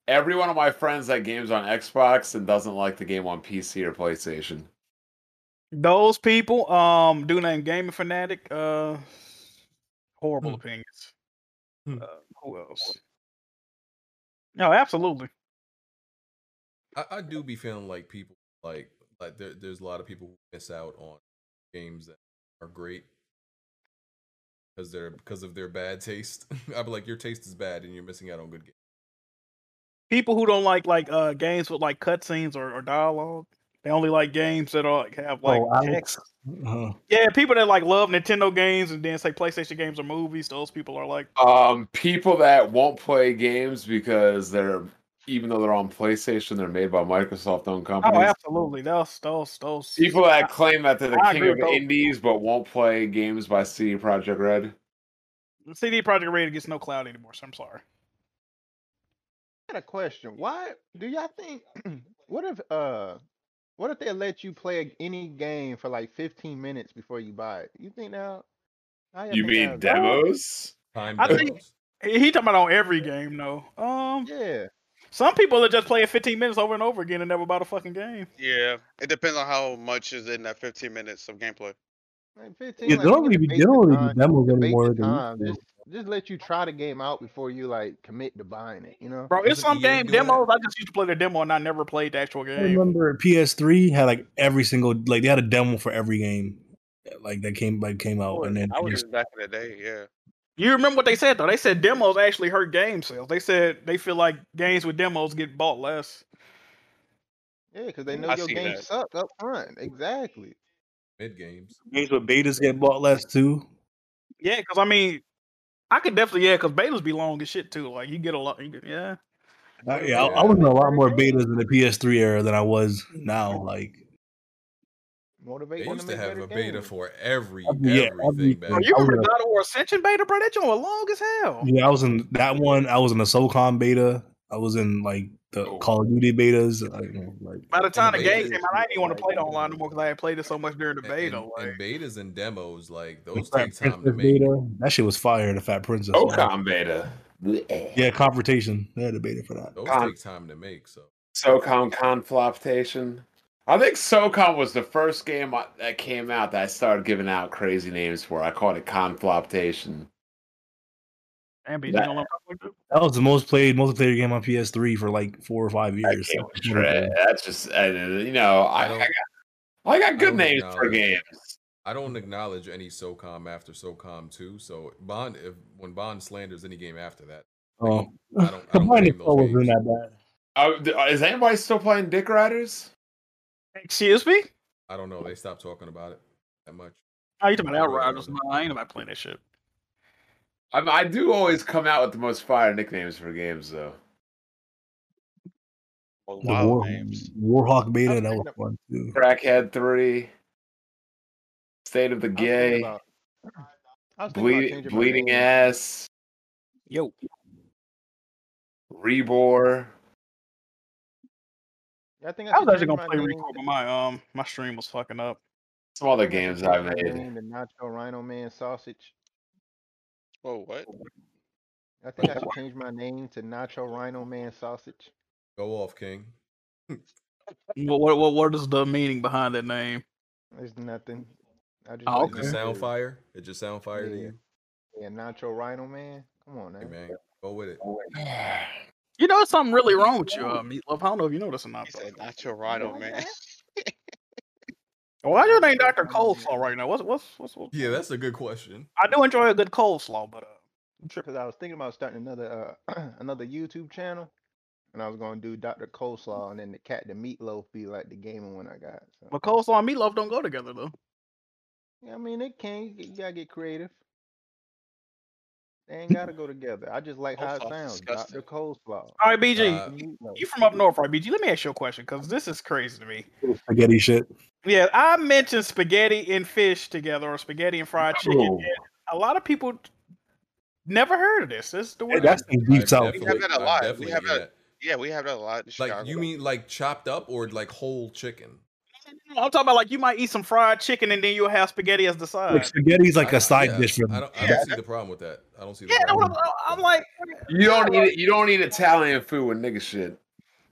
Speaker 6: every one of my friends that games on Xbox and doesn't like the game on PC or PlayStation.
Speaker 3: Those people, um, dude named Gaming Fanatic, uh, horrible
Speaker 4: Hmm.
Speaker 3: opinions.
Speaker 4: Hmm.
Speaker 3: Uh, who else? No, absolutely.
Speaker 4: I, I do be feeling like people like like there, there's a lot of people who miss out on games that are great because they're because of their bad taste. I'd be like, your taste is bad and you're missing out on good games.
Speaker 3: People who don't like like uh games with like cutscenes or, or dialogue. They only like games that are like, have like
Speaker 8: Oh, Alex.
Speaker 3: text.
Speaker 8: Uh-huh.
Speaker 3: Yeah, people that like love Nintendo games and then say PlayStation games or movies. Those people are like,
Speaker 6: Um, people that won't play games because they're even though they're on PlayStation, they're made by Microsoft-owned
Speaker 3: oh,
Speaker 6: companies.
Speaker 3: absolutely. Those those those.
Speaker 6: people that claim that they're the
Speaker 3: I
Speaker 6: king
Speaker 3: agree
Speaker 6: of
Speaker 3: with those
Speaker 6: indies but won't play games by CD Projekt Red.
Speaker 3: CD Project Red gets no cloud anymore. So I'm sorry.
Speaker 2: I got a question. Why do y'all think? What if uh, what if they let you play any game for like 15 minutes before you buy it? You think now? how y'all
Speaker 6: You
Speaker 2: think
Speaker 6: mean
Speaker 2: that'll go?
Speaker 6: demos?
Speaker 4: Time
Speaker 3: I think-
Speaker 4: demos.
Speaker 3: He, he talking about on every game though. Um,
Speaker 2: Yeah.
Speaker 3: Some people are just playing 15 minutes over and over again and never bought a fucking game.
Speaker 1: Yeah, it depends on how much is in that 15 minutes of gameplay.
Speaker 2: Like 15,
Speaker 8: Yeah,
Speaker 2: like,
Speaker 8: they
Speaker 2: you
Speaker 8: don't
Speaker 2: can
Speaker 8: even
Speaker 2: debate
Speaker 8: they
Speaker 2: the
Speaker 8: don't even
Speaker 2: time-
Speaker 8: demos
Speaker 2: debate the
Speaker 8: anymore. than
Speaker 2: time.
Speaker 8: you
Speaker 2: uh, Just just let you try the game out before you like commit to buying it, you know?
Speaker 3: Bro, it's
Speaker 4: Isn't
Speaker 3: some
Speaker 4: EA
Speaker 3: game
Speaker 4: E doing that?
Speaker 3: demos. I just used to play the demo and I never played the actual
Speaker 8: I
Speaker 3: game.
Speaker 8: remember PS3 had like every single like they had a demo for every game like that came like came out and then
Speaker 1: I
Speaker 8: they
Speaker 1: was
Speaker 8: just
Speaker 1: in back in the day. Yeah,
Speaker 3: You remember what they said though? They said demos actually hurt game sales. They said they feel like games with demos get bought less.
Speaker 2: Yeah, because
Speaker 3: Mm,
Speaker 2: they know
Speaker 1: I
Speaker 2: your
Speaker 1: see
Speaker 2: game
Speaker 1: that.
Speaker 2: suck up front. Exactly.
Speaker 4: Mid games.
Speaker 8: games with betas get bought less too.
Speaker 3: Yeah, because I mean, I could definitely yeah, because betas be long as shit too. Like you get a lot. You get, yeah,
Speaker 8: I, yeah, I, I
Speaker 4: Yeah.
Speaker 8: was in a lot more betas in the PS3 era than I was now. Like
Speaker 2: Motivate
Speaker 4: They
Speaker 2: them
Speaker 4: used to
Speaker 2: make
Speaker 4: have
Speaker 2: better
Speaker 4: a beta
Speaker 2: games.
Speaker 4: for every
Speaker 8: Every- yeah, every-
Speaker 4: everything
Speaker 6: Oh,
Speaker 4: back.
Speaker 3: Bro,
Speaker 8: Yeah,
Speaker 3: you
Speaker 8: I was
Speaker 3: remember
Speaker 8: in
Speaker 3: God of War Ascension beta, bro? That joint was long as hell.
Speaker 8: yeah, I was in that one. I was in the SOCOM beta. I was in like the
Speaker 6: Oh.
Speaker 8: Call of Duty betas. Like, you know, like
Speaker 3: By the time the
Speaker 4: beta
Speaker 3: game
Speaker 4: is
Speaker 3: came out, I didn't even want to play it
Speaker 2: like-
Speaker 3: online no more because I had played it so much during the
Speaker 4: And,
Speaker 3: beta.
Speaker 4: and-
Speaker 3: like,
Speaker 4: and betas and demos, like
Speaker 8: the
Speaker 4: those
Speaker 8: Fat
Speaker 4: take time to
Speaker 8: Princess
Speaker 4: make.
Speaker 8: beta. That shit was fire. The Fat Princess.
Speaker 6: SOCOM beta.
Speaker 8: Yeah, confrontation. They had a beta for that.
Speaker 4: Those
Speaker 6: Con-
Speaker 4: take time to make. So
Speaker 6: SOCOM confloptation. I think SOCOM was the first game I, that came out that I started giving out crazy names for. I called it confloptation.
Speaker 3: and be
Speaker 6: that-
Speaker 8: That was the most played multiplayer game on PS3 for like four or five
Speaker 6: I
Speaker 8: years.
Speaker 6: can't remember it. That's just, I, you know, I,
Speaker 4: I
Speaker 6: I,
Speaker 4: don't-
Speaker 6: got, I got
Speaker 4: I
Speaker 6: good
Speaker 4: don't
Speaker 6: names for
Speaker 4: acknowledge-
Speaker 6: games.
Speaker 4: I don't acknowledge any SOCOM after SOCOM two. So Bond, if when Bond slanders any game after that,
Speaker 8: Oh,
Speaker 4: I don't.
Speaker 8: I wasn't that
Speaker 6: Uh, th- uh, is anybody still playing Dick Riders?
Speaker 3: Excuse me?
Speaker 4: I don't know. They stopped talking about it that much.
Speaker 3: Oh, you talking about Outriders? No, I ain't about playing that shit.
Speaker 6: I, mean, I do always come out with the most fire nicknames for games, though.
Speaker 8: bad. The War, Warhawk beta, that was fun too.
Speaker 6: Crackhead three, State of the
Speaker 2: thinking
Speaker 6: Gay,
Speaker 2: about- I was thinking about
Speaker 6: bleed,
Speaker 2: changing my
Speaker 6: Bleeding
Speaker 2: name.
Speaker 6: Ass,
Speaker 3: Yo.
Speaker 6: Rebor.
Speaker 2: I think
Speaker 3: I was
Speaker 2: should
Speaker 3: actually
Speaker 2: change
Speaker 3: gonna play
Speaker 2: name
Speaker 3: Record, but my um my stream was fucking up.
Speaker 6: Some other games
Speaker 2: to-
Speaker 6: I
Speaker 2: my
Speaker 6: made.
Speaker 2: name to Nacho Rhino Man Sausage.
Speaker 1: Whoa, what?
Speaker 4: Oh,
Speaker 2: I think I should change my name to Nacho Rhino Man Sausage.
Speaker 4: Go off, King.
Speaker 3: What what what, what is the meaning behind that name?
Speaker 2: There's nothing. I just
Speaker 3: Oh,
Speaker 2: like
Speaker 4: It just
Speaker 2: the
Speaker 4: sound
Speaker 2: food.
Speaker 4: fire. It just sound fire to
Speaker 2: Yeah.
Speaker 4: you,
Speaker 2: Yeah, Nacho Rhino Man. Come on,
Speaker 4: Hey,
Speaker 2: man.
Speaker 4: man. Go with it.
Speaker 3: You know something really wrong with you, uh, Meatloaf. I don't know if you know this or not.
Speaker 1: He said not your Rhino man.
Speaker 3: But why your name Doctor Coleslaw right now? What's what's what's? what's
Speaker 4: Yeah, that's a good question.
Speaker 3: I do enjoy a good coleslaw, but uh,
Speaker 2: Because I was thinking about starting another uh, another YouTube channel, and I was gonna do Dr. Coleslaw, and then the cat the meatloaf be like the gaming one I got. So.
Speaker 3: but coleslaw and meatloaf don't go together though.
Speaker 2: Yeah, I mean it can. You, you gotta get creative. They ain't gotta go together. I just like how it
Speaker 1: Coleslaw's
Speaker 2: sounds.
Speaker 1: disgusting.
Speaker 2: Dr. Coleslaw.
Speaker 3: All right, BG,
Speaker 4: Uh,
Speaker 2: Meatloaf.
Speaker 3: you from up north, right? BG, let me ask you a question because this is crazy to me.
Speaker 8: Spaghetti shit.
Speaker 3: Yeah, I mentioned spaghetti and fish together, or spaghetti and fried chicken.
Speaker 6: Oh.
Speaker 3: and a lot of people never heard of this. This is the
Speaker 8: Hey,
Speaker 3: way.
Speaker 8: that's the deep
Speaker 4: I've
Speaker 8: south.
Speaker 4: definitely-
Speaker 1: that a
Speaker 4: I've
Speaker 1: lot. We
Speaker 4: definitely
Speaker 1: have
Speaker 4: eaten
Speaker 1: that- Yeah, we have that a lot in Chicago.
Speaker 4: Like you mean like chopped up or like whole chicken?
Speaker 3: I'm talking about like you might eat some fried chicken and then you'll have spaghetti as the side.
Speaker 8: Like spaghetti's like
Speaker 4: I-
Speaker 8: a side
Speaker 4: yeah,
Speaker 8: dish for
Speaker 4: I don't. I don't see the problem with that. I don't see the
Speaker 3: Yeah, I'm,
Speaker 4: problem.
Speaker 3: I'm like,
Speaker 6: You don't eat you don't eat Italian food with nigga shit.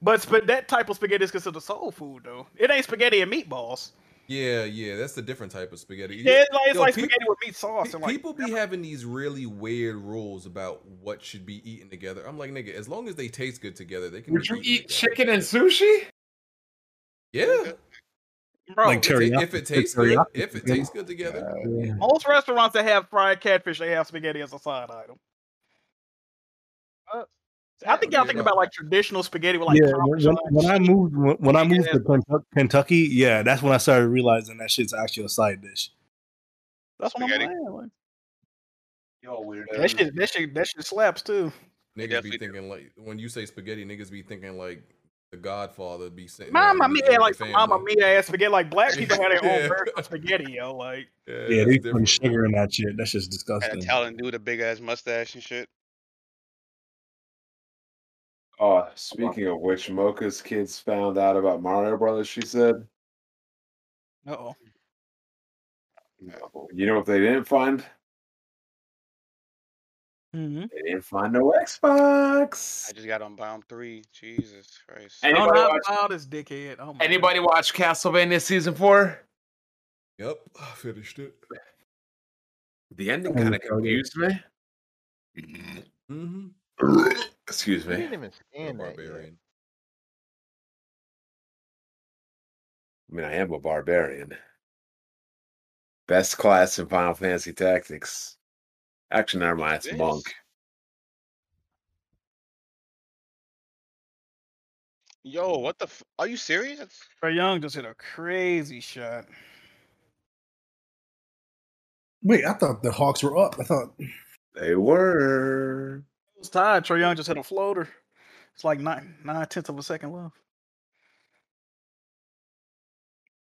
Speaker 3: but sp- that type of spaghetti is considered soul food, though. It ain't spaghetti and meatballs.
Speaker 4: Yeah, yeah, that's a different type of spaghetti. You-
Speaker 3: Yeah, it's like, it's
Speaker 4: yo,
Speaker 3: like
Speaker 4: peop-
Speaker 3: spaghetti with meat sauce
Speaker 4: pe-
Speaker 3: and like.
Speaker 4: people be having these really weird rules about what should be eaten together. I'm like, nigga, as long as they taste good together, they can.
Speaker 6: Would
Speaker 4: be
Speaker 6: you
Speaker 4: eaten
Speaker 6: eat
Speaker 4: together.
Speaker 6: chicken and sushi?
Speaker 4: Yeah,
Speaker 3: Bro,
Speaker 8: like
Speaker 4: ta-
Speaker 8: teriyaki.
Speaker 4: if it tastes good,
Speaker 8: teriyaki
Speaker 4: if it
Speaker 8: chicken.
Speaker 4: tastes good together,
Speaker 8: Yeah.
Speaker 3: most restaurants that have fried catfish, they have spaghetti as a side item. I think y'all
Speaker 4: Yeah,
Speaker 3: think
Speaker 4: no.
Speaker 3: about like traditional spaghetti with like
Speaker 8: yeah,
Speaker 3: Parmesan
Speaker 8: when, when- when I
Speaker 3: cheese.
Speaker 8: moved when, when I moved
Speaker 3: Yeah.
Speaker 8: to Kentuck- Kentucky, yeah, that's when I started realizing that shit's actually a side dish.
Speaker 3: That's what
Speaker 1: Spaghetti.
Speaker 3: I'm saying. like,
Speaker 6: Yo,
Speaker 3: that shit, that shit, that shit slaps too.
Speaker 4: niggas be
Speaker 1: definitely do.
Speaker 4: thinking like when you say spaghetti, niggas be thinking like the Godfather be sitting. down
Speaker 3: Mama
Speaker 4: eating
Speaker 3: mia,
Speaker 4: with
Speaker 3: like
Speaker 4: the
Speaker 3: some mama
Speaker 4: family.
Speaker 3: mia ass spaghetti. Like black people had their
Speaker 4: Yeah.
Speaker 3: own version of spaghetti, yo. Like
Speaker 8: Yeah,
Speaker 4: that's
Speaker 8: they putting
Speaker 4: different.
Speaker 8: sugar in that shit. That's just
Speaker 1: That
Speaker 8: disgusting.
Speaker 1: Italian dude, a big ass mustache and shit.
Speaker 6: Oh, speaking of which, Mocha's kids found out about Mario Brothers. She said,
Speaker 3: uh oh.
Speaker 6: "You know what they didn't find?
Speaker 3: Mm-hmm.
Speaker 6: They didn't find no Xbox."
Speaker 1: I just got on Bomb Three. Jesus Christ.
Speaker 3: Oh,
Speaker 6: Anybody
Speaker 3: not
Speaker 6: watch,
Speaker 3: about this dickhead. Oh my
Speaker 6: anybody watch Castlevania season four?
Speaker 4: Yep, I finished it.
Speaker 6: The ending
Speaker 8: Oh,
Speaker 6: kind of
Speaker 8: okay.
Speaker 6: confused me.
Speaker 4: Mm-hmm.
Speaker 6: Excuse
Speaker 2: You
Speaker 6: me.
Speaker 2: didn't even scan that. Yet.
Speaker 4: Barbarian.
Speaker 6: I mean, I am a barbarian. Best class in Final Fantasy Tactics. Actually, never mind. It's
Speaker 1: This-
Speaker 6: monk.
Speaker 1: Yo, what the? F- Are you serious?
Speaker 3: Trey Young just hit a crazy shot.
Speaker 8: Wait, I thought the Hawks were up. I thought
Speaker 6: They were.
Speaker 3: It was tied. Trey Young just hit a floater. It's like nine nine tenths of a second left.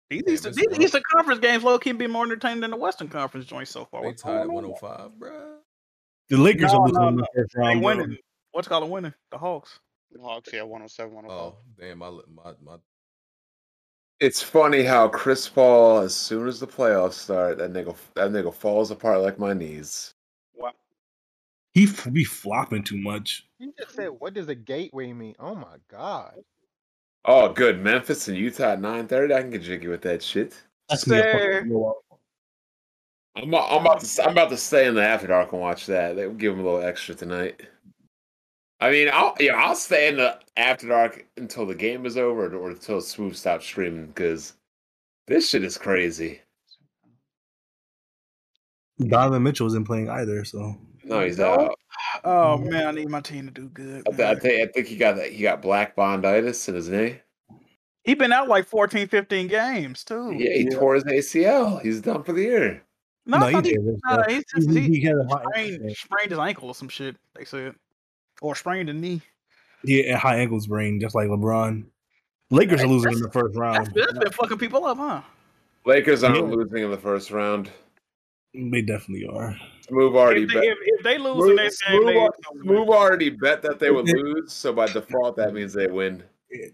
Speaker 3: These
Speaker 4: Damn,
Speaker 3: Eastern,
Speaker 4: it's
Speaker 3: these
Speaker 4: rough.
Speaker 3: Eastern Conference games low key be more entertaining than the Western Conference joints so far.
Speaker 4: They
Speaker 3: What's
Speaker 4: tied
Speaker 3: going
Speaker 4: at
Speaker 3: on?
Speaker 4: 105, bruh.
Speaker 8: the Lakers
Speaker 3: No,
Speaker 8: almost
Speaker 3: no,
Speaker 8: won
Speaker 3: no.
Speaker 8: the first
Speaker 3: They
Speaker 8: round.
Speaker 3: winning. What's called a winning? The Hawks.
Speaker 1: Hawks, yeah, 107, 105.
Speaker 4: Oh, damn, my li- my my
Speaker 6: It's funny how Chris Paul, as soon as the playoffs start, that nigga that nigga falls apart like my knees.
Speaker 1: Wow.
Speaker 8: He f- be flopping too much.
Speaker 2: You just said, what does a gateway mean? Oh my god.
Speaker 6: Oh, good. Memphis and Utah at nine thirty. I can get jiggy with that shit.
Speaker 8: That's gonna be a
Speaker 3: Sir.
Speaker 8: fucking blowout.
Speaker 6: I'm, I'm about to I'm about to stay in the after dark and watch that. They give him a little extra tonight. I mean, I'll yeah, I'll stay in the after dark until the game is over or until Smooth stops streaming because this shit is crazy.
Speaker 8: Donovan Mitchell isn't playing either, so
Speaker 6: No, he's out.
Speaker 3: Oh man, I need my team to do good.
Speaker 6: I, th- I think I think he got that. He got black bonditis in his knee.
Speaker 3: He been out like 14, 15 games too.
Speaker 6: Yeah, he tore his ACL. He's done for the year.
Speaker 3: No,
Speaker 6: No,
Speaker 3: I
Speaker 6: he
Speaker 3: thought he,
Speaker 6: didn't,
Speaker 3: nah,
Speaker 6: bro.
Speaker 3: he's just,
Speaker 6: He-
Speaker 3: he,
Speaker 6: he had a high
Speaker 3: sprained, sprained his ankle or some shit. They said, or sprained a knee.
Speaker 8: yeah, high ankles brain, just like LeBron. Lakers are losing in the first
Speaker 3: That's,
Speaker 8: round.
Speaker 3: that's been fucking people up, huh?
Speaker 6: Lakers aren't losing in the first round.
Speaker 8: They definitely are.
Speaker 6: Move already
Speaker 3: If they,
Speaker 6: bet.
Speaker 3: if, if they lose in
Speaker 6: Move,
Speaker 3: this game, they,
Speaker 6: already bet that they would lose, so by default that means they win.
Speaker 8: If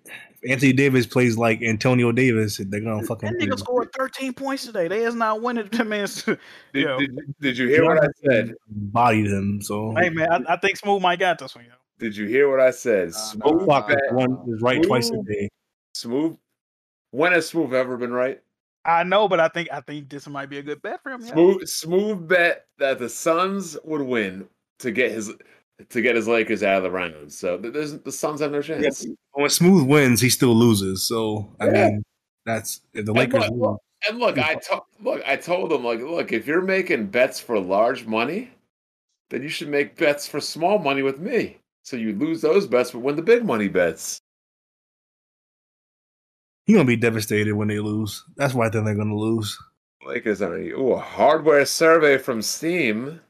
Speaker 8: Anthony Davis plays like Antonio Davis, they're gonna
Speaker 3: that
Speaker 8: fucking.
Speaker 3: nigga scored thirteen points today. They is not winning. That man's.
Speaker 6: Did,
Speaker 3: Yo.
Speaker 6: did, did you hear what I said?
Speaker 8: Bodied him. So
Speaker 3: Hey man, I, I think Smooth Mike got this one. Yo.
Speaker 6: Did you hear what I said? Smooth
Speaker 8: Fuck,
Speaker 6: bet.
Speaker 8: one is right twice a
Speaker 6: Smooth-
Speaker 8: day.
Speaker 6: Smooth. When has Smooth ever been right?
Speaker 3: I know, but I think I think this might be a good bet for him. yo.
Speaker 6: Smooth, smooth bet that the Suns would win to get his to get his Lakers out of the round. So th- there's, the Suns have no chance.
Speaker 8: When Smooth wins, he still loses. So I
Speaker 6: Yeah.
Speaker 8: mean, that's if the
Speaker 6: And
Speaker 8: Lakers
Speaker 6: look,
Speaker 8: lose.
Speaker 6: look, and look, I told look, I told them like, look, if you're making bets for large money, then you should make bets for small money with me. So you lose those bets, but win the big money bets.
Speaker 8: He's gonna be devastated when they lose. That's why I think they're gonna lose.
Speaker 6: Lakers are ooh, a hardware survey from Steam.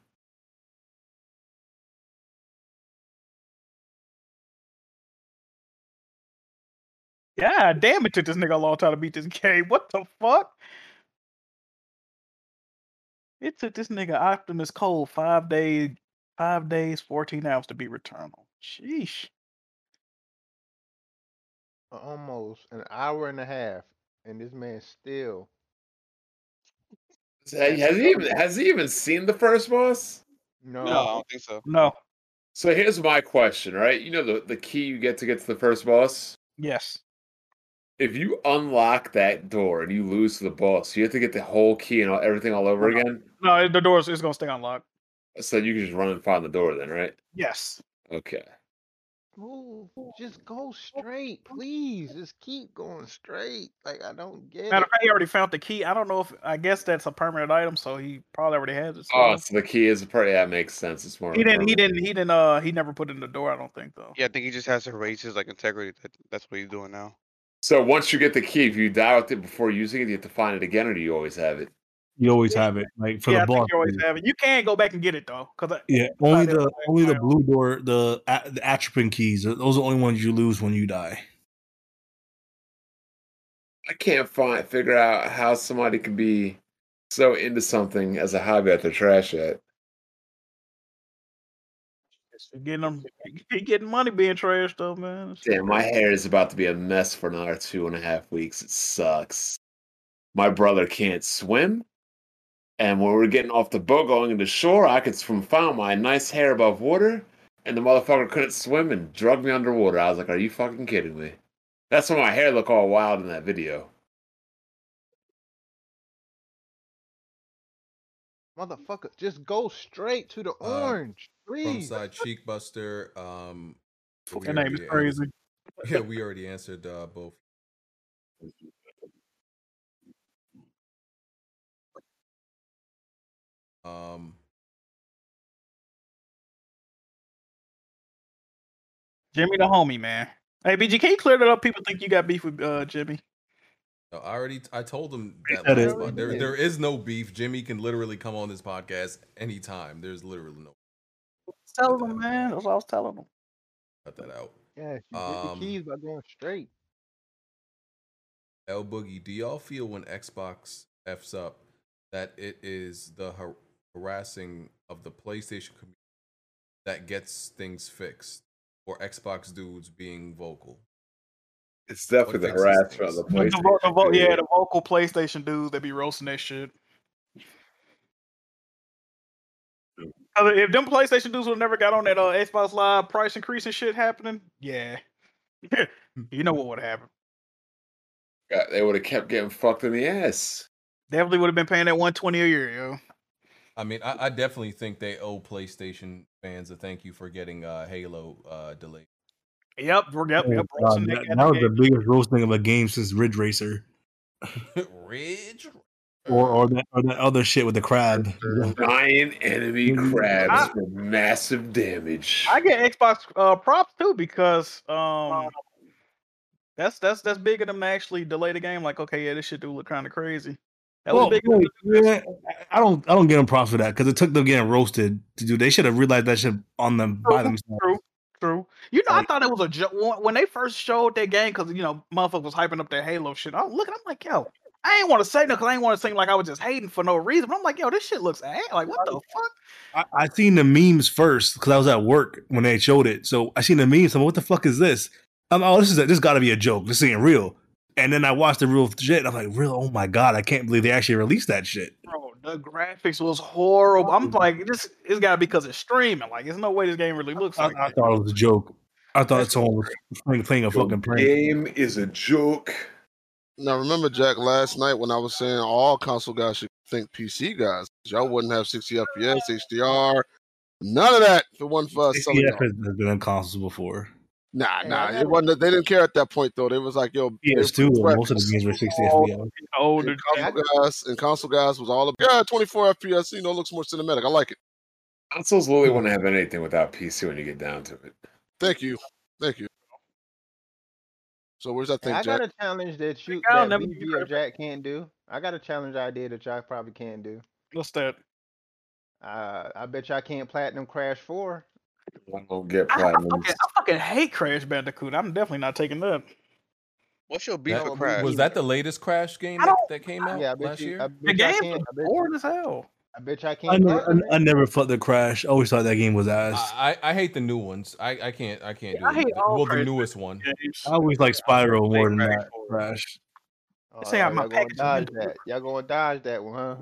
Speaker 3: Yeah, damn, it took this nigga a long time to beat this game. What the fuck? It took this nigga Optimus Cole five days, five days, fourteen hours to beat Returnal. Sheesh.
Speaker 2: Almost an hour and a half, and this man still.
Speaker 6: Has he even has he even seen the first boss?
Speaker 2: No.
Speaker 1: No, I don't think so.
Speaker 3: No.
Speaker 6: So here's my question, right? You know the, the key you get to get to the first boss?
Speaker 3: Yes.
Speaker 6: If you unlock that door and you lose to the boss, you have to get the whole key and all, everything all over
Speaker 3: No.
Speaker 6: again.
Speaker 3: No, it- the doors is gonna stay unlocked.
Speaker 6: So you can just run and find the door then, right?
Speaker 3: Yes.
Speaker 6: Okay.
Speaker 2: Move. Just go straight, please. Just keep going straight. Like I don't get
Speaker 3: Matter
Speaker 2: it.
Speaker 3: of fact, he already found the key. I don't know if I guess that's a permanent item, so he probably already has it. so-
Speaker 6: Oh, so the key is part. Yeah, it makes sense. It's more.
Speaker 3: he didn't. He didn't. He didn't. Uh, he never put it in the door. I don't think though.
Speaker 1: Yeah, I think he just has to raise his like integrity. That, that's what he's doing now.
Speaker 6: So once you get the key, if you die with it before using it, you have to find it again, or do you always have it?
Speaker 8: You always have it, like for
Speaker 3: yeah,
Speaker 8: the
Speaker 3: I
Speaker 8: boss.
Speaker 3: think you always have it. You can go back and get it though, because
Speaker 8: Yeah, only the only the blue door, the a- the atropine keys. Those are the only ones you lose when you die.
Speaker 6: I can't find figure out how somebody could be so into something as a hobby that they're trash at.
Speaker 3: getting them, he getting money being trash though, man. It's-
Speaker 6: Damn, my hair is about to be a mess for another two and a half weeks. It sucks. My brother can't swim. And when we're getting off the boat going into shore, I could swim found my nice hair above water, and the motherfucker couldn't swim and drug me underwater. I was like, Are you fucking kidding me? That's why my hair looked all wild in that video.
Speaker 2: Motherfucker, just go straight to the
Speaker 4: Uh,
Speaker 2: orange,
Speaker 4: From
Speaker 2: please.
Speaker 4: side cheek buster. Um, we
Speaker 3: Your name is
Speaker 4: already
Speaker 3: crazy.
Speaker 4: answered- Yeah, we already answered uh, both. Um,
Speaker 3: Jimmy the homie, man. Hey, BG, can you clear that up? People think you got beef with uh, Jimmy.
Speaker 4: no, I already I told him that
Speaker 8: said
Speaker 4: last
Speaker 8: it.
Speaker 4: spot. There, there is no beef. Jimmy can literally come on this podcast anytime. There's literally no
Speaker 3: Tell him, man. That's what I was telling him.
Speaker 4: cut that out.
Speaker 2: Yes, you get the
Speaker 4: Um,
Speaker 2: keys by going straight.
Speaker 4: L Boogie, do y'all feel when Xbox f's up that it is the har- harassing of the PlayStation community that gets things fixed, or Xbox dudes being vocal?
Speaker 6: It's definitely the
Speaker 4: fixes
Speaker 6: harassment of the
Speaker 3: The,
Speaker 6: place.
Speaker 3: vo- the vo- yeah, the vocal PlayStation dudes that be roasting that shit. 'Cause If them PlayStation dudes would have never got on that uh, Xbox Live price increase and shit happening, yeah, you know what would happen.
Speaker 6: God, Uh, they would have kept getting fucked in the ass.
Speaker 3: Definitely would have been paying that one twenty a year, yo.
Speaker 4: I mean, I, I definitely think they owe PlayStation fans a thank you for getting uh, Halo uh, delayed.
Speaker 3: Yep, we're- yep,
Speaker 8: Oh,
Speaker 3: yep.
Speaker 8: God,
Speaker 3: roasting
Speaker 8: that,
Speaker 3: that
Speaker 8: that was
Speaker 3: goddamn-
Speaker 8: the biggest roasting of a game since Ridge Racer.
Speaker 4: Ridge
Speaker 8: or
Speaker 3: Uh-huh.
Speaker 8: or that or that other shit with the crab.
Speaker 6: Giant enemy
Speaker 4: Ah.
Speaker 6: crabs for massive damage.
Speaker 3: I get Xbox uh, props too because um, that's that's that's bigger than actually delay the game. Like, okay, yeah, this shit do look kind of crazy. That
Speaker 8: Well,
Speaker 3: was big.
Speaker 8: wait, yeah, I don't I don't get them props for that because it took them getting roasted to do. They should have realized that shit on them by themselves.
Speaker 3: True, true. You know, I thought it was a joke when- when they first showed that game because you know motherfuckers was hyping up that Halo shit. I'm looking, I'm like, yo, I ain't want to say no because I ain't want to seem like I was just hating for no reason. But I'm like, yo, this shit looks ass. like what the fuck?
Speaker 8: I, I seen the memes first because I was at work when they showed it. So I seen the memes. I'm like, what the fuck is this? I'm oh, this is a, this got to be a joke. This ain't real. And then I watched the real shit. and I'm like, real? Oh my god! I can't believe they actually released that shit.
Speaker 3: Bro, the graphics was horrible. I'm like, this it's got to be because it's streaming. Like, there's no way this game really looks like.
Speaker 8: I thought it was a joke. I thought someone was playing, playing a fucking prank.
Speaker 6: Game is a joke.
Speaker 9: Now remember, Jack, last night when I was saying all console guys should think PC guys, y'all wouldn't have 60 FPS, HDR, none of that for one for us.
Speaker 8: Yeah, has been in consoles before.
Speaker 9: Nah, nah, it wasn't. They didn't care at that point though. They was like, "Yo,
Speaker 8: PS2,
Speaker 9: they-
Speaker 8: most of the games were 60
Speaker 9: all-
Speaker 8: FPS.
Speaker 3: Older
Speaker 9: console guys and console guys was all up. Yeah, 24 FPS. You know, looks more cinematic. I like it.
Speaker 6: Consoles literally won't have anything without PC when you get down to it.
Speaker 9: Thank you, thank you. So where's that
Speaker 2: Hey,
Speaker 9: thing,
Speaker 2: I
Speaker 9: Jack?
Speaker 2: got a challenge that you
Speaker 3: I'll
Speaker 2: that
Speaker 3: never
Speaker 2: BG or Jack can't do. I got a challenge idea that y'all probably can't do.
Speaker 3: What's that?
Speaker 2: Uh, I bet y'all can't platinum Crash Four.
Speaker 6: I don't get
Speaker 3: I, I
Speaker 6: platinum.
Speaker 3: fucking, I fucking hate Crash Bandicoot. I'm definitely not taking that.
Speaker 1: What's your beef
Speaker 4: That-
Speaker 1: with Crash?
Speaker 4: Was that the latest Crash game
Speaker 3: I
Speaker 4: that,
Speaker 3: don't-
Speaker 4: that came out
Speaker 2: Yeah, I bet
Speaker 4: last
Speaker 2: you.
Speaker 4: year?
Speaker 2: I
Speaker 3: The
Speaker 2: bet y'all
Speaker 3: game
Speaker 2: can't.
Speaker 3: was
Speaker 2: I bet,
Speaker 3: boring as hell.
Speaker 2: I bet y'all
Speaker 8: I,
Speaker 2: can't.
Speaker 8: never,
Speaker 2: platinum
Speaker 8: I, I
Speaker 2: it.
Speaker 8: never fucked the crash. I always thought that game was ass.
Speaker 4: I, I I hate the new ones. I, I can't I can't do
Speaker 3: I
Speaker 4: it.
Speaker 3: hate all
Speaker 4: well the
Speaker 3: Crash
Speaker 4: newest one.
Speaker 8: I always like Spyro more than that crash.
Speaker 2: Oh,
Speaker 3: This ain't how my
Speaker 2: y'all going
Speaker 3: package is
Speaker 2: dodge
Speaker 3: meant to
Speaker 2: that. Y'all going to dodge that one, huh?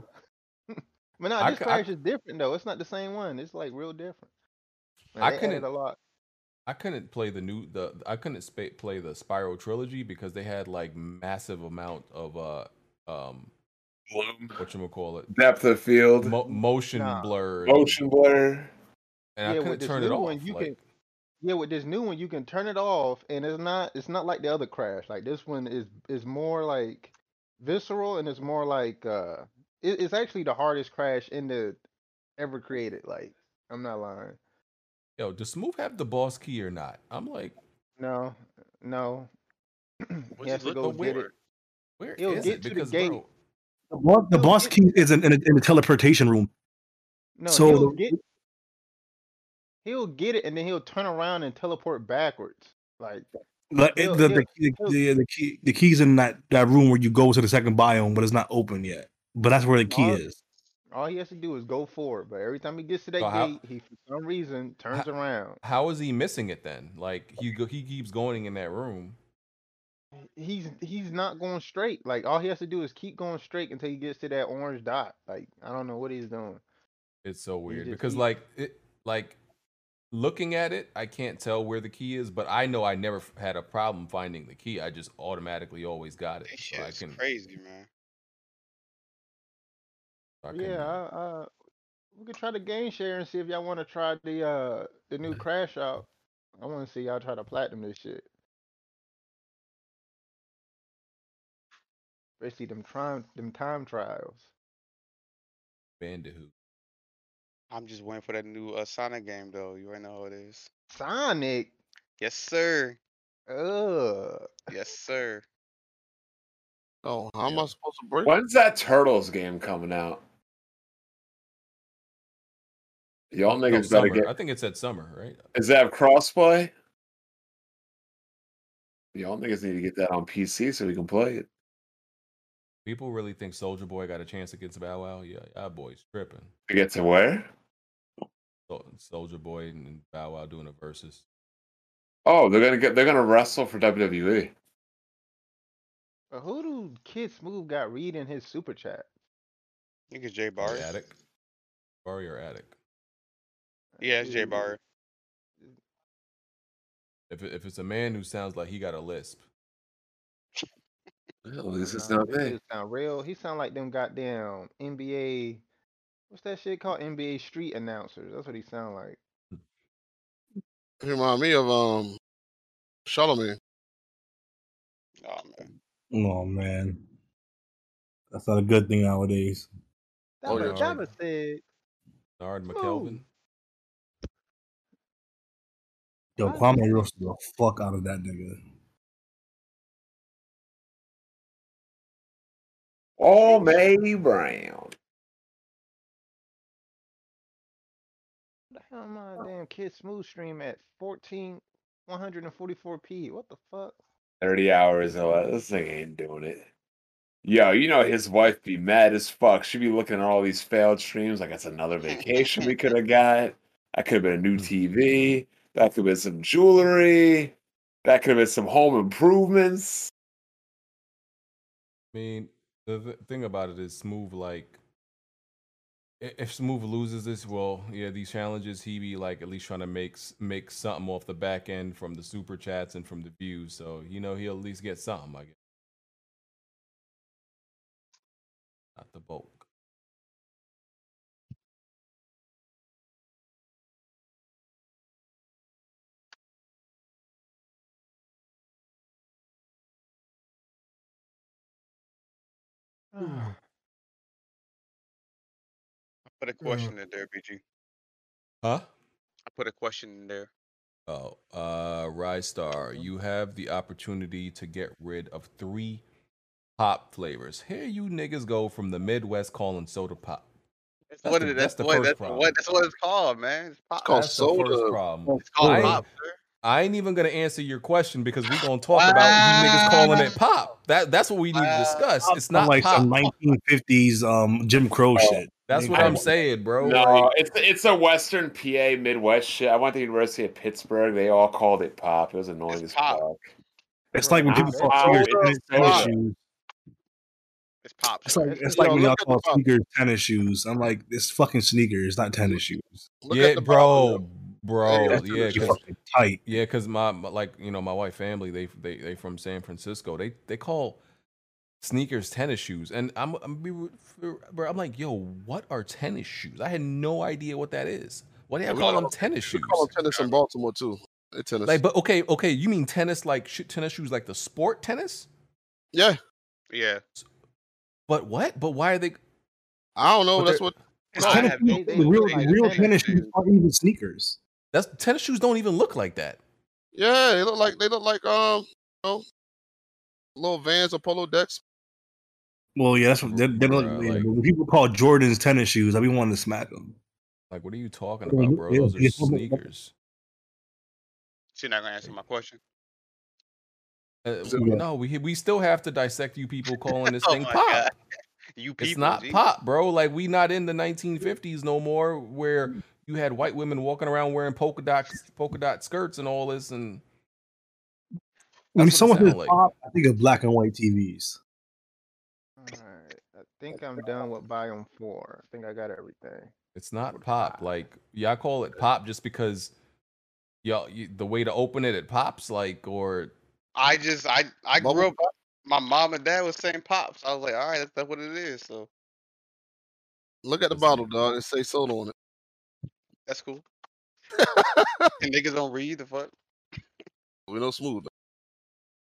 Speaker 2: but no,
Speaker 4: I
Speaker 2: this
Speaker 4: c- I-
Speaker 2: Crash is different though. It's not the same one. It's like real different. Like,
Speaker 4: I
Speaker 2: they added
Speaker 4: couldn't-
Speaker 2: a lot.
Speaker 4: I couldn't play the new the I couldn't spa play the Spiral trilogy because they had like massive amount of uh um
Speaker 6: Bloom.
Speaker 4: what you call it
Speaker 6: Depth of field.
Speaker 4: Mo- motion
Speaker 2: Nah.
Speaker 4: blur and-
Speaker 6: Motion blur.
Speaker 4: and I
Speaker 2: yeah,
Speaker 4: couldn't
Speaker 2: with this
Speaker 4: turn
Speaker 2: new
Speaker 4: it off.
Speaker 2: one, you
Speaker 4: like,
Speaker 2: can. Yeah, with this new one, you can turn it off, and it's not. It's not like the other Crash. Like this one is is more like visceral, and it's more like uh, it, it's actually the hardest Crash in the ever created. Like I'm not lying.
Speaker 4: yo, does Smooth have the boss key or not? I'm like,
Speaker 2: No, no. he
Speaker 1: What's
Speaker 2: has
Speaker 1: he
Speaker 2: to
Speaker 1: looking
Speaker 2: go
Speaker 4: but
Speaker 2: get
Speaker 4: where
Speaker 2: it.
Speaker 4: where
Speaker 2: He'll
Speaker 4: is
Speaker 2: get
Speaker 4: it?
Speaker 2: to the
Speaker 4: Because
Speaker 2: gate.
Speaker 4: bro,
Speaker 8: The boss, the
Speaker 2: No,
Speaker 8: boss
Speaker 2: it-
Speaker 8: key is in, in, a, in the teleportation room.
Speaker 2: No,
Speaker 8: So
Speaker 2: he'll
Speaker 8: the-
Speaker 2: get he'll get it and then he'll turn around and teleport backwards. Like
Speaker 8: Like it-
Speaker 2: he'll,
Speaker 8: the,
Speaker 2: he'll,
Speaker 8: the,
Speaker 2: he'll
Speaker 8: the, the, the key the key's in that, that room where you go to the second biome, but it's not open yet. But that's where the key
Speaker 2: Alright.
Speaker 8: is.
Speaker 2: all he has to do is go forward. But every time he gets to that
Speaker 4: So how-
Speaker 2: gate, he for some reason turns around.
Speaker 4: how is he missing it then? Like he go, he keeps going in that room.
Speaker 2: He's he's not going straight. Like all he has to do is keep going straight until he gets to that orange dot. Like I don't know what he's doing.
Speaker 4: It's so weird
Speaker 2: just
Speaker 4: because
Speaker 2: keep-
Speaker 4: like it like looking at it, I can't tell where the key is, but I know I never f- had a problem finding the key. I just automatically always got it.
Speaker 1: That
Speaker 4: So I
Speaker 1: shit's
Speaker 4: can
Speaker 1: crazy, man.
Speaker 4: I can
Speaker 2: Yeah, I, uh, we could try the game share and see if y'all want to try the uh the new crash out. I want to see y'all try to platinum this shit. Especially them time them time trials.
Speaker 4: Bandihoot.
Speaker 1: I'm just waiting for that new uh, Sonic game, though. You already know how it is.
Speaker 2: Sonic.
Speaker 1: Yes, sir.
Speaker 2: Ugh.
Speaker 1: Yes, sir.
Speaker 9: Oh, how am I supposed to break?
Speaker 6: When's that Turtles game coming out? Y'all
Speaker 4: Oh,
Speaker 6: niggas better
Speaker 4: summer.
Speaker 6: get.
Speaker 4: I think it said summer, right?
Speaker 6: Is that crossplay? Y'all niggas need to get that on PC so we can play it.
Speaker 4: People really think Soldier Boy got a chance against Bow Wow. Yeah, yeah, boy's tripping.
Speaker 6: To get to where?
Speaker 4: Soldier Boy and Bow Wow doing a versus.
Speaker 6: Oh, they're gonna get. They're gonna wrestle for E. WWE.
Speaker 2: But who do Kid Smooth got reading his super chat?
Speaker 1: I think it's Jay Barry.
Speaker 4: Barry Attic. Barry or Attic.
Speaker 1: Yeah, it's Jay
Speaker 2: Ooh.
Speaker 1: Barry.
Speaker 4: If it- if it's a man who sounds like he got a lisp,
Speaker 6: Well,
Speaker 4: Oh,
Speaker 6: at least it's
Speaker 2: Nah,
Speaker 6: not
Speaker 2: that
Speaker 6: me.
Speaker 2: dude sound real. He sound like them goddamn NBA. What's that shit called? NBA street announcers. That's what he sound like.
Speaker 9: He remind me of um, Charlemagne.
Speaker 1: Oh man,
Speaker 8: Oh man. That's not a good thing nowadays.
Speaker 2: That
Speaker 4: Oh,
Speaker 2: was
Speaker 4: yeah.
Speaker 2: Java said.
Speaker 4: Nard
Speaker 2: "Smooth."
Speaker 4: McKelvin.
Speaker 8: Yo,
Speaker 2: Why-
Speaker 8: Kwame roasted the fuck out of that nigga.
Speaker 6: All May Brown.
Speaker 2: The hell my damn kid smooth stream at 14 144p. What the fuck?
Speaker 6: 30 hours. I'm like, this thing ain't doing it. Yo, you know his wife be mad as fuck. She be looking at all these failed streams like that's another vacation we could have got. That could have been a
Speaker 1: Mm-hmm.
Speaker 6: new TV. That could have been some jewelry. That could have been some home improvements.
Speaker 4: I mean, the th- thing about it is Smooth like i- if Smooth loses this, well, yeah, these challenges he be like at least trying to make s- make something off the back end from the super chats and from the views. So, you know, he'll at least get something, I guess. Not the bulk.
Speaker 1: Put a question in there, BG.
Speaker 4: Huh?
Speaker 1: I put a question in there.
Speaker 4: Oh, uh, Rystar, you have the opportunity to get rid of three pop flavors. Here you niggas go from the Midwest calling soda pop.
Speaker 1: That's,
Speaker 4: That's
Speaker 1: what
Speaker 4: the-
Speaker 1: it is. That's
Speaker 4: that's the
Speaker 1: what,
Speaker 4: first
Speaker 1: that's,
Speaker 4: problem.
Speaker 1: what, that's what it's called, man. It's pop.
Speaker 9: called
Speaker 4: That's the first
Speaker 9: soda.
Speaker 4: problem.
Speaker 1: It's called
Speaker 4: I-
Speaker 1: pop, sir.
Speaker 4: I ain't even gonna answer your question because we gonna talk about you niggas calling it pop. That that's what we need to discuss. It's not
Speaker 8: like
Speaker 4: pop.
Speaker 8: some 1950s um, Jim Crow shit.
Speaker 4: That's what I'm saying, bro.
Speaker 6: No,
Speaker 4: Like,
Speaker 6: it's it's a Western PA Midwest shit. I went to the University of Pittsburgh. They all called it pop. It was annoying
Speaker 1: It's
Speaker 6: as fuck.
Speaker 1: pop.
Speaker 8: It's like when
Speaker 6: Nah,
Speaker 8: people call
Speaker 6: bro,
Speaker 8: sneakers
Speaker 6: it's
Speaker 8: tennis, tennis
Speaker 6: soda.
Speaker 8: shoes.
Speaker 1: It's pop,
Speaker 8: It's
Speaker 1: sir.
Speaker 8: like
Speaker 2: That's
Speaker 8: it's
Speaker 2: what-
Speaker 8: like
Speaker 9: yo,
Speaker 8: when y'all
Speaker 9: look at the
Speaker 8: call
Speaker 9: top.
Speaker 8: sneakers tennis shoes. I'm like, it's fucking sneakers, not tennis shoes.
Speaker 9: Look
Speaker 4: yeah,
Speaker 9: at the bottom.
Speaker 4: bro,
Speaker 9: Hey,
Speaker 4: bro,
Speaker 9: that's
Speaker 4: yeah,
Speaker 8: They're
Speaker 4: because
Speaker 8: fucking tight.
Speaker 4: yeah, because my, my like you know my wife family they they they from San Francisco. They they call sneakers tennis shoes, and I'm I'm, be re- for- bro, I'm like, yo, what are tennis shoes? I had no idea what that is. Why do
Speaker 9: Yeah,
Speaker 4: you
Speaker 9: we
Speaker 4: call
Speaker 9: call them-
Speaker 4: them tennis shoes?
Speaker 9: We call them tennis in Baltimore too. They tennis.
Speaker 4: Like, but okay, okay, you mean tennis like sh- tennis shoes like the sport tennis?
Speaker 9: yeah,
Speaker 1: Yeah.
Speaker 4: But what? But why are they?
Speaker 9: I don't know.
Speaker 4: But
Speaker 9: That's
Speaker 4: they're-
Speaker 9: what.
Speaker 8: It's
Speaker 1: I
Speaker 8: tennis
Speaker 1: have-
Speaker 8: shoes.
Speaker 2: they- they
Speaker 8: the real,
Speaker 2: look like
Speaker 8: real
Speaker 2: tennis
Speaker 8: tennis
Speaker 1: shoes.
Speaker 8: shoes aren't even sneakers.
Speaker 4: That's tennis shoes don't even look like that.
Speaker 9: Yeah, they look like they look like um, you know, little Vans or Polo Decks.
Speaker 8: Well, yeah, that's what they, they
Speaker 4: Bruh,
Speaker 8: don't. yeah,
Speaker 4: like-
Speaker 8: but when people call Jordans tennis shoes, I be wanting to smack them.
Speaker 4: Like, what are you talking
Speaker 8: Yeah,
Speaker 4: about, bro?
Speaker 8: yeah,
Speaker 4: Those are
Speaker 8: yeah.
Speaker 4: sneakers.
Speaker 1: She's not gonna answer my question.
Speaker 4: Uh,
Speaker 9: So-
Speaker 4: w- no, we we still have to dissect you people calling this
Speaker 1: Oh
Speaker 4: thing
Speaker 1: my
Speaker 4: pop.
Speaker 1: God. You people,
Speaker 4: It's not
Speaker 1: G.
Speaker 4: pop, bro. Like we not in the 1950s no more, where you had white women walking around wearing polka dot polka dot skirts and all this, and
Speaker 8: When
Speaker 4: That's what it
Speaker 8: someone says
Speaker 4: sound like.
Speaker 8: pop, I think of black and white TVs.
Speaker 2: Alright. I think I'm done with biome four. I think I got everything.
Speaker 4: it's not pop. Like y'all call it pop just because y'all you, the way to open it it pops, like or
Speaker 1: I just, I, I grew
Speaker 9: Bubble
Speaker 1: up. My mom and dad was saying pops. I was like, all right, that's, that's what it is. So
Speaker 9: Look at the
Speaker 4: That's
Speaker 9: bottle,
Speaker 4: it.
Speaker 9: dog. It say soda on it.
Speaker 1: that's cool. and niggas don't read the fuck.
Speaker 9: We know smooth.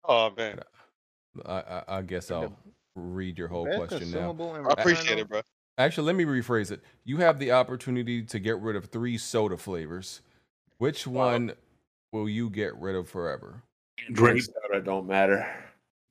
Speaker 1: Oh man,
Speaker 4: I I, I guess
Speaker 2: And the-
Speaker 4: I'll read your whole
Speaker 2: Best
Speaker 4: question now.
Speaker 2: consumable and
Speaker 1: I appreciate
Speaker 2: returnable-
Speaker 1: it, bro.
Speaker 4: Actually, let me rephrase it. You have the opportunity to get rid of three soda flavors. Which one will you get rid of forever?
Speaker 8: Grape,
Speaker 6: Soda don't matter.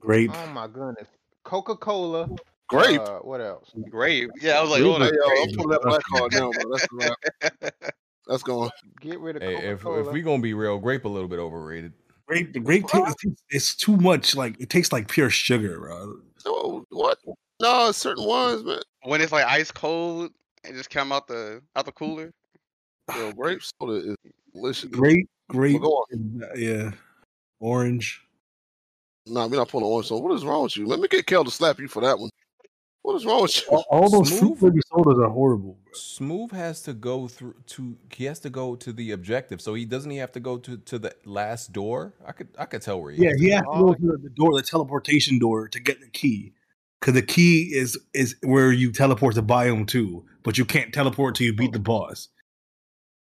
Speaker 8: grape.
Speaker 2: Oh my goodness. Coca Cola.
Speaker 9: Grape.
Speaker 2: Uh, what else?
Speaker 1: Grape. Yeah, I was like,
Speaker 8: Grape
Speaker 1: oh,
Speaker 9: hey,
Speaker 1: that's
Speaker 9: yo, I'm
Speaker 1: grape.
Speaker 9: pulling that black card now, bro. That's a wrap. That's going.
Speaker 2: Get rid of
Speaker 4: Hey,
Speaker 2: Coca
Speaker 4: if
Speaker 2: Cola.
Speaker 4: if we gonna be real, grape a little bit overrated.
Speaker 8: Grape. The grape tastes. It's too much. Like it tastes like pure sugar, bro.
Speaker 9: No, what? No, it's certain ones, man.
Speaker 1: When it's like ice cold and just come out the out the cooler.
Speaker 9: Yo, grape soda is delicious.
Speaker 8: Grape, grape.
Speaker 9: go
Speaker 8: Yeah, orange.
Speaker 9: Nah, we're not pulling orange soda. What is wrong with you? Let me get Kel to slap you for that one. What is wrong with you?
Speaker 8: All, all those
Speaker 4: Oh, Smooth?
Speaker 8: fruit baby sodas are horrible. Bro.
Speaker 4: Smooth has to go through to he has to go to the objective. So he doesn't he have to go to to the last door? I could I could tell where he
Speaker 8: Yeah,
Speaker 4: has to
Speaker 8: he
Speaker 4: go.
Speaker 8: has to go to the door, the teleportation door, to get the key. Because the key is is where you teleport to biome two, but you can't teleport till you beat the boss.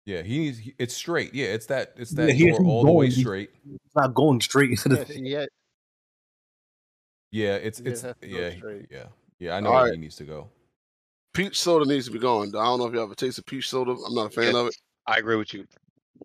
Speaker 4: Yeah, he needs he- it's straight. Yeah, it's that it's
Speaker 8: Yeah,
Speaker 4: that
Speaker 8: he
Speaker 4: door
Speaker 8: isn't
Speaker 4: all the way
Speaker 8: going.
Speaker 4: straight.
Speaker 8: It's not going straight into the
Speaker 2: Yes,
Speaker 8: thing.
Speaker 2: yet
Speaker 4: Yeah, it's
Speaker 2: He
Speaker 4: it's
Speaker 2: just has to go
Speaker 4: yeah
Speaker 2: straight.
Speaker 4: yeah. Yeah, I know
Speaker 9: All
Speaker 4: where
Speaker 9: right.
Speaker 4: he needs to go.
Speaker 9: Peach soda needs to be gone. I don't know if you ever tasted peach soda. I'm not a fan of it.
Speaker 1: I agree with you.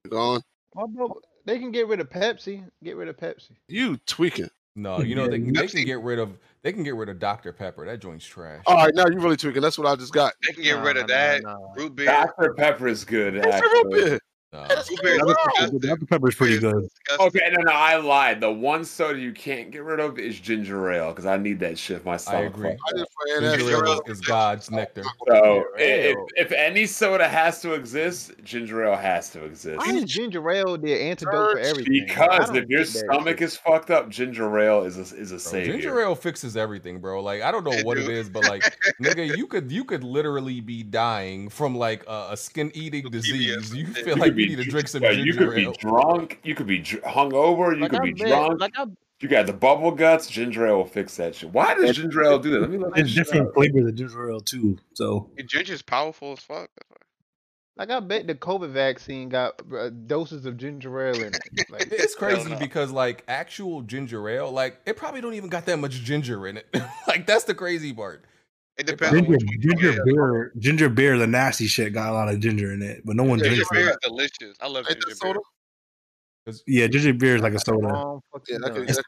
Speaker 9: Gone.
Speaker 2: My bro- They can get rid of Pepsi. Get rid of Pepsi.
Speaker 9: You tweaking.
Speaker 4: No, Uh, you know they can, they can
Speaker 9: Pepsi.
Speaker 4: get rid of they can get rid of Dr Pepper. That joint's trash.
Speaker 9: All right, now you really tweaking. That's what I just got.
Speaker 1: They can get rid of that. Root beer.
Speaker 6: Dr. Pepper is good.
Speaker 9: That's
Speaker 6: actually.
Speaker 9: root beer.
Speaker 4: No.
Speaker 1: Root beer is disgusting.
Speaker 8: Dr. Pepper's pretty good.
Speaker 6: Okay, no, no, I lied. The one soda you can't get rid of is ginger ale because I need that shit myself.
Speaker 4: I agree.
Speaker 9: I just ran that
Speaker 4: Ginger
Speaker 9: shit.
Speaker 4: ale is God's nectar.
Speaker 6: So i- if,
Speaker 2: ale.
Speaker 6: if any soda has to exist, ginger ale has to exist.
Speaker 2: Why is ginger ale the antidote for everything? I
Speaker 6: Because
Speaker 2: don't
Speaker 6: if your
Speaker 2: get that
Speaker 6: stomach
Speaker 2: shit.
Speaker 6: is fucked up, ginger ale is a, is a
Speaker 4: Bro,
Speaker 6: savior.
Speaker 4: ginger ale fixes everything, bro. Like I don't know
Speaker 1: It
Speaker 4: what it
Speaker 1: do.
Speaker 4: is, but like nigga, you could you could literally be dying from like a, a skin eating disease. You
Speaker 1: You
Speaker 4: feel
Speaker 6: You
Speaker 4: like
Speaker 6: could
Speaker 4: you
Speaker 6: be-
Speaker 4: need to drink some
Speaker 6: yeah, You could
Speaker 4: ginger
Speaker 6: be
Speaker 4: ale.
Speaker 6: drunk. You could be dr- hungover. You
Speaker 2: Like
Speaker 6: could
Speaker 2: I
Speaker 6: be
Speaker 2: bet,
Speaker 6: drunk.
Speaker 2: like I
Speaker 6: You got the bubble guts. Ginger ale will fix that shit. Why does ginger ale do that? Let me look
Speaker 8: There's
Speaker 6: this shit
Speaker 8: different
Speaker 6: up.
Speaker 8: flavors of ginger ale too. So
Speaker 1: Ginger's powerful as fuck. That's why.
Speaker 2: like I bet the COVID vaccine got uh, doses of ginger ale in it. Like,
Speaker 4: It's crazy
Speaker 1: no.
Speaker 4: because like actual ginger ale, like it probably don't even got that much ginger in it. like that's the crazy part.
Speaker 1: It
Speaker 4: It
Speaker 1: depends. on
Speaker 8: ginger,
Speaker 1: which one you
Speaker 8: ginger
Speaker 1: get.
Speaker 8: beer, ginger beer, the nasty shit got a lot of ginger in it, but no one
Speaker 9: Yeah,
Speaker 1: Ginger
Speaker 8: drinks
Speaker 1: beer
Speaker 8: it.
Speaker 1: is delicious. I love
Speaker 9: Ain't
Speaker 1: ginger
Speaker 9: that soda? Oh,
Speaker 1: beer.
Speaker 8: Yeah, ginger beer is like a soda.
Speaker 1: Oh.
Speaker 2: wrong
Speaker 9: Yeah,
Speaker 2: fucking
Speaker 9: that could,
Speaker 2: done.
Speaker 9: that-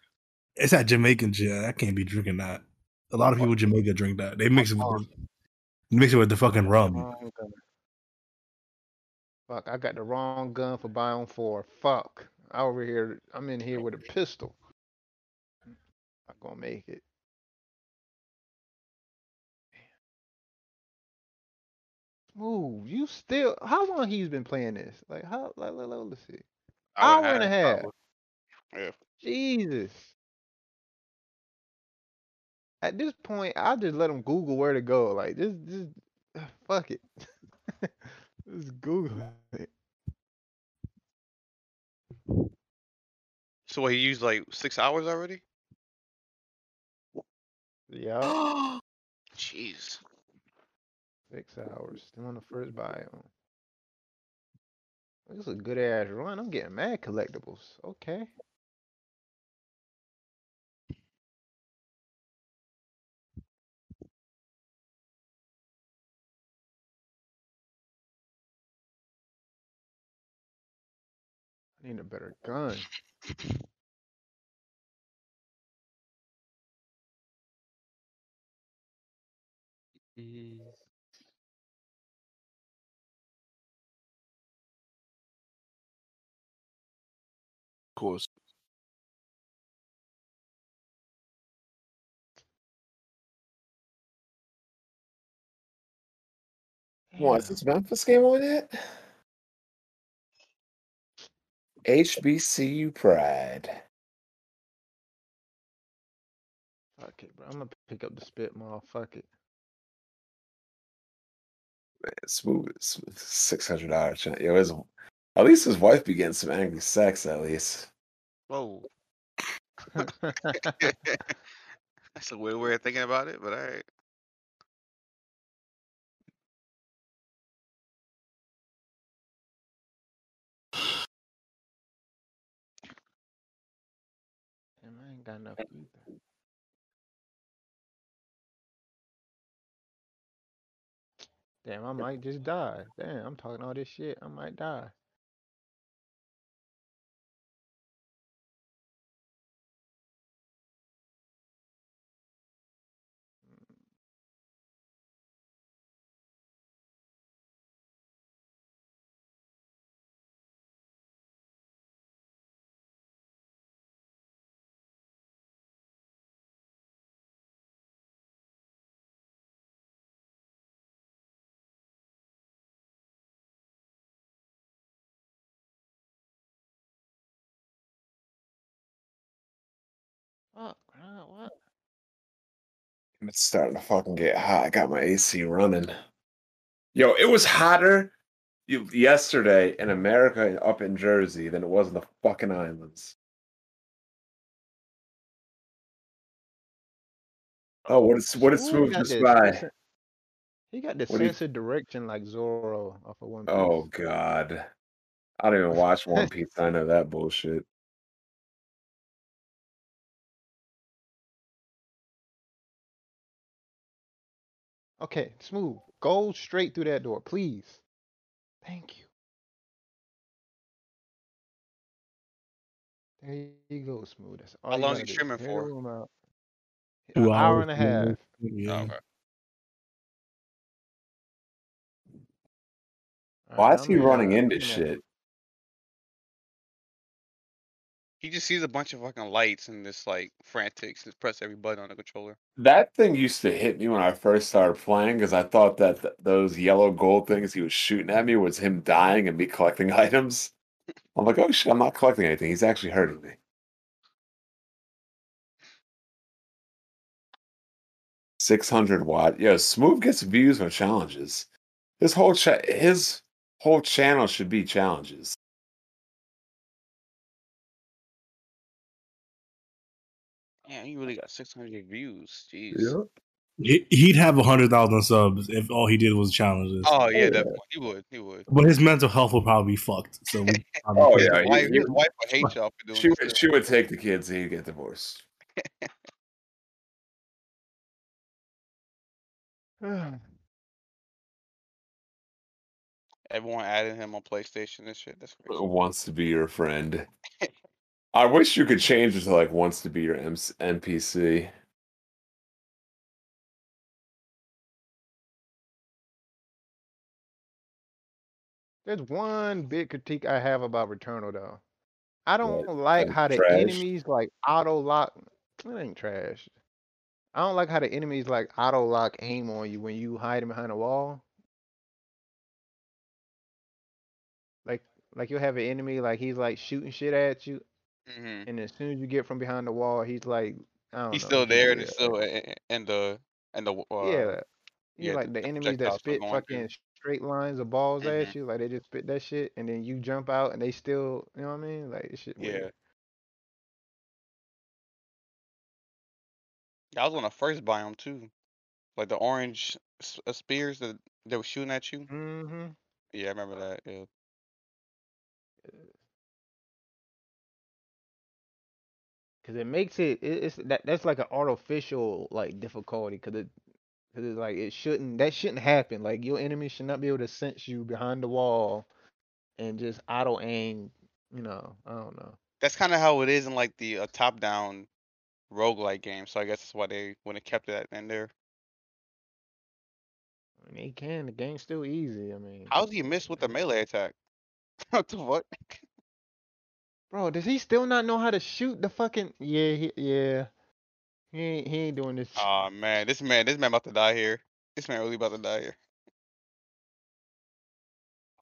Speaker 8: It's that Jamaican shit. I can't be drinking that. A lot of people in Jamaica drink that. They mix it
Speaker 1: Oh.
Speaker 8: with the, mix it with the fucking rum.
Speaker 4: um,
Speaker 2: Wrong gun. Fuck, I got the wrong gun for Biome 4. Fuck. I over here, I'm in here with a pistol. Not gonna make it. Ooh, you still? How long he's been playing this? Like how? Like, let, us see.
Speaker 1: I
Speaker 2: Hour
Speaker 1: would
Speaker 2: and a half.
Speaker 1: probably. Yeah.
Speaker 2: Jesus. At this point, I just let him Google where to go. Like this, just fuck it. just Google it.
Speaker 1: So what, he used like six hours already?
Speaker 2: Yeah,
Speaker 1: Jeez.
Speaker 2: six hours. Still on the first biome. This is a good ass run. I'm getting mad collectibles. Okay. I need a better gun.
Speaker 9: of course.
Speaker 6: What is this Memphis game on yet? HBCU Pride.
Speaker 2: Fuck it, bro. I'm gonna pick up the spit mall. Fuck it.
Speaker 6: Smooth, six hundred dollars. Yo, his, at least his wife be getting some angry sex. At least
Speaker 1: Whoa. That's a weird way of thinking about it, but all right.
Speaker 2: Damn, I ain't got enough either. Damn, I might just die. Damn, I'm talking all this shit. I might die. Fuck, bro, what?
Speaker 6: it's starting to fucking get hot. I got my AC running. Yo, it was hotter y- yesterday in America and up in Jersey than it was in the fucking islands. Oh, what is what is
Speaker 2: Smooth
Speaker 6: smooth
Speaker 2: got
Speaker 6: just
Speaker 2: that
Speaker 6: by?
Speaker 2: sense of- He got the
Speaker 6: What do you-
Speaker 2: sense of direction like Zorro off of One Piece.
Speaker 6: Oh God, I don't even watch One Piece. I know that bullshit.
Speaker 2: Okay, smooth. Go straight through that door, please. Thank you. There you go, smooth. That's all
Speaker 1: How
Speaker 2: you
Speaker 1: long's
Speaker 2: gotta
Speaker 1: he
Speaker 2: do.
Speaker 1: trimming
Speaker 2: Tear the
Speaker 1: for?
Speaker 2: room out.
Speaker 8: Two
Speaker 2: An hour and a
Speaker 8: hours,
Speaker 2: half.
Speaker 8: man. Yeah.
Speaker 6: Why is
Speaker 2: I'm
Speaker 6: he
Speaker 2: ready.
Speaker 6: running into
Speaker 2: Looking at-
Speaker 6: shit?
Speaker 1: He just sees a bunch of fucking lights and this like frantics and press every button on the controller.
Speaker 6: That thing used to hit me when I first started playing because I thought that th- those yellow gold things he was shooting at me was him dying and me collecting items. I'm like, oh shit, I'm not collecting anything. He's actually hurting me. Six hundred watt. Yo, Smooth gets views on challenges. His whole cha- his whole channel should be challenges.
Speaker 1: Yeah, he really got 600 views. Jeez.
Speaker 8: He, he'd have hundred thousand subs if all he did was challenges.
Speaker 1: Oh yeah, definitely. He would. He would.
Speaker 8: But his mental health will probably be fucked. So we probably
Speaker 6: Oh,
Speaker 8: can't-
Speaker 6: yeah,
Speaker 1: His wife,
Speaker 6: you-
Speaker 1: his wife would hate y'all for doing
Speaker 6: She
Speaker 1: this
Speaker 6: would,
Speaker 1: shit.
Speaker 6: she would take the kids. He'd get divorced.
Speaker 1: Everyone added him on PlayStation and shit. That's crazy.
Speaker 2: Oh,
Speaker 6: Wants to be your friend. I wish you could change it to like wants to be your M- NPC.
Speaker 2: There's one big critique I have about Returnal though. I don't like
Speaker 6: like
Speaker 2: how the
Speaker 6: trash?
Speaker 2: enemies like auto lock. It ain't trash. I don't like how the enemies like auto lock aim on you when you hide 'em behind a wall. Like like you'll have an enemy like he's like shooting shit at you,
Speaker 1: hmm
Speaker 2: and as soon as you get from behind the wall, he's like I don't
Speaker 1: He's
Speaker 2: know,
Speaker 1: still
Speaker 2: he's
Speaker 1: there and
Speaker 2: weird.
Speaker 1: he's still in, in the and the uh,
Speaker 2: yeah. You know,
Speaker 1: yeah, the-
Speaker 2: like the
Speaker 1: the
Speaker 2: enemies that
Speaker 1: projectiles still
Speaker 2: spit
Speaker 1: going through.
Speaker 2: fucking straight lines of balls
Speaker 1: Mhm.
Speaker 2: at you, like they just spit that shit, and then you jump out and they still, you know what I mean? Like this shit.
Speaker 1: Yeah.
Speaker 2: Weird.
Speaker 1: I was on the first biome too, like the orange s- uh, spears that they were shooting at you.
Speaker 2: Mm-hmm.
Speaker 1: Yeah, I remember that. Yeah.
Speaker 2: Cause it makes it, it it's that that's like an artificial like difficulty, cause it, cause it's like it shouldn't that shouldn't happen. Like your enemy should not be able to sense you behind the wall, and just auto aim. You know, I don't know.
Speaker 1: That's kind of how it is in like the uh, top-down roguelike game. So I guess that's why they when they kept that in there.
Speaker 2: I mean, he can. The game's still easy. I mean,
Speaker 1: How's he miss with the melee attack? what the fuck?
Speaker 2: bro, does he still not know how to shoot the fucking? Yeah, he, yeah. He ain't, he ain't doing this. shit.
Speaker 1: Oh man, this man, this man about to die here. This man really about to die here.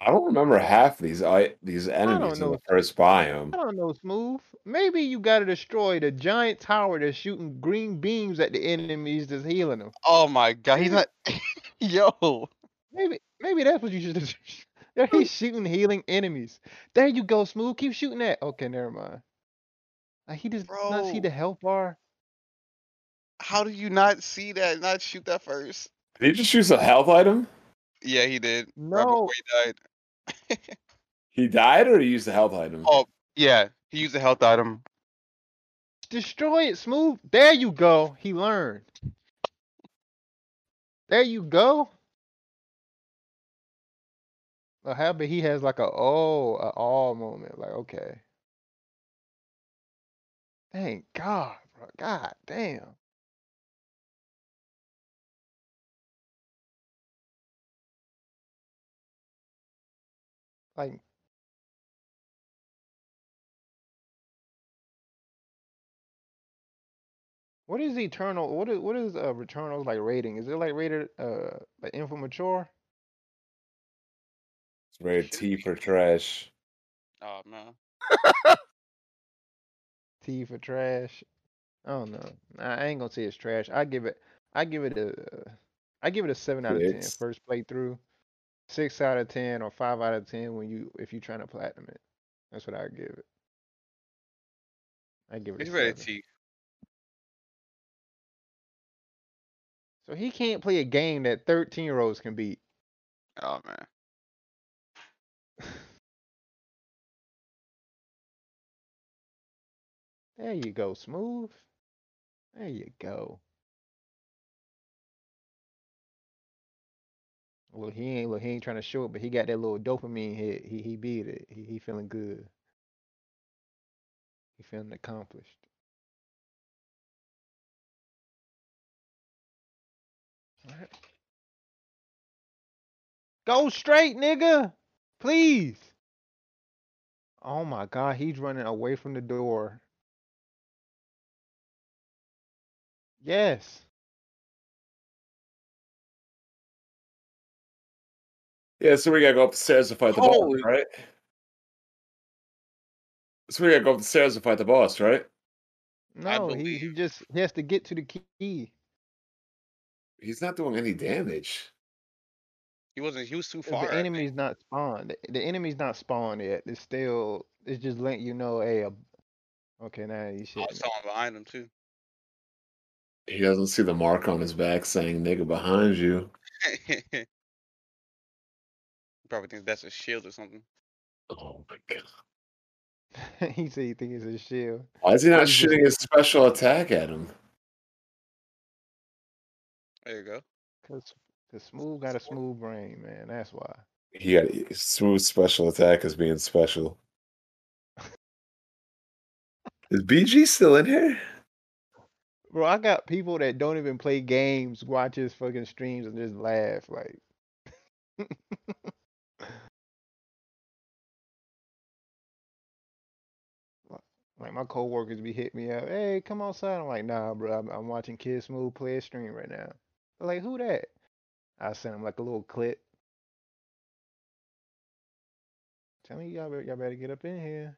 Speaker 6: I don't remember half these I, these enemies in
Speaker 2: know.
Speaker 6: the first biome.
Speaker 1: Um,
Speaker 2: I don't know, Smooth. Maybe you gotta destroy the giant tower that's shooting green beams at the enemies that's healing them.
Speaker 1: Oh my god, he's not. Yo,
Speaker 2: Maybe, maybe that's what you should. do. Yeah, He's shooting healing enemies. There you go, Smooth. Keep shooting that. Okay, never mind. Like, he does not see
Speaker 1: Bro.
Speaker 2: the health bar.
Speaker 1: how do you not see that? Not shoot that first?
Speaker 6: Did he just use a health item?
Speaker 1: Yeah, he did.
Speaker 2: No,
Speaker 1: Right before he died.
Speaker 6: He died or he used a health item?
Speaker 1: Oh, Yeah, he used a health item.
Speaker 2: destroy it, Smooth. There you go. He learned. There you go. Well, Uh, how about he has like a oh, a all moment? Like, okay. Thank God, bro. God damn. Like, what is Eternal? What is what is uh, Returnal's like rating? Is it like rated uh like info mature?
Speaker 6: It's rated T for trash.
Speaker 1: Oh man.
Speaker 2: T for trash. I don't know. Nah, I ain't gonna say it's trash. I give it. I give it a. I give it a seven out of ten.
Speaker 6: Six.
Speaker 2: First playthrough, six out of ten or five out of ten when you if you're trying to platinum it. That's what I give it. I give it.
Speaker 1: He's
Speaker 2: a
Speaker 1: ready
Speaker 2: seven.
Speaker 1: to.
Speaker 2: So he can't play a game that thirteen year olds can beat.
Speaker 1: Oh man.
Speaker 2: There you go, smooth. There you go. Well, he ain't. Look, he ain't trying to show it, but he got that little dopamine hit. He he beat it. He he feeling good. He feeling accomplished. Alright. Go straight, nigga. Please. Oh my god, he's running away from the door. Yes.
Speaker 6: Yeah, so we gotta go up the stairs to fight the boss,
Speaker 11: Holy-
Speaker 6: right? So we gotta go up the stairs to fight the boss, right?
Speaker 2: No, he, he just he has to get to the key.
Speaker 6: He's not doing any damage.
Speaker 1: He wasn't. He was too
Speaker 2: If
Speaker 1: far.
Speaker 2: The enemy's not spawned. The, the enemy's not spawned yet. It's still it's just letting you know, hey, a, okay, now you
Speaker 1: I
Speaker 2: shit.
Speaker 1: was someone behind him too.
Speaker 6: He doesn't see the mark on his back saying "nigga" behind you.
Speaker 1: he probably thinks that's a shield or something.
Speaker 6: Oh my god!
Speaker 2: he said he thinks it's a shield.
Speaker 6: Why is he not
Speaker 2: He's just-
Speaker 6: shooting his special attack at him?
Speaker 1: There you go.
Speaker 2: Cause, Cause Smooth got a smooth brain, man. That's why.
Speaker 6: He got smooth special attack as being special. Is BG still in here?
Speaker 2: Bro, I got people that don't even play games, watches fucking streams, and just laugh. Like, like my coworkers be hitting me up. Hey, come outside. I'm like, nah, bro. I'm, I'm watching Kid Smooth play a stream right now. They're like, who that? I send them like a little clip. Tell me, y'all better, y'all better get up in here.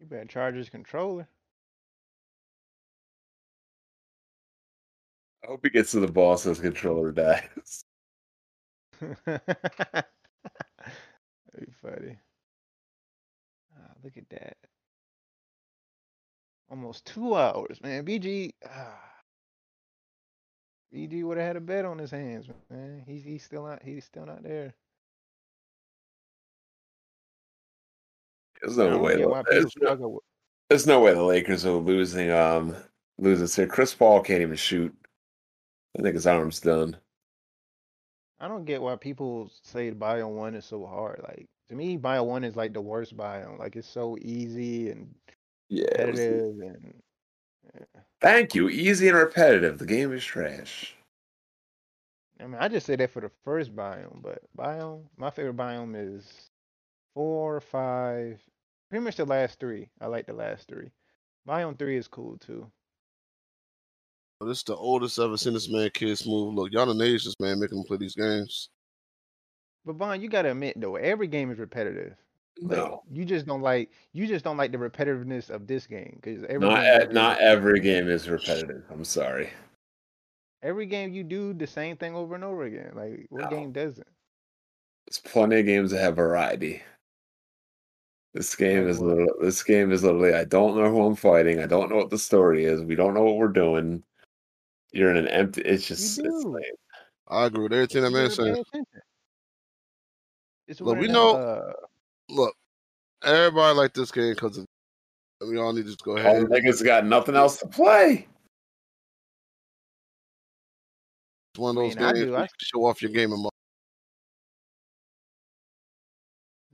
Speaker 2: You better charge his controller.
Speaker 6: I hope he gets to the boss and his controller dies.
Speaker 2: That'd be funny. Ah, look at that. Almost two hours, man. BG, ah. BG would have had a bet on his hands, man. He's he's still not he's still not there.
Speaker 6: There's
Speaker 2: I
Speaker 6: no
Speaker 2: don't
Speaker 6: way.
Speaker 2: get why
Speaker 6: The,
Speaker 2: people
Speaker 6: there's, no,
Speaker 2: struggle with.
Speaker 6: there's no way the Lakers are losing. Um, losing. So Chris Paul can't even shoot. I think his arm's done.
Speaker 2: I don't get why people say the bio one is so hard. Like to me, bio one is like the worst bio. Like it's so easy and
Speaker 6: Yeah. e it was-
Speaker 2: competitive and
Speaker 6: Thank you. Easy and repetitive. The game is trash.
Speaker 2: I mean, I just say that for the first biome, but biome, my favorite biome is four, five, pretty much the last three. I like the last three. Biome three is cool too.
Speaker 9: But it's the oldest I've ever seen this man kids move. Look, y'all done aged this man making him play these games.
Speaker 2: But Bon, you gotta admit though, every game is repetitive. Like,
Speaker 6: No.
Speaker 2: you just don't like you just don't like the repetitiveness of this game because every
Speaker 6: Not
Speaker 2: game you
Speaker 6: e-
Speaker 2: do the
Speaker 6: not
Speaker 2: same
Speaker 6: every
Speaker 2: thing.
Speaker 6: game is repetitive. I'm sorry.
Speaker 2: Every game you do the same thing over and over again. Like what
Speaker 6: No.
Speaker 2: game doesn't?
Speaker 6: There's plenty of games that have variety. This game
Speaker 2: Like
Speaker 6: is
Speaker 2: what?
Speaker 6: little, this game is literally I don't know who I'm fighting. I don't know what the story is. We don't know what we're doing. You're in an empty. It's
Speaker 2: You
Speaker 6: just it's
Speaker 2: do.
Speaker 6: like
Speaker 9: I agree with everything that
Speaker 2: You
Speaker 9: man
Speaker 2: gotta pay
Speaker 9: saying.
Speaker 2: attention. It's
Speaker 9: Look,
Speaker 2: one of
Speaker 9: we
Speaker 2: them.
Speaker 9: know-
Speaker 2: Uh,
Speaker 9: Look, everybody like this game because we all need to just go ahead.
Speaker 6: all
Speaker 9: and-
Speaker 6: niggas got nothing else to play.
Speaker 9: It's one of
Speaker 2: I
Speaker 9: those
Speaker 2: mean, I
Speaker 9: games
Speaker 2: do.
Speaker 9: where
Speaker 2: I
Speaker 9: you can show off your gaming. mo-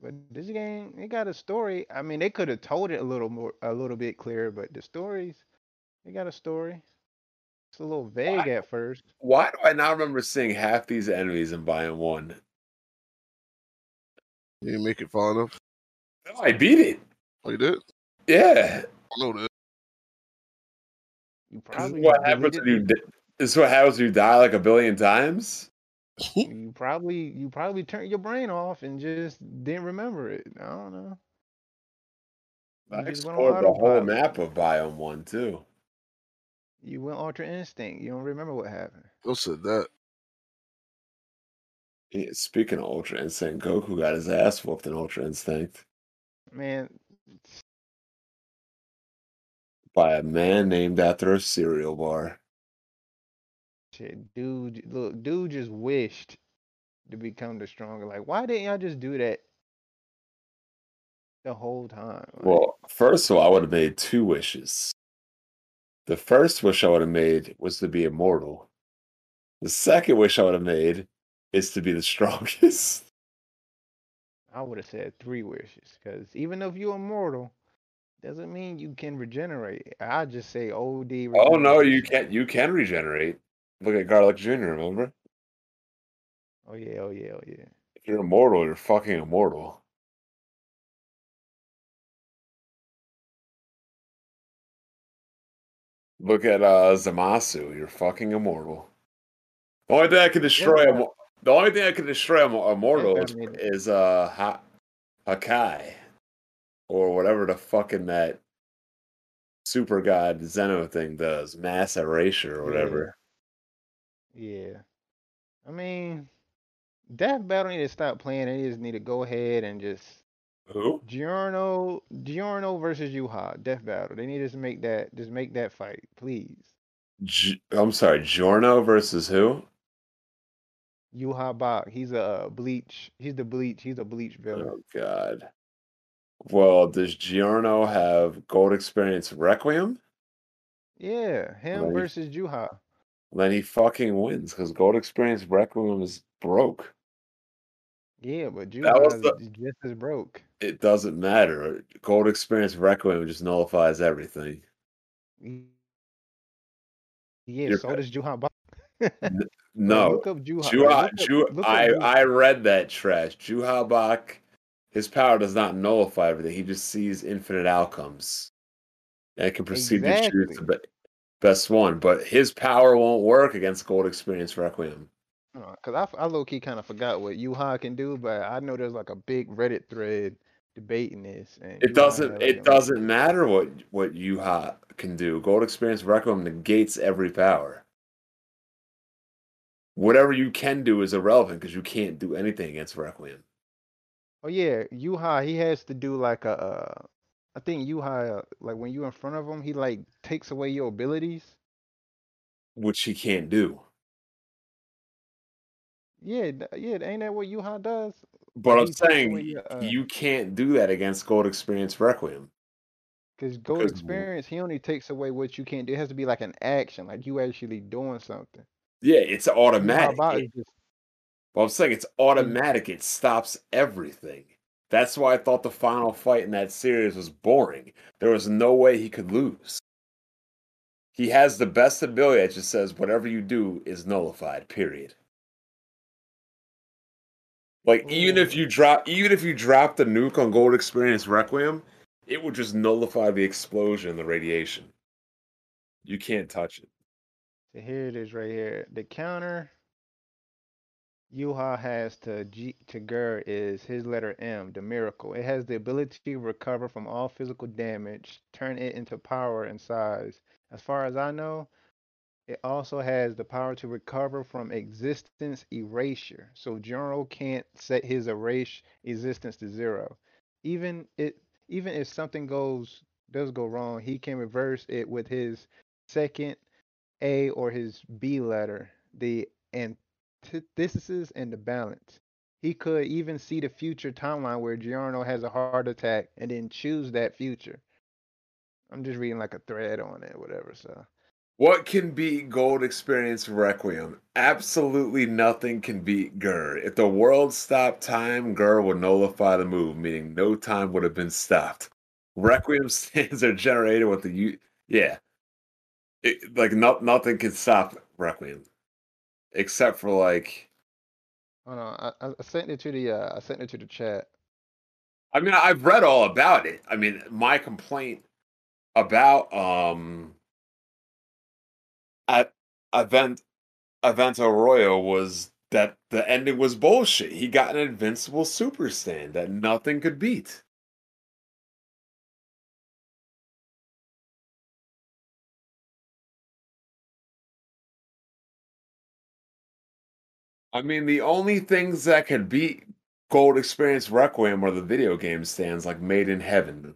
Speaker 2: But this game, it got a story. I mean, they could have told it a little more, a little bit clearer. But the stories, it got a story. It's a little vague at first.
Speaker 6: Why do I not remember seeing half these enemies in Biome One?
Speaker 9: You didn't make it far enough.
Speaker 6: No, I beat it.
Speaker 9: Oh, you did?
Speaker 6: Yeah,
Speaker 9: I know that.
Speaker 2: You
Speaker 6: This is
Speaker 2: probably
Speaker 6: what happens
Speaker 2: deleted
Speaker 6: when you. di- This is what happens when you die like a billion times.
Speaker 2: you probably you probably turned your brain off and just didn't remember it. I don't know.
Speaker 6: I
Speaker 2: You just went on
Speaker 6: explored the whole
Speaker 2: autopilot.
Speaker 6: map of Biome One too.
Speaker 2: You went ultra instinct. You don't remember what happened.
Speaker 9: Who said that?
Speaker 6: Yeah, Speaking of Ultra Instinct, Goku got his ass whooped in Ultra Instinct
Speaker 2: Man,
Speaker 6: by a man named after a cereal bar.
Speaker 2: shit, dude, look, dude just wished to become the stronger. Like, why didn't y'all just do that the whole time? Like,
Speaker 6: Well, first of all, I would have made two wishes. The first wish I would have made was to be immortal. The second wish I would have made is to be the strongest.
Speaker 2: I would have said three wishes because even if you're immortal, doesn't mean you can regenerate. I just say OD.
Speaker 6: Oh no,
Speaker 2: regeneration.
Speaker 6: you can't. You can regenerate. Look at Garlic Jr. Remember,
Speaker 2: Oh yeah, oh yeah, oh yeah.
Speaker 6: if you're immortal, you're fucking immortal. Look at uh, Zamasu. You're fucking immortal. The only thing I can destroy.
Speaker 2: Yeah.
Speaker 6: a mo- the only thing I can destroy a mo- a mortal
Speaker 2: I
Speaker 6: is,
Speaker 2: mean-
Speaker 6: is uh ha- Hakai, or whatever the fucking that super god Zeno thing does, mass erasure or
Speaker 2: Yeah.
Speaker 6: whatever.
Speaker 2: Yeah. I mean, Death Battle need to stop playing. They just need to go ahead and just
Speaker 6: Who?
Speaker 2: Giorno Giorno versus Yuha, Death Battle. They need to just make that just make that fight, please.
Speaker 6: J- I'm sorry, Giorno versus who?
Speaker 2: Yuha Bach, he's a uh, bleach. He's the bleach. He's a bleach villain.
Speaker 6: Oh God. Well, does Giorno have Gold Experience Requiem?
Speaker 2: Yeah, him
Speaker 6: Right.
Speaker 2: versus Juha.
Speaker 6: Then he fucking wins because Gold Experience Requiem is broke.
Speaker 2: Yeah, but
Speaker 6: That was
Speaker 2: Juha's
Speaker 6: the-
Speaker 2: j- just as broke.
Speaker 6: It doesn't matter. Gold Experience Requiem just nullifies everything.
Speaker 2: Y- Yeah,
Speaker 6: You're
Speaker 2: so
Speaker 6: right.
Speaker 2: does Juha Bach.
Speaker 6: No,
Speaker 2: look up Juha.
Speaker 6: Ju-
Speaker 2: like, look up-
Speaker 6: Ju-
Speaker 2: look up
Speaker 6: I,
Speaker 2: Juha.
Speaker 6: I read that trash. Juhabak, his power does not nullify everything. He just sees infinite outcomes and can proceed to choose the
Speaker 2: Exactly.
Speaker 6: be- best one. But his power won't work against Gold Experience Requiem.
Speaker 2: Because Uh, I, f- I low key kind of forgot what Yuha can do, but I know there's like a big Reddit thread debating this. And
Speaker 6: It
Speaker 2: Yuha
Speaker 6: doesn't.
Speaker 2: has,
Speaker 6: It
Speaker 2: like, a-
Speaker 6: doesn't matter what what Yuha can do. Gold Experience Requiem negates every power. Whatever you can do is irrelevant because you can't do anything against Requiem.
Speaker 2: Oh yeah, Yuha. He has to do like a. Uh, I think Yuha, like when you in front of him, he like takes away your abilities.
Speaker 6: which he can't do.
Speaker 2: Yeah, th- yeah. Ain't that what Yuha does?
Speaker 6: But
Speaker 2: He
Speaker 6: I'm
Speaker 2: takes away
Speaker 6: saying
Speaker 2: your, uh,
Speaker 6: you can't do that against Gold Experience Requiem.
Speaker 2: Because gold
Speaker 6: Because-
Speaker 2: experience, he only takes away what you can't do. It has to be like an action, like you actually doing something.
Speaker 6: Yeah, it's
Speaker 2: Yuha
Speaker 6: automatic.
Speaker 2: Ba
Speaker 6: It-
Speaker 2: is just
Speaker 6: but I'm saying it's automatic. It stops everything. That's why I thought the final fight in that series was boring. There was no way he could lose. He has the best ability that just says whatever you do is nullified, period. Like even if you drop even if you drop the nuke on Gold Experience Requiem, it would just nullify the explosion, the radiation. You can't touch it.
Speaker 2: So here it is right here. The counter Yuha has to G to Gur is his letter M, the miracle. It has the ability to recover from all physical damage, turn it into power and size. As far as I know, it also has the power to recover from existence erasure. So General can't set his erase existence to zero. Even it even if something goes does go wrong, he can reverse it with his second a or his B letter, the antithesis and the balance. He could even see the future timeline where Giorno has a heart attack and then choose that future. I'm just reading like a thread on it, whatever. So
Speaker 6: What can beat Gold Experience Requiem? Absolutely nothing can beat Gur. If the world stopped time, Gur would nullify the move, meaning no time would have been stopped. Requiem stands are generated with the u- yeah, it, like no, nothing can stop Requiem, except for like
Speaker 2: hold on, I, I I sent it to the uh, I sent it to the chat.
Speaker 6: I mean I've read all about it. I mean my complaint about um Event Event Arroyo was that the ending was bullshit. He got an invincible super stand that nothing could beat. I mean, the only things that could beat Gold Experience Requiem are the video game stands like Made in Heaven.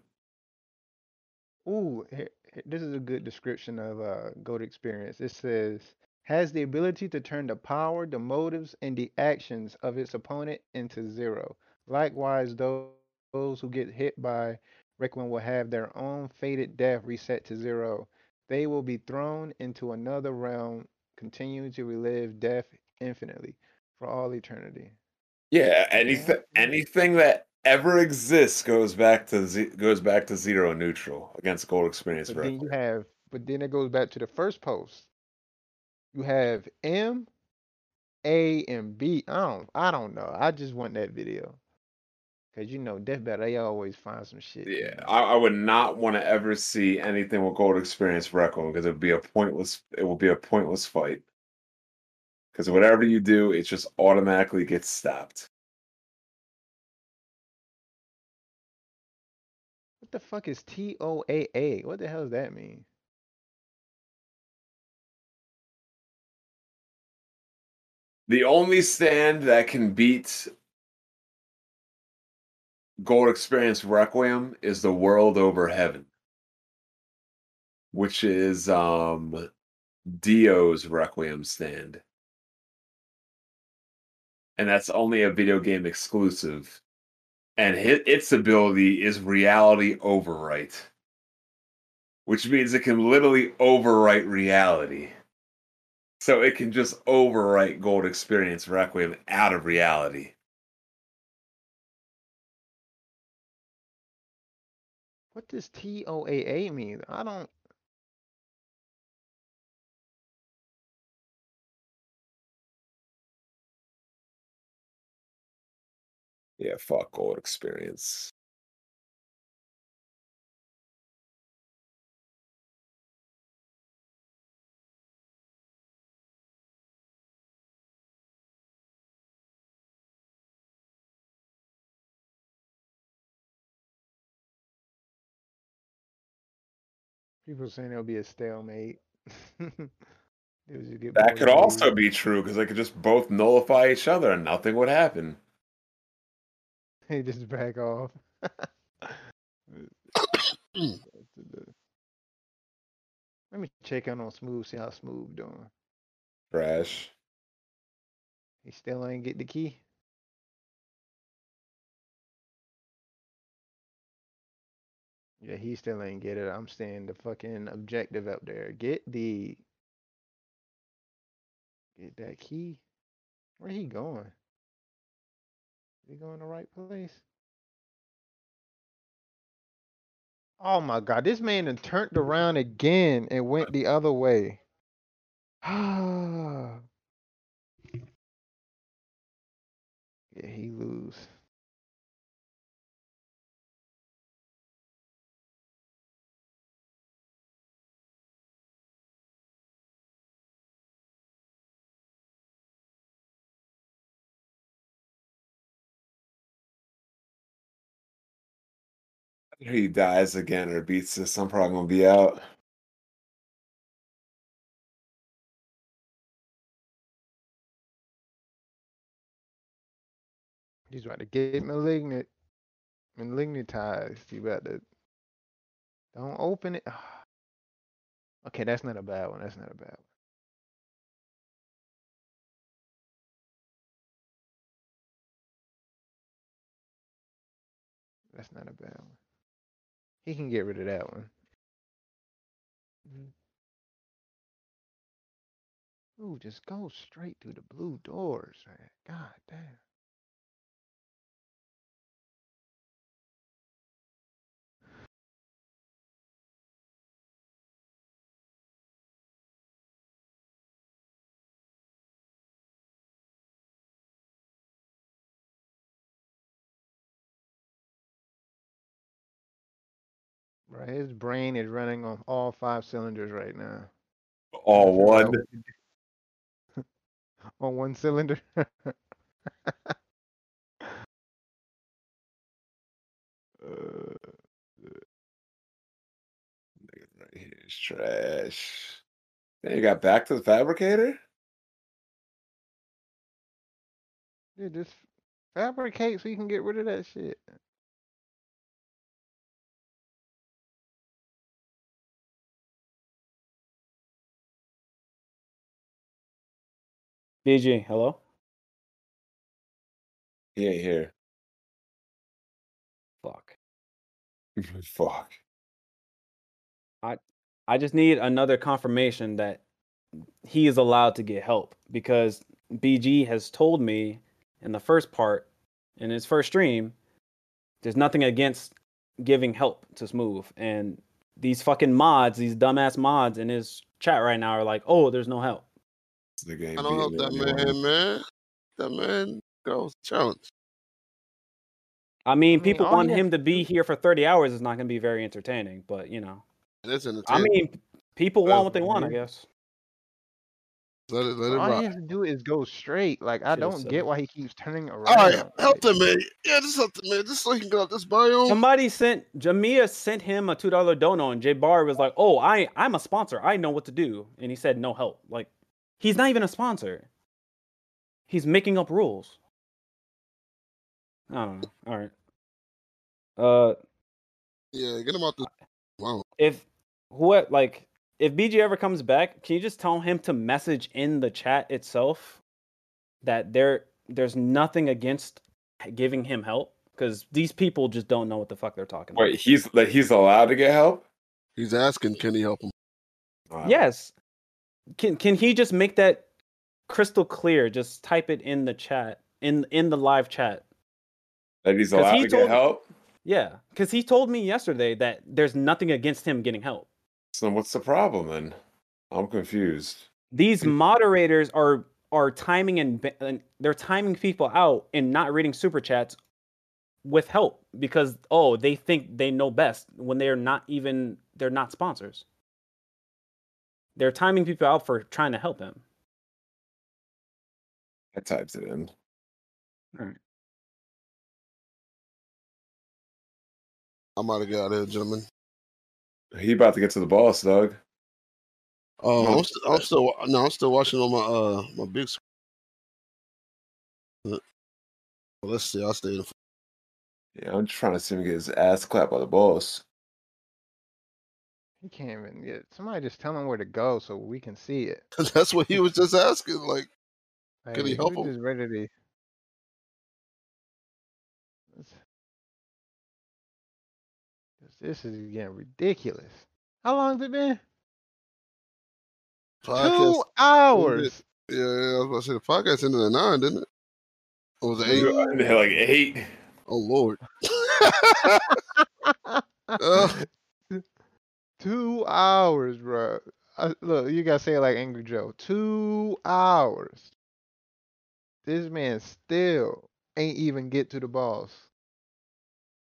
Speaker 2: Ooh, he- he- this is a good description of uh, Goat Experience. It says, has the ability to turn the power, the motives, and the actions of its opponent into zero. Likewise, tho- those who get hit by Requiem will have their own fated death reset to zero. They will be thrown into another realm, continuing to relive death infinitely for all eternity.
Speaker 6: Yeah, anything anything that ever exists goes back to ze- goes back to zero neutral against Gold Experience
Speaker 2: But
Speaker 6: Requiem.
Speaker 2: then you have, but then it goes back to the first post. You have M, A, and B. I don't, I don't know. I just want that video because you know Death Battle. They always find some shit. you
Speaker 6: Yeah,
Speaker 2: know.
Speaker 6: I, I would not want to ever see anything with Gold Experience Requiem because it would be a pointless. It will be a pointless fight. Because whatever you do, it just automatically gets stopped.
Speaker 2: What the fuck is T O A A? What the hell does that mean?
Speaker 6: The only stand that can beat Gold Experience Requiem is the World Over Heaven, which is um Dio's Requiem stand. And that's only a video game exclusive. And hit, its ability is reality overwrite, which means it can literally overwrite reality. So it can just overwrite Gold Experience Requiem out of reality.
Speaker 2: What does T O A A mean? I don't.
Speaker 6: Yeah, fuck Gold Experience.
Speaker 2: People saying it'll be a stalemate. They would just get
Speaker 6: That
Speaker 2: bored
Speaker 6: could
Speaker 2: and
Speaker 6: also
Speaker 2: leave.
Speaker 6: be true because they could just both nullify each other and nothing would happen.
Speaker 2: They just back off. Let me check in on Smooth. See how Smooth doing.
Speaker 6: Trash.
Speaker 2: He still ain't get the key. Yeah, he still ain't get it. I'm seeing the fucking objective up there. Get the get that key. Where he going? He going the right place? Oh my god, this man done turned around again and went the other way. yeah, he lose.
Speaker 6: If he dies again or beats this, I'm probably gonna be out.
Speaker 2: He's about to get malignant, malignantized. He about to. Don't open it. Okay, that's not a bad one. That's not a bad one. That's not a bad one. He can get rid of that one. Ooh, just go straight through the blue doors, man. God damn. Bro, his brain is running on all five cylinders right now.
Speaker 6: All
Speaker 2: Trying to figure out
Speaker 6: one.
Speaker 2: what to do- on one cylinder.
Speaker 6: It's trash. Then Uh, you got back to the fabricator.
Speaker 2: Yeah, just fabricate so you can get rid of that shit.
Speaker 12: DJ, hello?
Speaker 6: He ain't here.
Speaker 12: Fuck.
Speaker 6: Fuck.
Speaker 12: I I just need another confirmation that he is allowed to get help because BG has told me in the first part in his first stream there's nothing against giving help to Smooth and these fucking mods, these dumbass mods in his chat right now are like, "Oh, there's no help."
Speaker 6: The game
Speaker 9: I don't help that man, man. That man goes challenge.
Speaker 12: I mean, people
Speaker 9: all
Speaker 12: want
Speaker 9: you-
Speaker 12: him to be here for 30 hours is not going to be very entertaining, but you know.
Speaker 9: It is
Speaker 12: I
Speaker 9: entertaining.
Speaker 12: mean, people want what they want, I guess.
Speaker 9: let it, let it
Speaker 2: All
Speaker 9: rock.
Speaker 2: he has to do is go straight. Like I
Speaker 12: Shit is
Speaker 2: don't
Speaker 12: silly.
Speaker 2: get why he keeps turning around.
Speaker 9: All right, help him, man. Yeah, just help him, man. Just so he can get out this biome.
Speaker 12: Somebody sent Jamia sent him a two dollar dono, and Jay Barr was like, "Oh, I I'm a sponsor. I know what to do." And he said, "No help." Like, he's not even a sponsor. He's making up rules. I don't know. All right. Uh,
Speaker 9: yeah, get him out this. Wow.
Speaker 12: if what like if BG ever comes back, can you just tell him to message in the chat itself that there there's nothing against giving him help because these people just don't know what the fuck they're talking about.
Speaker 6: Wait, he's that he's allowed to get help.
Speaker 9: He's asking, can he help him?
Speaker 12: Yes. Can can he just make that crystal clear? Just type it in the chat in in the live chat.
Speaker 6: That he's
Speaker 12: 'Cause
Speaker 6: allowed
Speaker 12: he
Speaker 6: to
Speaker 12: told-
Speaker 6: get help.
Speaker 12: Yeah, because he told me yesterday that there's nothing against him getting help.
Speaker 6: So what's the problem then? I'm confused. Hmm.
Speaker 12: These moderators are are timing and, ba- and they're timing people out and not reading super chats with help because oh they think they know best when they're not even they're not sponsors. They're timing people out for trying to help him.
Speaker 6: I typed it in.
Speaker 9: I'm out of here, there, gentlemen.
Speaker 6: He about to get to the boss, Doug.
Speaker 9: Oh,
Speaker 6: No.
Speaker 9: I'm, st- I'm still wa- no, I'm still watching on my uh my big screen. Well, let's see. I'll stay in.
Speaker 6: Yeah, I'm just trying to see him get his ass clapped by the boss.
Speaker 2: He can't even get. Somebody just tell him where to go so we can see it.
Speaker 9: That's what he was just asking. Like,
Speaker 2: Like,
Speaker 9: could he help
Speaker 2: we
Speaker 9: him?
Speaker 2: Just ready to. This- This is getting ridiculous. How long has it been? Two
Speaker 9: Podcast
Speaker 2: hours.
Speaker 9: Yeah, yeah, I was about to say the podcast ended at nine, didn't it? Or was it eight?
Speaker 6: Yeah, I ended at, like, eight.
Speaker 9: Oh lord.
Speaker 2: Two hours, bro. I, look, you gotta say it like Angry Joe. Two hours. This man still ain't even get to the boss.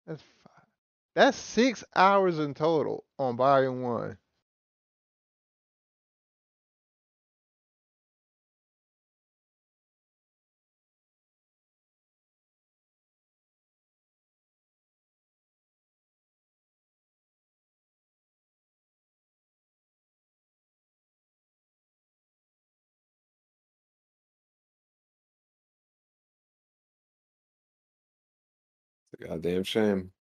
Speaker 2: That's five. That's six hours in total on volume one.
Speaker 6: It's a goddamn shame.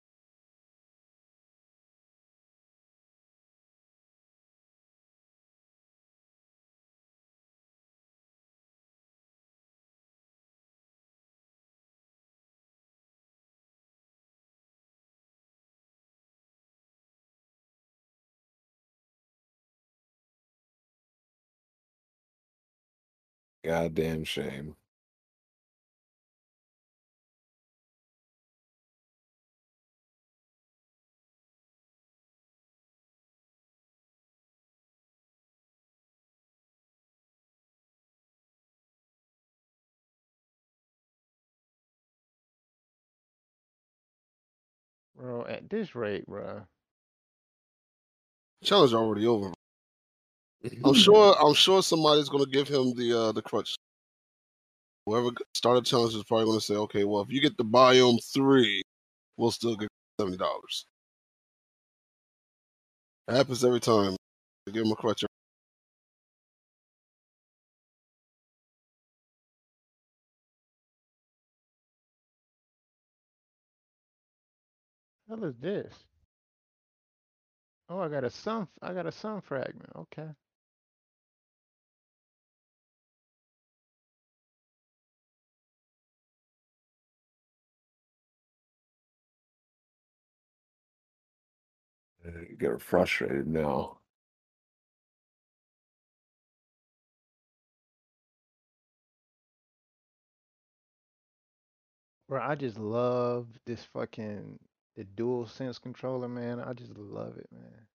Speaker 6: Goddamn shame.
Speaker 2: Bro, at this rate, bro.
Speaker 9: Challenge already over. I'm sure. I'm sure somebody's gonna give him the uh the crutch. Whoever started challenge is probably going to say, okay, well, if you get the biome three, we'll still get seventy dollars. Happens every time. They give them a crutch.
Speaker 2: hell is this? Oh, I got a sun. I got a sun fragment. Okay.
Speaker 6: Uh, You get frustrated now.
Speaker 2: Bro, I just love this fucking the dual sense controller, man. I just love it, man.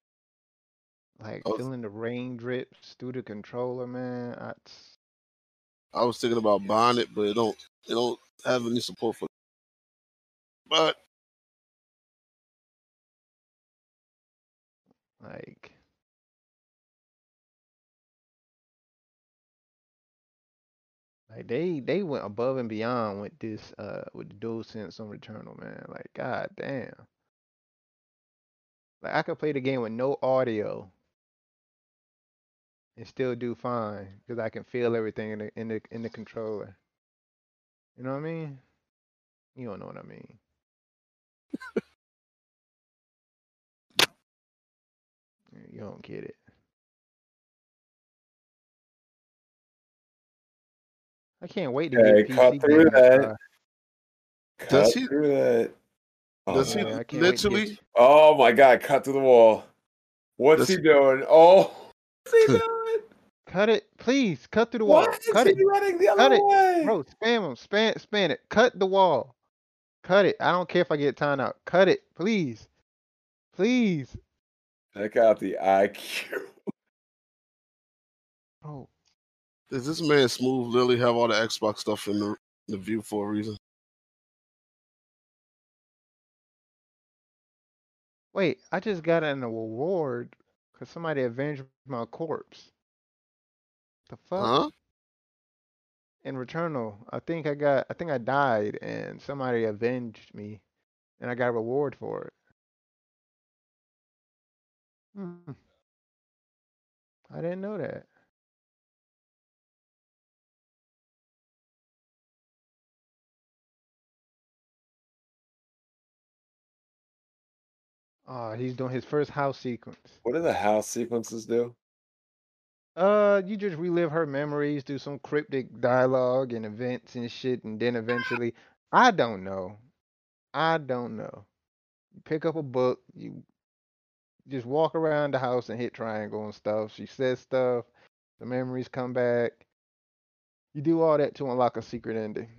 Speaker 2: Like
Speaker 9: Oh.
Speaker 2: feeling the rain drips through the controller, man. I,
Speaker 9: I was thinking about buying it, but it don't it don't have any support for. But
Speaker 2: like like they they went above and beyond with this uh with the dual sense on Returnal, man. Like god damn. Like I could play the game with no audio and still do fine because I can feel everything in the in the in the controller. You know what I mean? You don't know what I mean. You don't get it. I can't wait to
Speaker 6: Hey,
Speaker 2: get a
Speaker 6: cut
Speaker 2: PC
Speaker 6: through
Speaker 2: game.
Speaker 6: that.
Speaker 2: bro.
Speaker 6: Cut
Speaker 9: Does he-
Speaker 6: through that?
Speaker 9: does he
Speaker 6: man.
Speaker 2: I can't wait to get
Speaker 9: literally-
Speaker 6: Oh my god! Cut through the wall. What's
Speaker 9: Does
Speaker 6: he
Speaker 9: he-
Speaker 6: doing? Oh, what's he
Speaker 9: Huh.
Speaker 6: doing?
Speaker 2: Cut it, please. Cut through the wall.
Speaker 6: Why is
Speaker 2: Cut it.
Speaker 6: he running the
Speaker 2: Cut
Speaker 6: other
Speaker 2: it,
Speaker 6: way?
Speaker 2: bro. Spam him. Spam. Spam it. Cut the wall. Cut it. I don't care if I get timeout. Cut it, please. Please,
Speaker 6: Check out the IQ.
Speaker 2: bro.
Speaker 9: does this man smooth literally have all the Xbox stuff in the, the view for a reason?
Speaker 2: Wait, I just got an award because somebody avenged my corpse. The fuck?
Speaker 9: Huh?
Speaker 2: in Returnal, I think I got, I think I died, and somebody avenged me, and I got a reward for it. Hmm. I didn't know that. Ah, he's doing his first house sequence.
Speaker 6: What do the house sequences do?
Speaker 2: Uh, you just relive her memories, do some cryptic dialogue and events and shit, and then eventually, I don't know. I don't know. You pick up a book, you just walk around the house and hit triangle and stuff. She says stuff, the memories come back. You do all that to unlock a secret ending.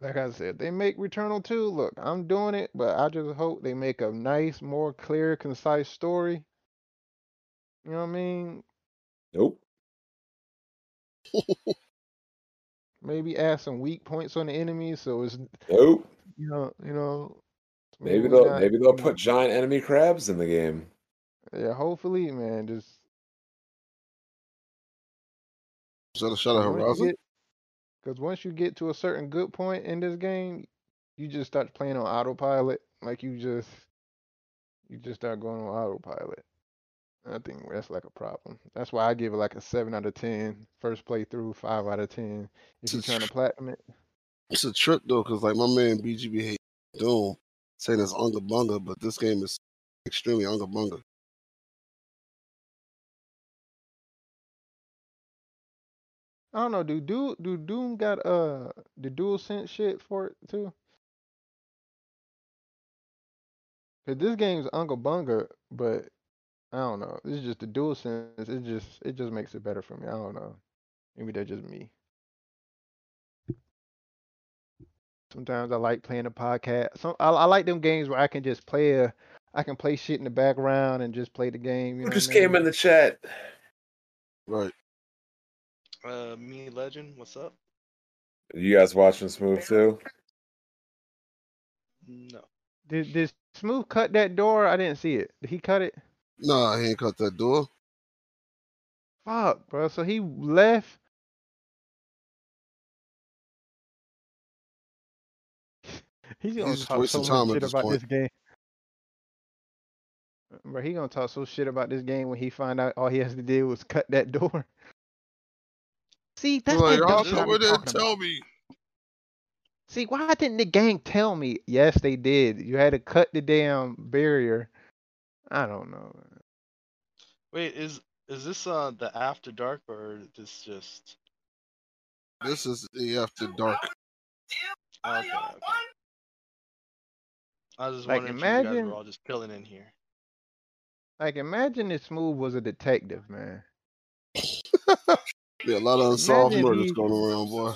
Speaker 2: Like I said, they make Returnal 2. Look, I'm doing it, but I just hope they make a nice, more clear, concise story. You know what I mean?
Speaker 6: Nope.
Speaker 2: Maybe add some weak points on the enemies so it's
Speaker 6: Nope.
Speaker 2: you know, you know,
Speaker 6: Maybe
Speaker 2: maybe
Speaker 6: they'll
Speaker 2: not,
Speaker 6: maybe they'll
Speaker 2: you
Speaker 6: put giant enemy crabs in the game.
Speaker 2: know, yeah, hopefully, man, just
Speaker 9: Is that a shot of
Speaker 2: once you
Speaker 9: Horizon?
Speaker 2: get Because once you get to a certain good point in this game, you just start playing on autopilot. Like you just, you just start going on autopilot. And I think that's like a problem. That's why I give it like a seven out of ten. First playthrough, five out of ten. If you're trying to platinum it,
Speaker 9: It's a trip though, because like my man BGB hate Doom saying it's unga bunga, but this game is extremely unga bunga.
Speaker 2: I don't know. Do do do Doom got uh the dual sense shit for it too? Cause this game's Uncle Bunga, but I don't know. This is just the dual sense. It just it just makes it better for me. I don't know. Maybe that's just me. Sometimes I like playing a podcast. Some I, I like them games where I can just play a, I can play shit in the background and just play the game. You
Speaker 6: Who
Speaker 2: know
Speaker 6: just
Speaker 2: what I mean?
Speaker 6: came in the chat?
Speaker 9: Right.
Speaker 13: Uh, me legend, what's up?
Speaker 6: You guys watching Smooth too?
Speaker 13: No,
Speaker 2: Did did Smooth cut that door? I didn't see it. Did he cut it?
Speaker 9: Nah, he ain't cut that door.
Speaker 2: Fuck, bro. So he left. He's gonna
Speaker 9: He's just
Speaker 2: talk so
Speaker 9: wasting
Speaker 2: much
Speaker 9: time at
Speaker 2: shit
Speaker 9: this
Speaker 2: about
Speaker 9: point.
Speaker 2: this game. Bro, he gonna talk so shit about this game when he find out all he has to do was cut that door. See, that's
Speaker 9: Like,
Speaker 2: the dumb
Speaker 9: y'all
Speaker 2: shit I be
Speaker 9: should didn't
Speaker 2: talking about.
Speaker 9: tell me.
Speaker 2: See, why didn't the gang tell me? Yes, they did. You had to cut the damn barrier. I don't know. man.
Speaker 13: Wait, is is this uh the After Dark or this just?
Speaker 9: This is the after dark.
Speaker 13: Okay. okay. I was just
Speaker 2: Like,
Speaker 13: wondering if you guys
Speaker 2: imagine-
Speaker 13: were all just chilling in here.
Speaker 2: Like, imagine if Smooth was a detective, man.
Speaker 9: Yeah, a lot of unsolved
Speaker 2: Imagine
Speaker 9: murders
Speaker 2: he-
Speaker 9: going around, boy.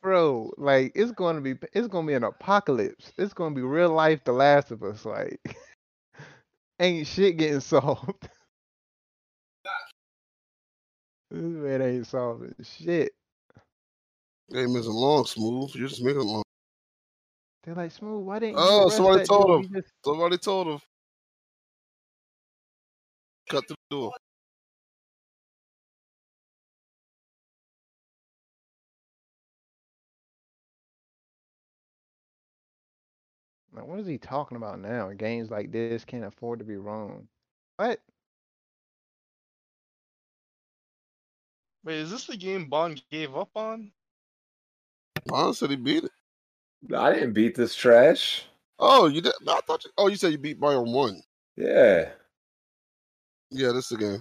Speaker 2: Bro, like it's going to be it's going to be an apocalypse. It's going to be real life The Last of Us like ain't shit getting solved. this man ain't solving shit.
Speaker 9: Game isn't long, smooth. You just make it long.
Speaker 2: They're like, "Smooth, why didn't you
Speaker 9: Oh,
Speaker 2: arrest
Speaker 9: somebody
Speaker 2: that
Speaker 9: told
Speaker 2: dude?
Speaker 9: him.
Speaker 2: He just-
Speaker 9: Somebody told him. Cut the door.
Speaker 2: Like, what is he talking about now? Games like this can't afford to be wrong. What?
Speaker 13: Wait, is this the game Bond gave up on?
Speaker 9: Bond said he beat it.
Speaker 6: I didn't beat this trash.
Speaker 9: Oh, you did? I thought. You, oh, you said you beat by on one.
Speaker 6: Yeah.
Speaker 9: Yeah, this is the game.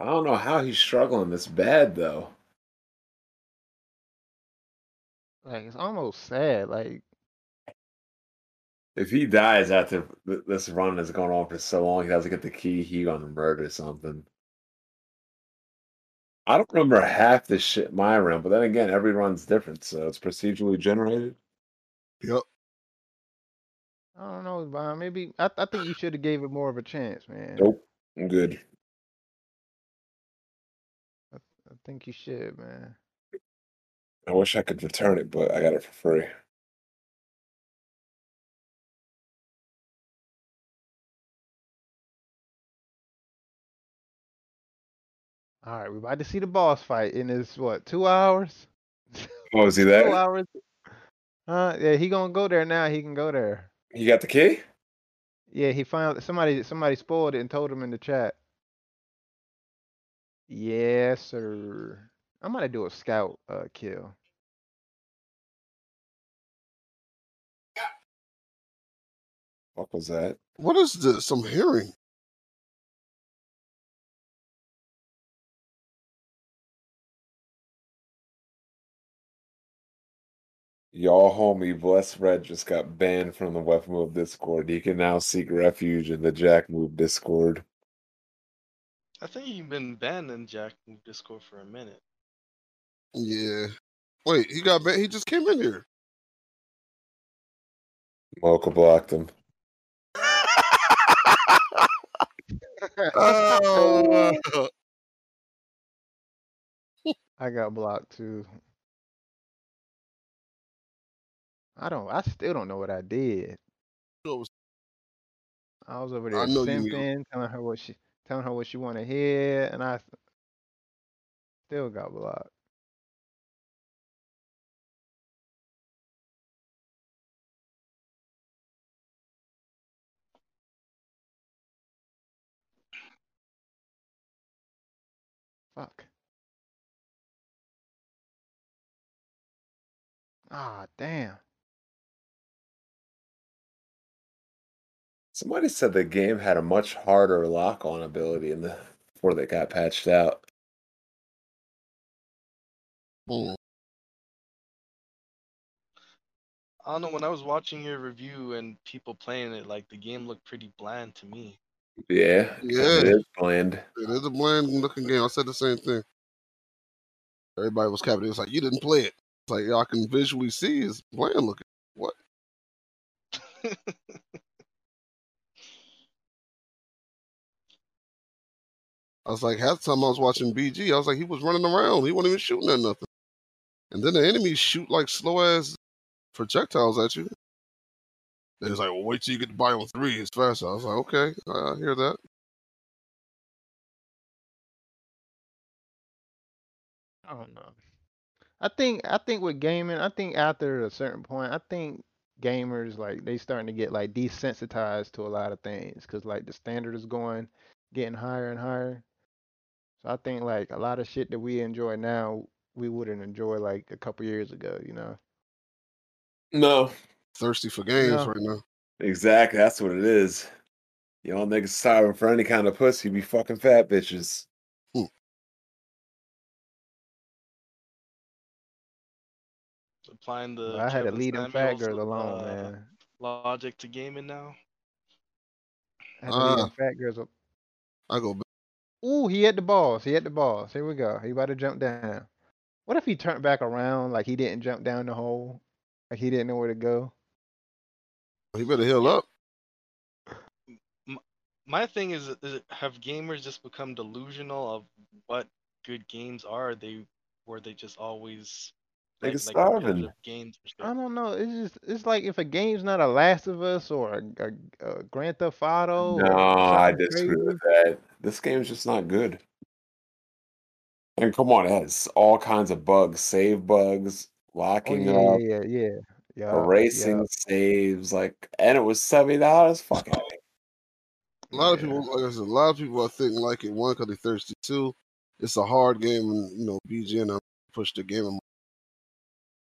Speaker 6: I don't know how he's struggling this bad though.
Speaker 2: Like it's almost sad. Like
Speaker 6: If he dies after th- this run has gone on for so long, he doesn't get the key. He gonna murder something. I don't remember half the shit my run, but then again, every run's different, so it's procedurally generated.
Speaker 9: Yep.
Speaker 2: I don't know, Bond. Maybe I, I think you should have gave it more of a chance, man.
Speaker 6: Nope. I'm good.
Speaker 2: I think you should, man.
Speaker 6: I wish I could return it, but I got it for free.
Speaker 2: All right, we're about to see the boss fight in this what two hours?
Speaker 6: Oh, is he
Speaker 2: Two
Speaker 6: there?
Speaker 2: hours. Uh, yeah, he gonna go there now. He can go there.
Speaker 6: He got the key?
Speaker 2: Yeah, he found somebody. Somebody spoiled it and told him in the chat. Yes, sir. I'm gonna do a scout uh, kill.
Speaker 6: What was that?
Speaker 9: What is this? Some hearing.
Speaker 6: Y'all homie Bless Red just got banned from the Weapon Move Discord. He can now seek refuge in the Jack Move Discord.
Speaker 13: I think you've been banned in Jack Discord for a minute.
Speaker 9: Yeah. Wait, he got. ba- He just came in here.
Speaker 6: Mocha blocked him.
Speaker 9: Oh.
Speaker 2: I got blocked too. I don't. I still don't know what I did. I was over there
Speaker 9: I know you will.
Speaker 2: simping, telling her what she, telling her what she want to hear, and I s- still got blocked. Fuck. Ah, damn.
Speaker 6: Somebody said the game had a much harder lock on ability in the before they got patched out.
Speaker 13: I don't know. When I was watching your review and people playing it, like the game looked pretty bland to me.
Speaker 6: Yeah.
Speaker 9: Yeah.
Speaker 6: It is bland.
Speaker 9: It is a bland looking game. I said the same thing. Everybody was capping. It was like you didn't play it. It's like y'all can visually see it's bland looking. What? I was like, half the time I was watching BG, I was like, he was running around. He wasn't even shooting at nothing. And then the enemies shoot like slow ass projectiles at you. They was like, well, wait till you get to Biome 3. It's faster. I was like, okay, I I hear that.
Speaker 2: I don't know. I think I think with gaming, I think after a certain point, I think gamers like they starting to get like desensitized to a lot of things because like the standard is going getting higher and higher. So I think like a lot of shit that we enjoy now, we wouldn't enjoy like a couple years ago. You know.
Speaker 6: No.
Speaker 9: Thirsty for games
Speaker 2: No.
Speaker 9: right now.
Speaker 6: Exactly. That's what it is. Y'all niggas starving for any kind of pussy. Be fucking fat bitches.
Speaker 13: Applying the
Speaker 2: But I had to
Speaker 13: Trevor
Speaker 2: leave them fat
Speaker 13: Samuels,
Speaker 2: girls alone,
Speaker 13: uh,
Speaker 2: man.
Speaker 13: logic to gaming now.
Speaker 2: I had to leave
Speaker 9: Uh.
Speaker 2: them fat girls. al-
Speaker 9: I go back.
Speaker 2: Ooh, he hit the balls. He hit the balls. Here we go. He about to jump down. What if he turned back around like he didn't jump down the hole, like he didn't know where to go?
Speaker 9: He better heal up.
Speaker 13: My thing is, is have gamers just become delusional of what good games are? They were they just always
Speaker 6: Niggas
Speaker 13: like- like
Speaker 6: starving.
Speaker 13: of games.
Speaker 2: I don't know. It's just it's like if a game's not a Last of Us or a, a, a Grand Theft Auto. or
Speaker 6: No, I
Speaker 2: something
Speaker 6: disagree
Speaker 2: Oh, crazy.
Speaker 6: with that. This game's just not good. And come on, it has all kinds of bugs, save bugs,
Speaker 2: Oh
Speaker 6: locking
Speaker 2: yeah,
Speaker 6: up,
Speaker 2: yeah, yeah, yeah. Yup,
Speaker 6: erasing
Speaker 2: yup.
Speaker 6: saves, like and it was seventy dollars. Fucking
Speaker 9: A lot of people, like I said, a lot of people I think like it one because they're thirsty. Two, it's a hard game, and you know BGN uh, push the game.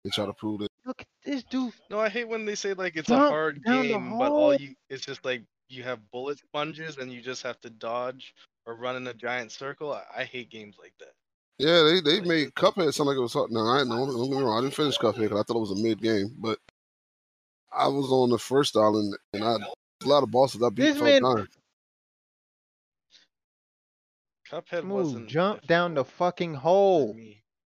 Speaker 9: They try to prove it.
Speaker 2: Look at this dude.
Speaker 13: No, I hate when they say like it's
Speaker 2: Jump
Speaker 13: a hard
Speaker 2: down the
Speaker 13: game, but all
Speaker 2: hole.
Speaker 13: you it's just like you have bullet sponges and you just have to dodge or run in a giant circle. I, I hate games like that.
Speaker 9: Yeah, they, they made Cuphead sound like it was something. No, I no, don't get me wrong. I didn't finish Cuphead because I thought it was a mid game, but I was on the first island and I a lot of bosses I beat
Speaker 2: This
Speaker 9: felt
Speaker 2: man
Speaker 9: time.
Speaker 13: Cuphead
Speaker 2: move.
Speaker 13: wasn't
Speaker 2: Jump down the fucking hole,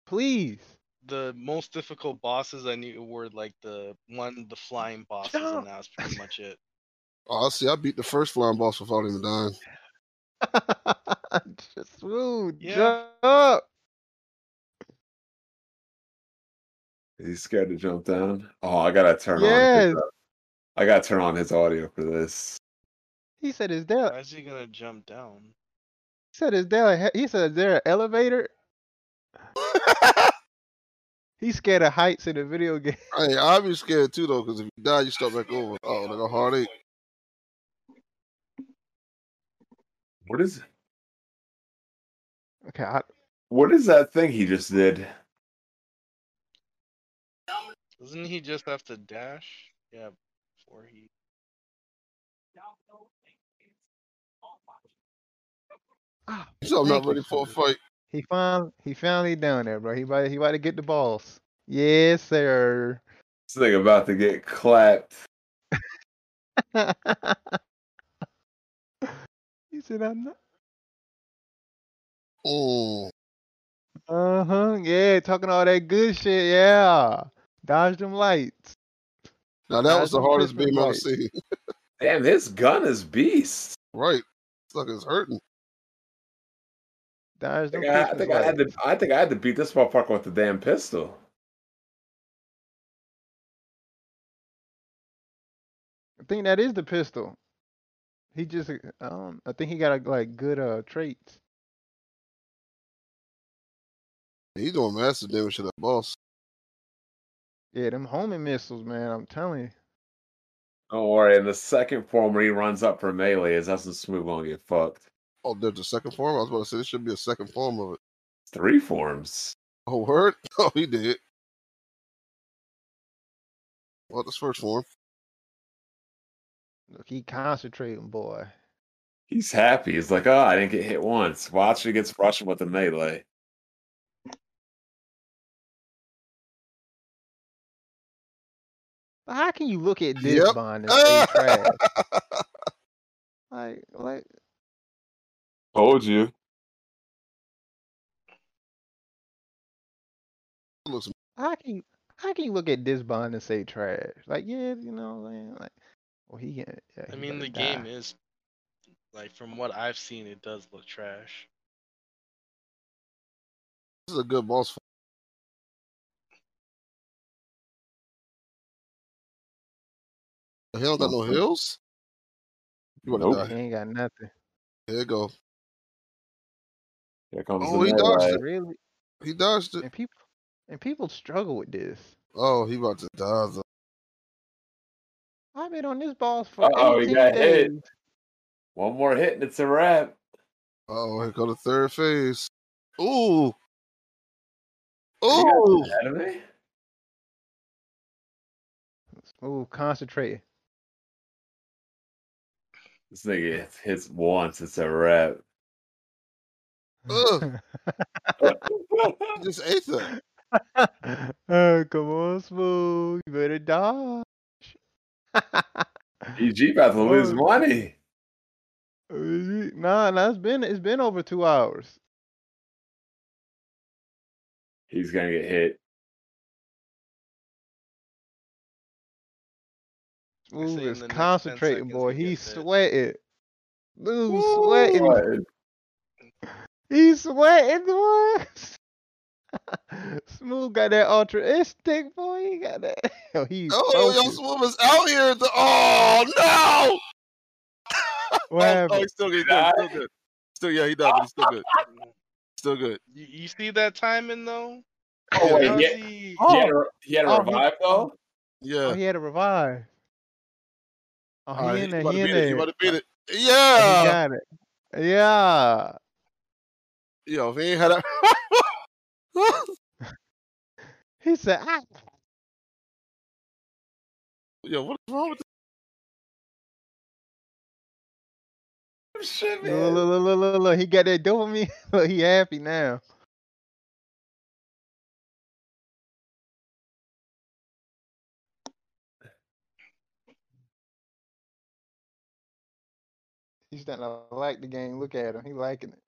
Speaker 2: please.
Speaker 13: the most difficult bosses I knew were like the one the flying bosses, and that's pretty much it.
Speaker 9: Oh, I see. I beat the first flying boss without even dying.
Speaker 2: Just move.
Speaker 13: Yeah.
Speaker 2: Jump up.
Speaker 6: Is he scared to jump down? Oh, I gotta turn on.
Speaker 2: Yes.
Speaker 6: His, uh, I gotta turn on his audio for this.
Speaker 2: He said, "Is there?"
Speaker 13: Why is he gonna jump down?
Speaker 2: He said, "Is there?" A, he- he said, "Is there an elevator?" He's scared of heights in a video game.
Speaker 9: Hey, I'd be scared too though because if you die, you start back over. Oh, that's a heartache.
Speaker 6: What is
Speaker 2: Okay, I,
Speaker 6: what is that thing he just did?
Speaker 13: Doesn't he just have to dash? Yeah, before he.
Speaker 9: So
Speaker 2: Thank
Speaker 9: I'm not
Speaker 2: you,
Speaker 9: ready for a fight.
Speaker 2: Ah, He finally, he finally down there, bro. He about, he about to get the balls. Yes, sir.
Speaker 6: This nigga about to get clapped.
Speaker 2: he said, "I'm not."
Speaker 9: Mm.
Speaker 2: Uh huh. Yeah, talking all that good shit. Yeah, dodge them lights.
Speaker 9: Now that
Speaker 2: Nah,
Speaker 9: was
Speaker 2: it's
Speaker 9: the
Speaker 2: no
Speaker 9: hardest
Speaker 2: Christmas
Speaker 9: beam I've
Speaker 2: light.
Speaker 9: seen.
Speaker 6: Damn, his gun is beast.
Speaker 9: Right, sucker's hurting.
Speaker 2: Dodge
Speaker 6: I
Speaker 2: them
Speaker 6: think, I, I
Speaker 2: Christmas
Speaker 6: think I had
Speaker 2: lights.
Speaker 6: to. I think I had to beat this motherfucker with the damn pistol.
Speaker 2: I think that is the pistol. He just, uh, I don't. I think he got a, like good uh traits.
Speaker 9: He's doing massive damage to that boss.
Speaker 2: Yeah, them homing missiles, man. I'm telling you.
Speaker 6: Don't worry. In the second form where he runs up for melee, is that's when Smooth gonna get fucked.
Speaker 9: Oh, there's a second form. I was about to say there should be a second form of it.
Speaker 6: Three forms.
Speaker 9: Oh, word? Oh, he did. Well, this first form.
Speaker 2: Look, he concentrating, boy.
Speaker 6: He's happy. He's like, oh, I didn't get hit once. Watch, he gets Russian with the melee.
Speaker 2: But how can you look at this
Speaker 9: Yep.
Speaker 2: bond and say trash? Like, like,
Speaker 6: Told you.
Speaker 9: Looks
Speaker 2: how can you, how can you look at this bond and say trash? Like, yeah, you know, what I'm saying? like, well, he can. Yeah,
Speaker 13: I
Speaker 2: he
Speaker 13: mean,
Speaker 2: better
Speaker 13: the
Speaker 2: die.
Speaker 13: game is like from what I've seen, it does look trash.
Speaker 9: This is a good boss fight. The hell got no heels? You wanna
Speaker 2: Nope.
Speaker 9: die.
Speaker 2: He ain't got nothing.
Speaker 9: There you go.
Speaker 5: Here comes
Speaker 9: Oh, he
Speaker 5: another
Speaker 9: dodged
Speaker 5: eye.
Speaker 9: it.
Speaker 2: Really?
Speaker 9: He dodged it.
Speaker 2: And people and people struggle with this.
Speaker 9: Oh, he about to die. Though.
Speaker 2: I've been on this boss for
Speaker 5: Uh-oh, he
Speaker 2: 18
Speaker 5: got
Speaker 2: days.
Speaker 5: hit. One more hit and it's a wrap.
Speaker 9: Oh, here go the third phase. Ooh.
Speaker 5: You
Speaker 9: Ooh.
Speaker 5: guys anime?
Speaker 2: Ooh, concentrate.
Speaker 5: This nigga hits- hits once, it's a wrap.
Speaker 9: Ugh. he just ate that.
Speaker 2: Uh, come on, smooth. You better dodge.
Speaker 5: EG about to lose
Speaker 2: Oh.
Speaker 5: money.
Speaker 2: Uh, you- Nah, nah, it's been it's been over two hours.
Speaker 5: He's gonna get hit.
Speaker 13: in
Speaker 2: Smooth is
Speaker 13: the next 10
Speaker 2: concentrating,
Speaker 13: seconds
Speaker 2: boy.
Speaker 13: he gets
Speaker 2: He's
Speaker 13: hit.
Speaker 2: sweating. Dude, sweating.
Speaker 5: Sweating.
Speaker 2: He's sweating, boy. Smooth got that ultra instinct, boy. He got that. Yo, he
Speaker 9: Oh, yo,
Speaker 2: focused.
Speaker 9: Swoop is out here. at the- oh, no.
Speaker 2: What
Speaker 9: Oh, oh,
Speaker 2: happened?
Speaker 9: he's still good. He's good. He's still good. Still, yeah, he died, but he's still good. Still good.
Speaker 13: You, you see that timing though?
Speaker 5: Oh, wait,
Speaker 13: How
Speaker 5: he,
Speaker 13: is
Speaker 5: had-
Speaker 13: he-
Speaker 5: he had a, he had a
Speaker 2: Oh, he-
Speaker 5: revive though?
Speaker 2: Oh,
Speaker 9: Yeah.
Speaker 2: he had a revive. Oh,
Speaker 9: All right,
Speaker 2: he in there.
Speaker 9: you about to
Speaker 2: He in
Speaker 9: beat it. You
Speaker 2: there.
Speaker 9: about to beat it.
Speaker 2: Oh, He
Speaker 9: Yeah.
Speaker 2: got it. Yeah.
Speaker 9: Yo, if he ain't had a.
Speaker 2: He said, ah.
Speaker 9: Yo, what's wrong with
Speaker 5: Shit,
Speaker 2: look,
Speaker 5: man.
Speaker 2: look, look, look, look, look. He got that dopamine. look, he happy now. He's starting to like the game. Look at him. He liking it.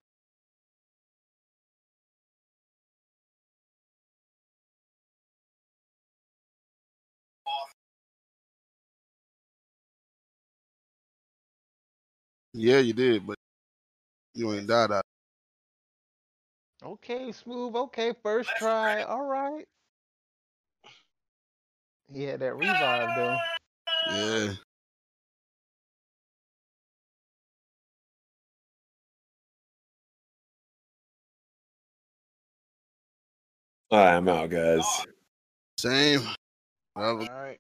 Speaker 9: Yeah, you did, but you ain't died. out.
Speaker 2: Okay, smooth. Okay, first try. All right. He had that revive though.
Speaker 9: Yeah.
Speaker 5: All right, I'm out, guys.
Speaker 9: Same. Have a-
Speaker 13: All right.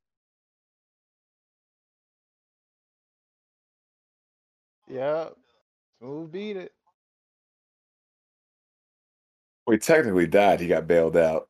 Speaker 2: Yep. Smooth beat it.
Speaker 5: We technically died. He got bailed out.